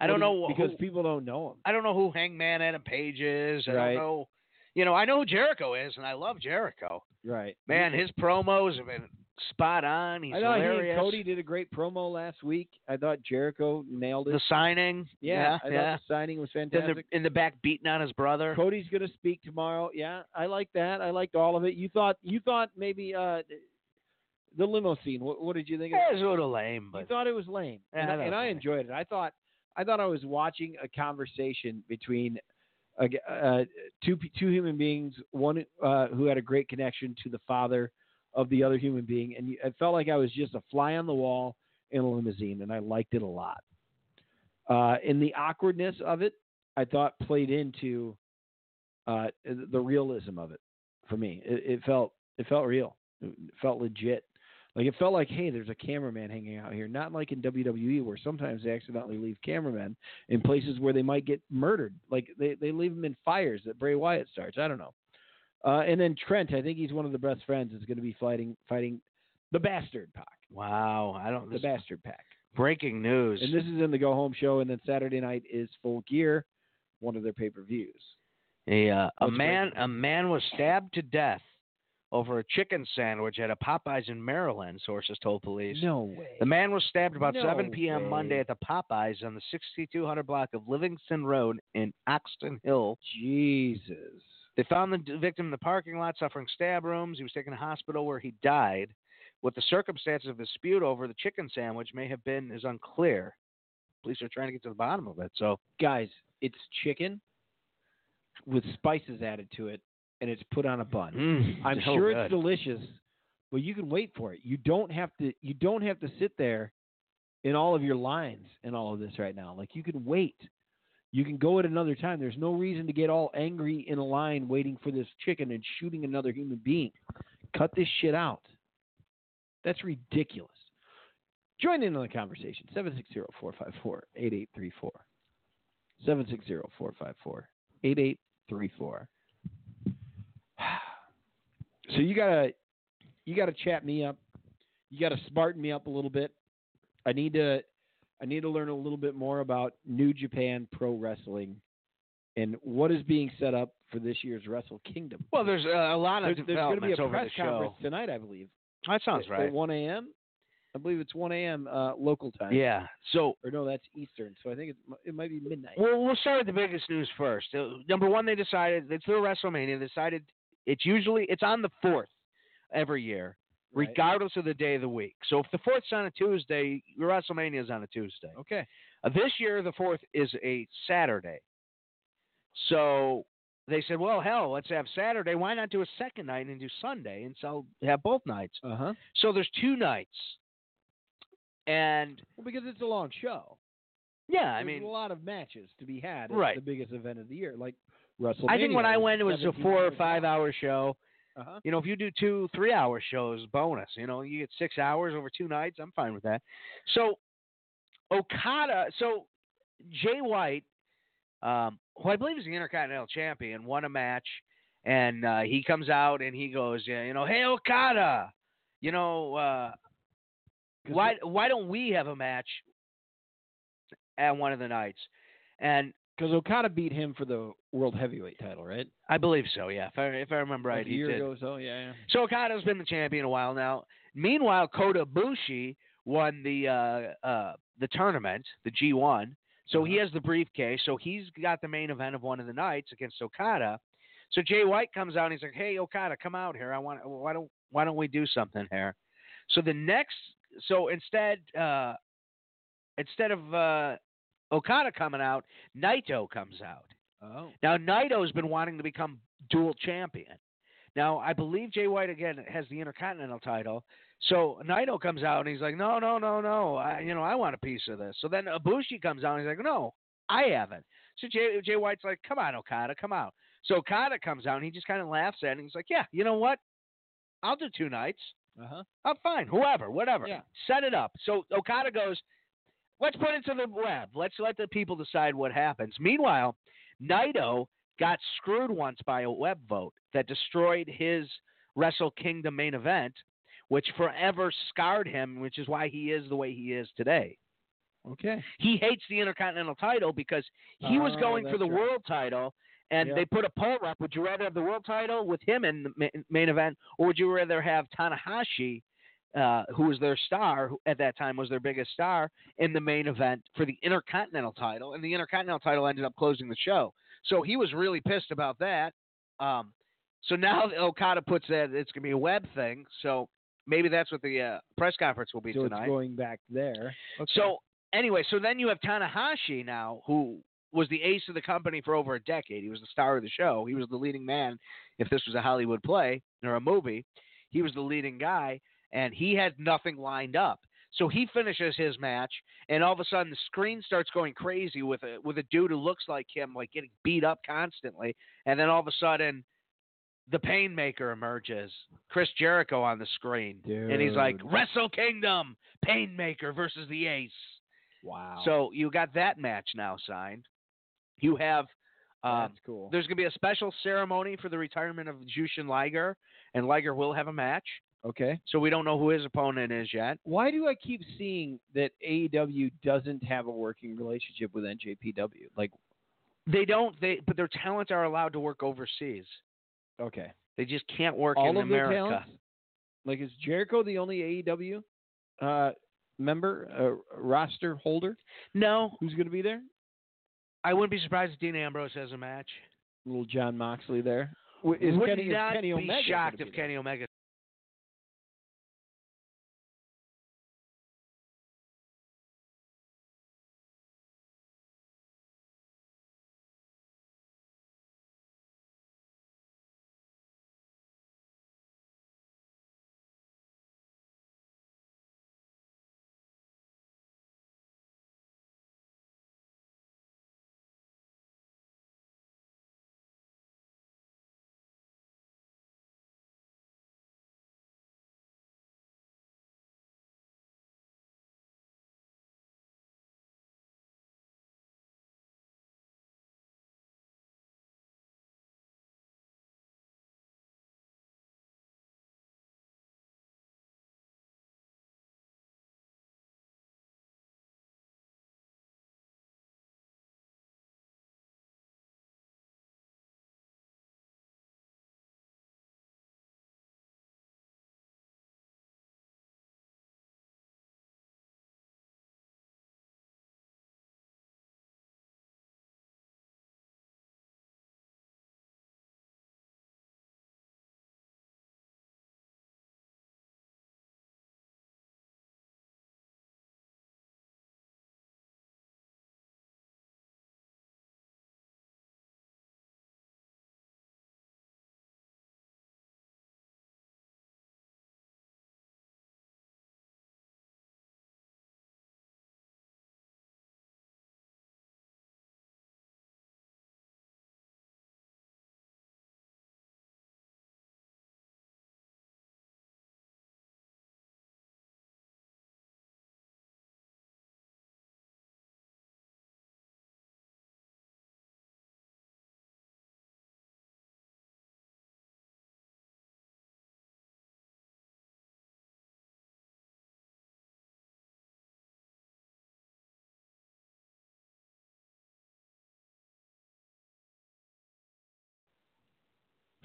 [SPEAKER 4] I don't know
[SPEAKER 3] because
[SPEAKER 4] who,
[SPEAKER 3] people don't know him.
[SPEAKER 4] I don't know who Hangman Adam Page is. I
[SPEAKER 3] Right.
[SPEAKER 4] don't know. You know, I know who Jericho is, and I love Jericho.
[SPEAKER 3] Right,
[SPEAKER 4] Man, his promos have been spot on. He's
[SPEAKER 3] Hmm. I thought he
[SPEAKER 4] hilarious.
[SPEAKER 3] and Cody did a great promo last week. I thought Jericho nailed it.
[SPEAKER 4] the signing.
[SPEAKER 3] yeah, I
[SPEAKER 4] yeah.
[SPEAKER 3] thought the signing was
[SPEAKER 4] In
[SPEAKER 3] fantastic.
[SPEAKER 4] the, in the back beating on his brother.
[SPEAKER 3] Cody's going to speak tomorrow. Yeah, I like that. I liked all of it. You thought you thought maybe uh, the limo scene. What, what did you think? Of
[SPEAKER 4] Yeah, It was a little lame,
[SPEAKER 3] You
[SPEAKER 4] but
[SPEAKER 3] thought it was lame,
[SPEAKER 4] Yeah,
[SPEAKER 3] and,
[SPEAKER 4] I
[SPEAKER 3] I,
[SPEAKER 4] thought it
[SPEAKER 3] and
[SPEAKER 4] was
[SPEAKER 3] I
[SPEAKER 4] lame.
[SPEAKER 3] enjoyed it. I thought I thought I was watching a conversation between a g uh, two pe- two human beings, one uh, who had a great connection to the father of the other human being, and you- it felt like I was just a fly on the wall in a limousine, and I liked it a lot. Uh, and the awkwardness of it, I thought, played into uh, the realism of it for me. It, it felt it felt real, it felt legit. Like it felt like, hey, there's a cameraman hanging out here. Not like in WWE where sometimes they accidentally leave cameramen in places where they might get murdered. Like they, they leave them in fires that Bray Wyatt starts. I don't know. Uh, and then Trent, I think he's one of the best friends, is going to be fighting fighting the Bastard Pack,
[SPEAKER 4] wow, I don't.
[SPEAKER 3] the
[SPEAKER 4] This,
[SPEAKER 3] Bastard Pack.
[SPEAKER 4] breaking news.
[SPEAKER 3] And this is in the Go Home Show. And then Saturday night is Full Gear, one of their pay per views.
[SPEAKER 4] A uh, a
[SPEAKER 3] What's
[SPEAKER 4] man
[SPEAKER 3] breaking?
[SPEAKER 4] a man was stabbed to death over a chicken sandwich at a Popeyes in Maryland. Sources told police.
[SPEAKER 3] No way.
[SPEAKER 4] The man was stabbed about
[SPEAKER 3] No
[SPEAKER 4] 7 p.m.
[SPEAKER 3] way.
[SPEAKER 4] Monday at the Popeyes on the 6200 block of Livingston Road in Oxton Hill.
[SPEAKER 3] Jesus.
[SPEAKER 4] They found the d- victim in the parking lot suffering stab wounds. He was taken to hospital where he died. What the circumstances of the dispute over the chicken sandwich may have been is unclear. Police are trying to get to the bottom of it. So
[SPEAKER 3] guys, it's chicken with spices added to it, and it's put on a bun.
[SPEAKER 4] mm,
[SPEAKER 3] I'm
[SPEAKER 4] so
[SPEAKER 3] sure
[SPEAKER 4] good.
[SPEAKER 3] it's delicious, but you can wait for it. You don't have to. You don't have to sit there in all of your lines and all of this right now. Like you can wait. You can go at another time. There's no reason to get all angry in a line waiting for this chicken and shooting another human being. Cut this shit out. That's ridiculous. Join in on the conversation. 760-454-8834. 760-454-8834. So you gotta you gotta chat me up. You gotta smarten me up a little bit. I need to I need to learn a little bit more about New Japan Pro Wrestling and what is being set up for this year's Wrestle Kingdom.
[SPEAKER 4] Well, there's uh, a lot of
[SPEAKER 3] there's, there's going to be
[SPEAKER 4] developments
[SPEAKER 3] a
[SPEAKER 4] over
[SPEAKER 3] press
[SPEAKER 4] the
[SPEAKER 3] conference
[SPEAKER 4] show.
[SPEAKER 3] tonight, I believe.
[SPEAKER 4] That sounds
[SPEAKER 3] at,
[SPEAKER 4] right.
[SPEAKER 3] At 1 a.m. I believe it's 1 a.m. Uh, local time.
[SPEAKER 4] Yeah. So
[SPEAKER 3] Or no, that's Eastern. So I think it, it might be midnight.
[SPEAKER 4] well, we'll start with the biggest news first. Uh, number one, they decided it's their WrestleMania. They decided it's usually it's on the fourth every year,
[SPEAKER 3] Right.
[SPEAKER 4] regardless of the day of the week. So if the fourth's on a Tuesday, your WrestleMania is on a Tuesday.
[SPEAKER 3] Okay.
[SPEAKER 4] Uh, this year, the fourth is a Saturday. So they said, well, hell, let's have Saturday. Why not do a second night and do Sunday and so have both nights?
[SPEAKER 3] Uh huh.
[SPEAKER 4] So there's two nights. And
[SPEAKER 3] Well, because it's a long show.
[SPEAKER 4] yeah, I
[SPEAKER 3] There's
[SPEAKER 4] mean,
[SPEAKER 3] a lot of matches to be had. at
[SPEAKER 4] Right.
[SPEAKER 3] The biggest event of the year, like WrestleMania.
[SPEAKER 4] I think when I
[SPEAKER 3] is
[SPEAKER 4] went, it was a
[SPEAKER 3] 17
[SPEAKER 4] four or
[SPEAKER 3] hours
[SPEAKER 4] five
[SPEAKER 3] long.
[SPEAKER 4] hour show.
[SPEAKER 3] Uh-huh.
[SPEAKER 4] You know, if you do two, three hour shows, bonus. You know, you get six hours over two nights. I'm fine with that. So, Okada, so Jay White, um, who I believe is the Intercontinental Champion, won a match, and uh, he comes out and he goes, yeah, you know, hey Okada, you know, uh,
[SPEAKER 3] 'Cause
[SPEAKER 4] why why don't we have a match at one of the nights? And
[SPEAKER 3] Because Okada beat him for the world heavyweight title, right?
[SPEAKER 4] I believe so. Yeah, if I if I remember right,
[SPEAKER 3] Like a
[SPEAKER 4] he
[SPEAKER 3] year
[SPEAKER 4] did.
[SPEAKER 3] ago or so. Yeah, yeah.
[SPEAKER 4] So Okada's been the champion a while now. Meanwhile, Kota Bushi won the uh, uh, the tournament, the G1. So he has the briefcase. So he's got the main event of one of the nights against Okada. So Jay White comes out and he's like, "Hey Okada, come out here. I want. Why don't Why don't we do something here?" So the next. So instead, uh, instead of uh, Okada coming out, Naito comes out.
[SPEAKER 3] Oh.
[SPEAKER 4] Now Naito's been wanting to become dual champion. Now I believe Jay White again has the Intercontinental title. So Naito comes out and he's like, "No, no, no, no. I, you know, I want a piece of this." So then Ibushi comes out and he's like, "No, I haven't." So Jay, Jay White's like, "Come on, Okada, come out." So Okada comes out and he just kind of laughs at it and he's like, "Yeah, you know what? I'll do two nights.
[SPEAKER 3] Uh huh.
[SPEAKER 4] I'm fine. Whoever, whatever.
[SPEAKER 3] Yeah.
[SPEAKER 4] Set it up. So Okada goes, let's put it to the web. Let's let the people decide what happens. Meanwhile, Naito got screwed once by a web vote that destroyed his Wrestle Kingdom main event, which forever scarred him, which is why he is the way he is today.
[SPEAKER 3] Okay.
[SPEAKER 4] He hates the Intercontinental title because he was
[SPEAKER 3] Oh,
[SPEAKER 4] going for
[SPEAKER 3] that's
[SPEAKER 4] the
[SPEAKER 3] right.
[SPEAKER 4] world title. And
[SPEAKER 3] Yeah.
[SPEAKER 4] they put a poll up. Would you rather have the world title with him in the ma- main event, or would you rather have Tanahashi, uh, who was their star who at that time, was their biggest star, in the main event for the Intercontinental title? And the Intercontinental title ended up closing the show. So he was really pissed about that. Um, so now that Okada puts that it's going to be a web thing. So maybe that's what the uh, press conference will be
[SPEAKER 3] So
[SPEAKER 4] tonight.
[SPEAKER 3] it's going back there. Okay.
[SPEAKER 4] So anyway, so then you have Tanahashi now, who was the ace of the company for over a decade. He was the star of the show. He was the leading man. If this was a Hollywood play or a movie, he was the leading guy, and he had nothing lined up. So he finishes his match, and all of a sudden the screen starts going crazy with a with a dude who looks like him, like getting beat up constantly, and then all of a sudden. The Painmaker emerges, Chris Jericho on the screen, and he's like,
[SPEAKER 3] Dude.
[SPEAKER 4] "Wrestle Kingdom, Painmaker versus the Ace."
[SPEAKER 3] wow.
[SPEAKER 4] So you got that match now signed. You have um,
[SPEAKER 3] that's cool.
[SPEAKER 4] there's going to be a special ceremony for the retirement of Jushin Liger, and Liger will have a match.
[SPEAKER 3] Okay.
[SPEAKER 4] So we don't know who his opponent is yet.
[SPEAKER 3] Why do I keep seeing that AEW doesn't have a working relationship with NJPW? Like,
[SPEAKER 4] They don't. They but their talents are allowed to work overseas.
[SPEAKER 3] okay,
[SPEAKER 4] They just can't work
[SPEAKER 3] all
[SPEAKER 4] in
[SPEAKER 3] of
[SPEAKER 4] America.
[SPEAKER 3] their talents. Like, is Jericho the only AEW uh, member, uh, roster holder
[SPEAKER 4] No,
[SPEAKER 3] who's going to be there?
[SPEAKER 4] I wouldn't be surprised if Dean Ambrose has a match.
[SPEAKER 3] Little John Moxley there. W- Is
[SPEAKER 4] Would
[SPEAKER 3] Kenny,
[SPEAKER 4] not
[SPEAKER 3] is Kenny
[SPEAKER 4] be
[SPEAKER 3] Omega gonna
[SPEAKER 4] shocked
[SPEAKER 3] be
[SPEAKER 4] if
[SPEAKER 3] there?
[SPEAKER 4] Kenny Omega.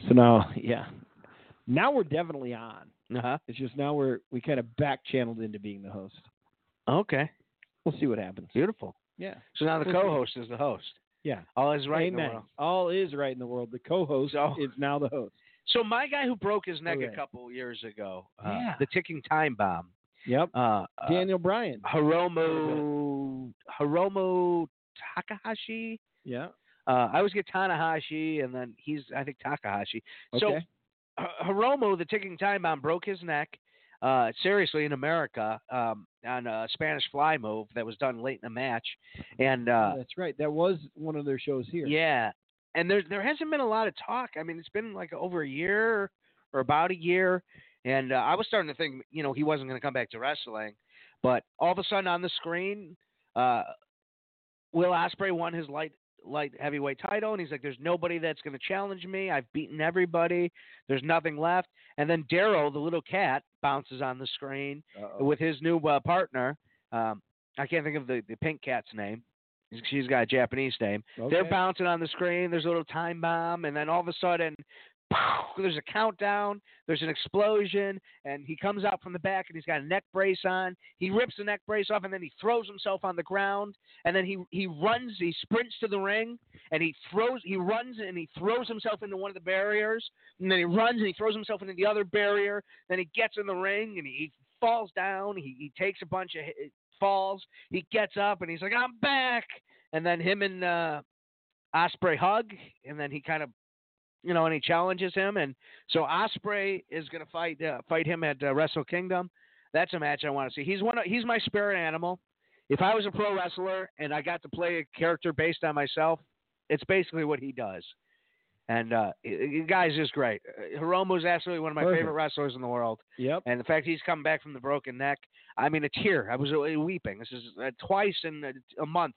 [SPEAKER 3] So now, yeah, now we're definitely on.
[SPEAKER 4] Uh-huh.
[SPEAKER 3] It's just now we're we kind of back channeled into being the host.
[SPEAKER 4] Okay.
[SPEAKER 3] We'll see what happens.
[SPEAKER 4] Beautiful.
[SPEAKER 3] Yeah,
[SPEAKER 4] So now the co-host is the host.
[SPEAKER 3] yeah.
[SPEAKER 4] All is right in the
[SPEAKER 3] Amen.
[SPEAKER 4] world.
[SPEAKER 3] All is right in the world. The co-host
[SPEAKER 4] So-
[SPEAKER 3] is now the host.
[SPEAKER 4] So my guy who broke his neck
[SPEAKER 3] Correct.
[SPEAKER 4] a couple years ago, uh,
[SPEAKER 3] Yeah.
[SPEAKER 4] the ticking time bomb,
[SPEAKER 3] Yep.
[SPEAKER 4] uh, uh,
[SPEAKER 3] Daniel Bryan.
[SPEAKER 4] Hiromu Hiromu Takahashi.
[SPEAKER 3] Yeah.
[SPEAKER 4] Uh, I always get Tanahashi, and then he's I think Takahashi. So
[SPEAKER 3] Okay.
[SPEAKER 4] H- Hiromu, the ticking time bomb, broke his neck uh, seriously in America um, on a Spanish fly move that was done late in the match, and uh,
[SPEAKER 3] That's right. That was one of their shows here.
[SPEAKER 4] yeah, and there there hasn't been a lot of talk. I mean, it's been like over a year or about a year, and uh, I was starting to think, you know, he wasn't going to come back to wrestling, but all of a sudden on the screen, uh, Will Osprey won his light light heavyweight title, and he's like, "There's nobody that's going to challenge me. I've beaten everybody. There's nothing left." And then Darrow, the little cat, bounces on the screen with his new uh, partner. Um, I can't think of the, the pink cat's name. She's got a Japanese name.
[SPEAKER 3] Okay.
[SPEAKER 4] They're bouncing on the screen. There's a little time bomb, and then all of a sudden, pow, there's a countdown. There's an explosion, and he comes out from the back, and he's got a neck brace on. He rips the neck brace off, and then he throws himself on the ground, and then he he runs, he sprints to the ring, and he throws, he runs, and he throws himself into one of the barriers, and then he runs and he throws himself into the other barrier. Then he gets in the ring, and he, he falls down. He, he takes a bunch of hit- falls. He gets up, and he's like, "I'm back." and then him and uh, Osprey hug, and then he kind of, you know, and he challenges him, and so Osprey is going to fight uh, fight him at uh, Wrestle Kingdom. That's a match I want to see. He's one. Of, he's my spirit animal. If I was a pro wrestler and I got to play a character based on myself, it's basically what he does. And uh, the guy's just great. Uh, Hiromu's absolutely one of my
[SPEAKER 3] Perfect.
[SPEAKER 4] favorite wrestlers in the world.
[SPEAKER 3] Yep.
[SPEAKER 4] And the fact he's come back from the broken neck, I mean, a tear. I was uh, weeping. This is uh, twice in a, a month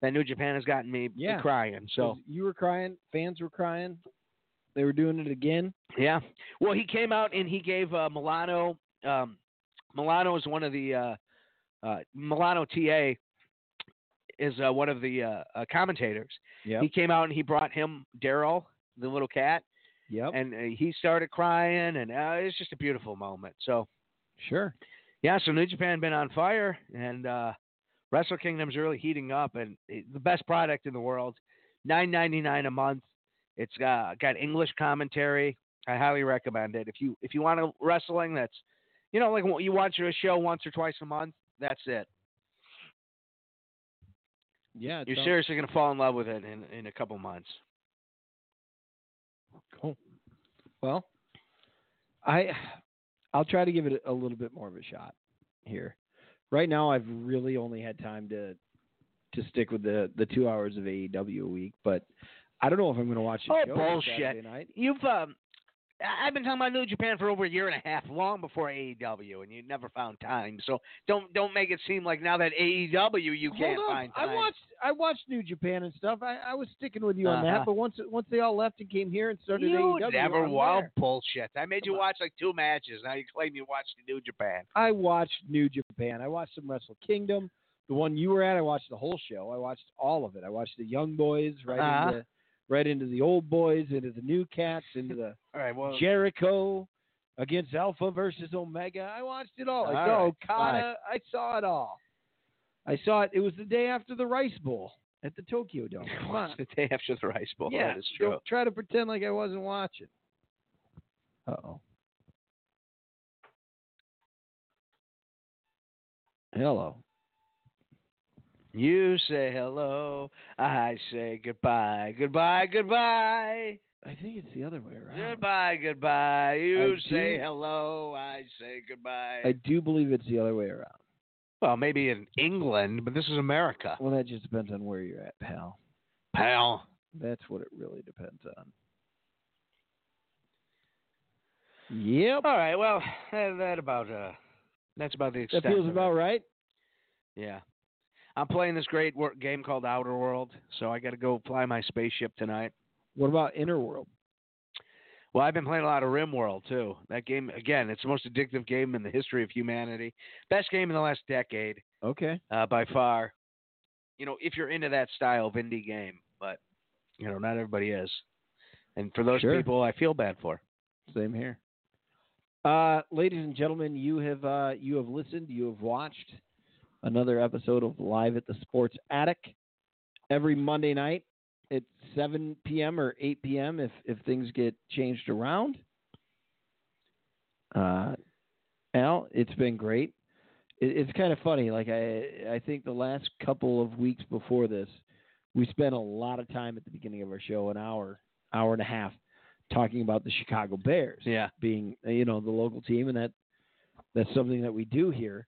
[SPEAKER 4] that New Japan has gotten me
[SPEAKER 3] Yeah.
[SPEAKER 4] crying. So,
[SPEAKER 3] you were crying. Fans were crying. They were doing it again.
[SPEAKER 4] yeah. Well, he came out and he gave uh, Milano. Um, Milano is one of the. Uh, uh, Milano TA is uh, one of the uh, uh, commentators.
[SPEAKER 3] Yep.
[SPEAKER 4] He came out and he brought him Daryl, the little cat,
[SPEAKER 3] yep.
[SPEAKER 4] and uh, he started crying, and uh, it's just a beautiful moment. So,
[SPEAKER 3] sure.
[SPEAKER 4] Yeah, so New Japan been on fire, and uh, Wrestle Kingdom's really heating up, and it, the best product in the world, nine ninety nine a month. It's got got English commentary. I highly recommend it. If you if you want a wrestling, that's you know like you watch a show once or twice a month. That's it.
[SPEAKER 3] Yeah. it
[SPEAKER 4] You're
[SPEAKER 3] sounds
[SPEAKER 4] seriously gonna fall in love with it in, in a couple months.
[SPEAKER 3] Cool. Well, I I'll try to give it a little bit more of a shot here. Right now, I've really only had time to to stick with the the two hours of AEW a week, but I don't know if I'm going to watch. the
[SPEAKER 4] Oh,
[SPEAKER 3] show
[SPEAKER 4] bullshit.
[SPEAKER 3] Saturday night.
[SPEAKER 4] You've um, I- I've been talking about New Japan for over a year and a half, long before AEW, and you never found time. So don't don't make it seem like now that AEW you can't
[SPEAKER 3] Hold on.
[SPEAKER 4] find time.
[SPEAKER 3] I watched I watched New Japan and stuff. I, I was sticking with you on
[SPEAKER 4] Uh-huh.
[SPEAKER 3] that, but once once they all left and came here and started
[SPEAKER 4] You
[SPEAKER 3] AEW,
[SPEAKER 4] never
[SPEAKER 3] I'm
[SPEAKER 4] wild
[SPEAKER 3] there.
[SPEAKER 4] bullshit. I made you
[SPEAKER 3] Come on.
[SPEAKER 4] watch like two matches. Now you claim you watched the New Japan.
[SPEAKER 3] I watched New Japan. I watched some Wrestle Kingdom. The one you were at, I watched the whole show. I watched all of it. I watched the young boys right
[SPEAKER 4] Uh-huh.
[SPEAKER 3] into right into the old boys, into the new cats, into the
[SPEAKER 4] All right, well,
[SPEAKER 3] Jericho against Alpha versus Omega. I watched it all. I
[SPEAKER 4] All
[SPEAKER 3] saw
[SPEAKER 4] right,
[SPEAKER 3] Okada. I saw it all. I saw it. It was the day after the Rice Bowl at the Tokyo Dome. Come on.
[SPEAKER 4] it's the day after the Rice Bowl.
[SPEAKER 3] yeah,
[SPEAKER 4] that is true.
[SPEAKER 3] Don't try to pretend like I wasn't watching. Uh oh. Hello.
[SPEAKER 4] You say hello, I say goodbye, goodbye, goodbye,
[SPEAKER 3] I think it's the other way around.
[SPEAKER 4] goodbye, goodbye. You
[SPEAKER 3] I
[SPEAKER 4] say
[SPEAKER 3] do-
[SPEAKER 4] hello, I say goodbye.
[SPEAKER 3] I do believe it's the other way around.
[SPEAKER 4] well, maybe in England, but this is America,
[SPEAKER 3] Well, that just depends on where you're at, pal.
[SPEAKER 4] pal.
[SPEAKER 3] That's what it really depends on. Yep.
[SPEAKER 4] All right, well, that, that about uh, that's about the
[SPEAKER 3] That
[SPEAKER 4] extent.
[SPEAKER 3] feels
[SPEAKER 4] of it.
[SPEAKER 3] about right.
[SPEAKER 4] Yeah. I'm playing this great wor- game called Outer World, so I got to go fly my spaceship tonight.
[SPEAKER 3] What about Inner World?
[SPEAKER 4] Well, I've been playing a lot of RimWorld too. That game, again, it's the most addictive game in the history of humanity. Best game in the last decade
[SPEAKER 3] Okay.
[SPEAKER 4] uh, by far. You know, if you're into that style of indie game, but you know, not everybody is. And for those
[SPEAKER 3] Sure.
[SPEAKER 4] people, I feel bad for.
[SPEAKER 3] Same here. Uh, ladies and gentlemen, you have uh, you have listened, you have watched another episode of Live at the Sports Attic every Monday night at 7 p.m. or 8 p.m. if if things get changed around. Uh, Al, it's been great. It, it's kind of funny. Like I I think the last couple of weeks before this, we spent a lot of time at the beginning of our show, an hour hour and a half, talking about the Chicago Bears
[SPEAKER 4] Yeah.
[SPEAKER 3] being uh, you know the local team, and that that's something that we do here.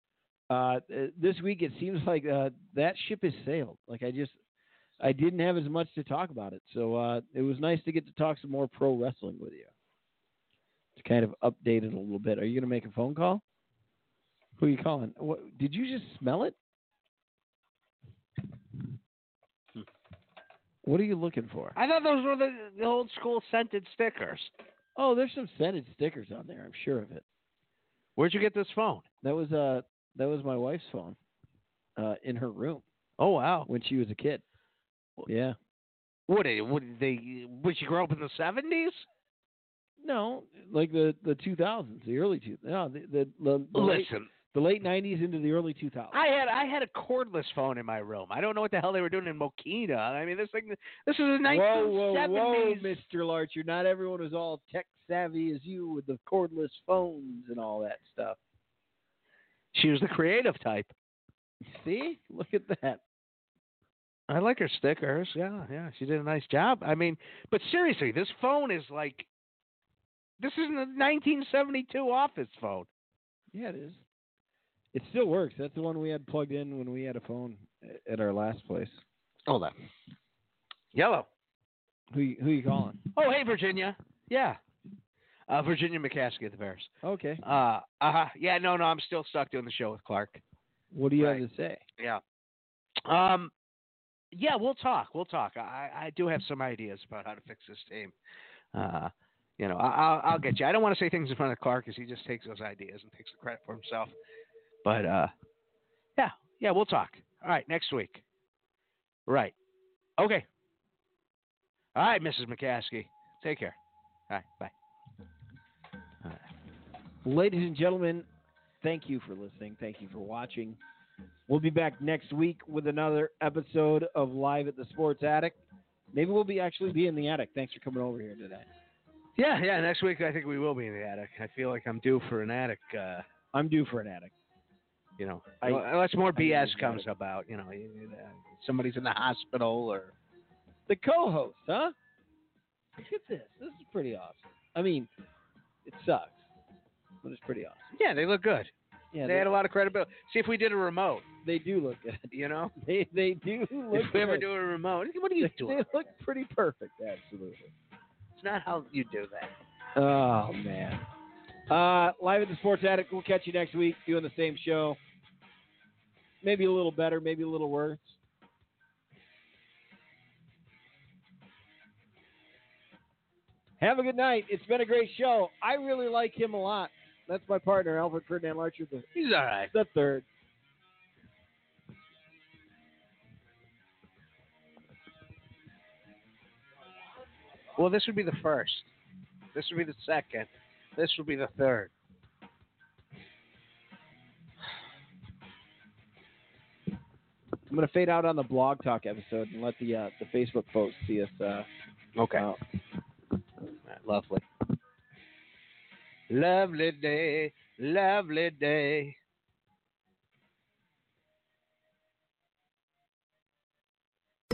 [SPEAKER 3] Uh, this week it seems like uh, that ship has sailed. Like I just I didn't have as much to talk about it, so uh, it was nice to get to talk some more pro wrestling with you. To kind of update it a little bit. Are you going to make a phone call? Who are you calling? What, did you just smell it? What are you looking for?
[SPEAKER 4] I thought those were the, the old school scented stickers.
[SPEAKER 3] Oh, there's some scented stickers on there. I'm sure of it.
[SPEAKER 4] Where'd you get this phone?
[SPEAKER 3] That was uh that was my wife's phone, uh, in her room
[SPEAKER 4] Oh wow.
[SPEAKER 3] when she was a kid. Yeah.
[SPEAKER 4] What? did- What did they? Would she grow up in the seventies?
[SPEAKER 3] No, like the the 2000s, the early two. No, the the, the, the late,
[SPEAKER 4] Listen,
[SPEAKER 3] the late 90s into the early 2000s.
[SPEAKER 4] I had I had a cordless phone in my room. I don't know what the hell they were doing in Mokina. I mean, this thing. This is a
[SPEAKER 3] whoa, whoa,
[SPEAKER 4] 1970s.
[SPEAKER 3] whoa, Mr. Larcher! Not everyone is all tech savvy as you with the cordless phones and all that stuff.
[SPEAKER 4] She was the creative type.
[SPEAKER 3] See, look at that.
[SPEAKER 4] I like her stickers. Yeah, yeah. She did a nice job. I mean, but seriously, this phone is like this isn't a 1972 office phone.
[SPEAKER 3] Yeah, it is. It still works. That's the one we had plugged in when we had a phone a- at our last place.
[SPEAKER 4] Hold on. Yellow.
[SPEAKER 3] Who you- who you calling?
[SPEAKER 4] Oh, hey, Virginia. Yeah. Uh, Virginia McCaskey of the Bears.
[SPEAKER 3] Okay.
[SPEAKER 4] Uh, uh, yeah, no, no, I'm still stuck doing the show with Clark.
[SPEAKER 3] What do you
[SPEAKER 4] Right.
[SPEAKER 3] have to say?
[SPEAKER 4] Yeah. Um, yeah, we'll talk. We'll talk. I, I do have some ideas about how to fix this team. Uh, you know, I, I'll, I'll get you. I don't want to say things in front of Clark because he just takes those ideas and takes the credit for himself. But uh, yeah, yeah, we'll talk. All right, next week. Right. Okay. All right, Mrs. McCaskey. Take care. All right, bye.
[SPEAKER 3] Ladies and gentlemen, thank you for listening. Thank you for watching. We'll be back next week with another episode of Live at the Sports Attic. Maybe we'll be actually be in the attic. Thanks for coming over here today.
[SPEAKER 4] Yeah, yeah. Next week, I think we will be in the attic. I feel like I'm due for an attic. Uh,
[SPEAKER 3] I'm due for an attic.
[SPEAKER 4] you know,
[SPEAKER 3] I-
[SPEAKER 4] unless more BS
[SPEAKER 3] got
[SPEAKER 4] comes
[SPEAKER 3] it.
[SPEAKER 4] about, you know, you- you know, somebody's in the hospital or
[SPEAKER 3] The co-host, huh? Look at this. This is pretty awesome. I mean, it sucks, but it's pretty awesome.
[SPEAKER 4] yeah, they look good.
[SPEAKER 3] Yeah,
[SPEAKER 4] they, had a lot of credibility. See if we did a remote,
[SPEAKER 3] they do look good.
[SPEAKER 4] you know,
[SPEAKER 3] They they do look.
[SPEAKER 4] if we ever
[SPEAKER 3] good.
[SPEAKER 4] do a remote, what are you doing?
[SPEAKER 3] They look pretty perfect, absolutely.
[SPEAKER 4] It's not how you do that.
[SPEAKER 3] Oh man. Uh, live at the Sports Attic. We'll catch you next week doing the same show. Maybe a little better, maybe a little worse. Have a good night. It's been a great show. I really like him a lot. That's my partner, Albert Ferdinand Larcher, the,
[SPEAKER 4] He's all right.
[SPEAKER 3] the third.
[SPEAKER 4] Well, this would be the first. This would be the second. This would be the third.
[SPEAKER 3] I'm gonna fade out on the blog talk episode and let the uh, the Facebook folks see us. Uh,
[SPEAKER 4] Okay.
[SPEAKER 3] out.
[SPEAKER 4] lovely. Lovely day. Lovely day.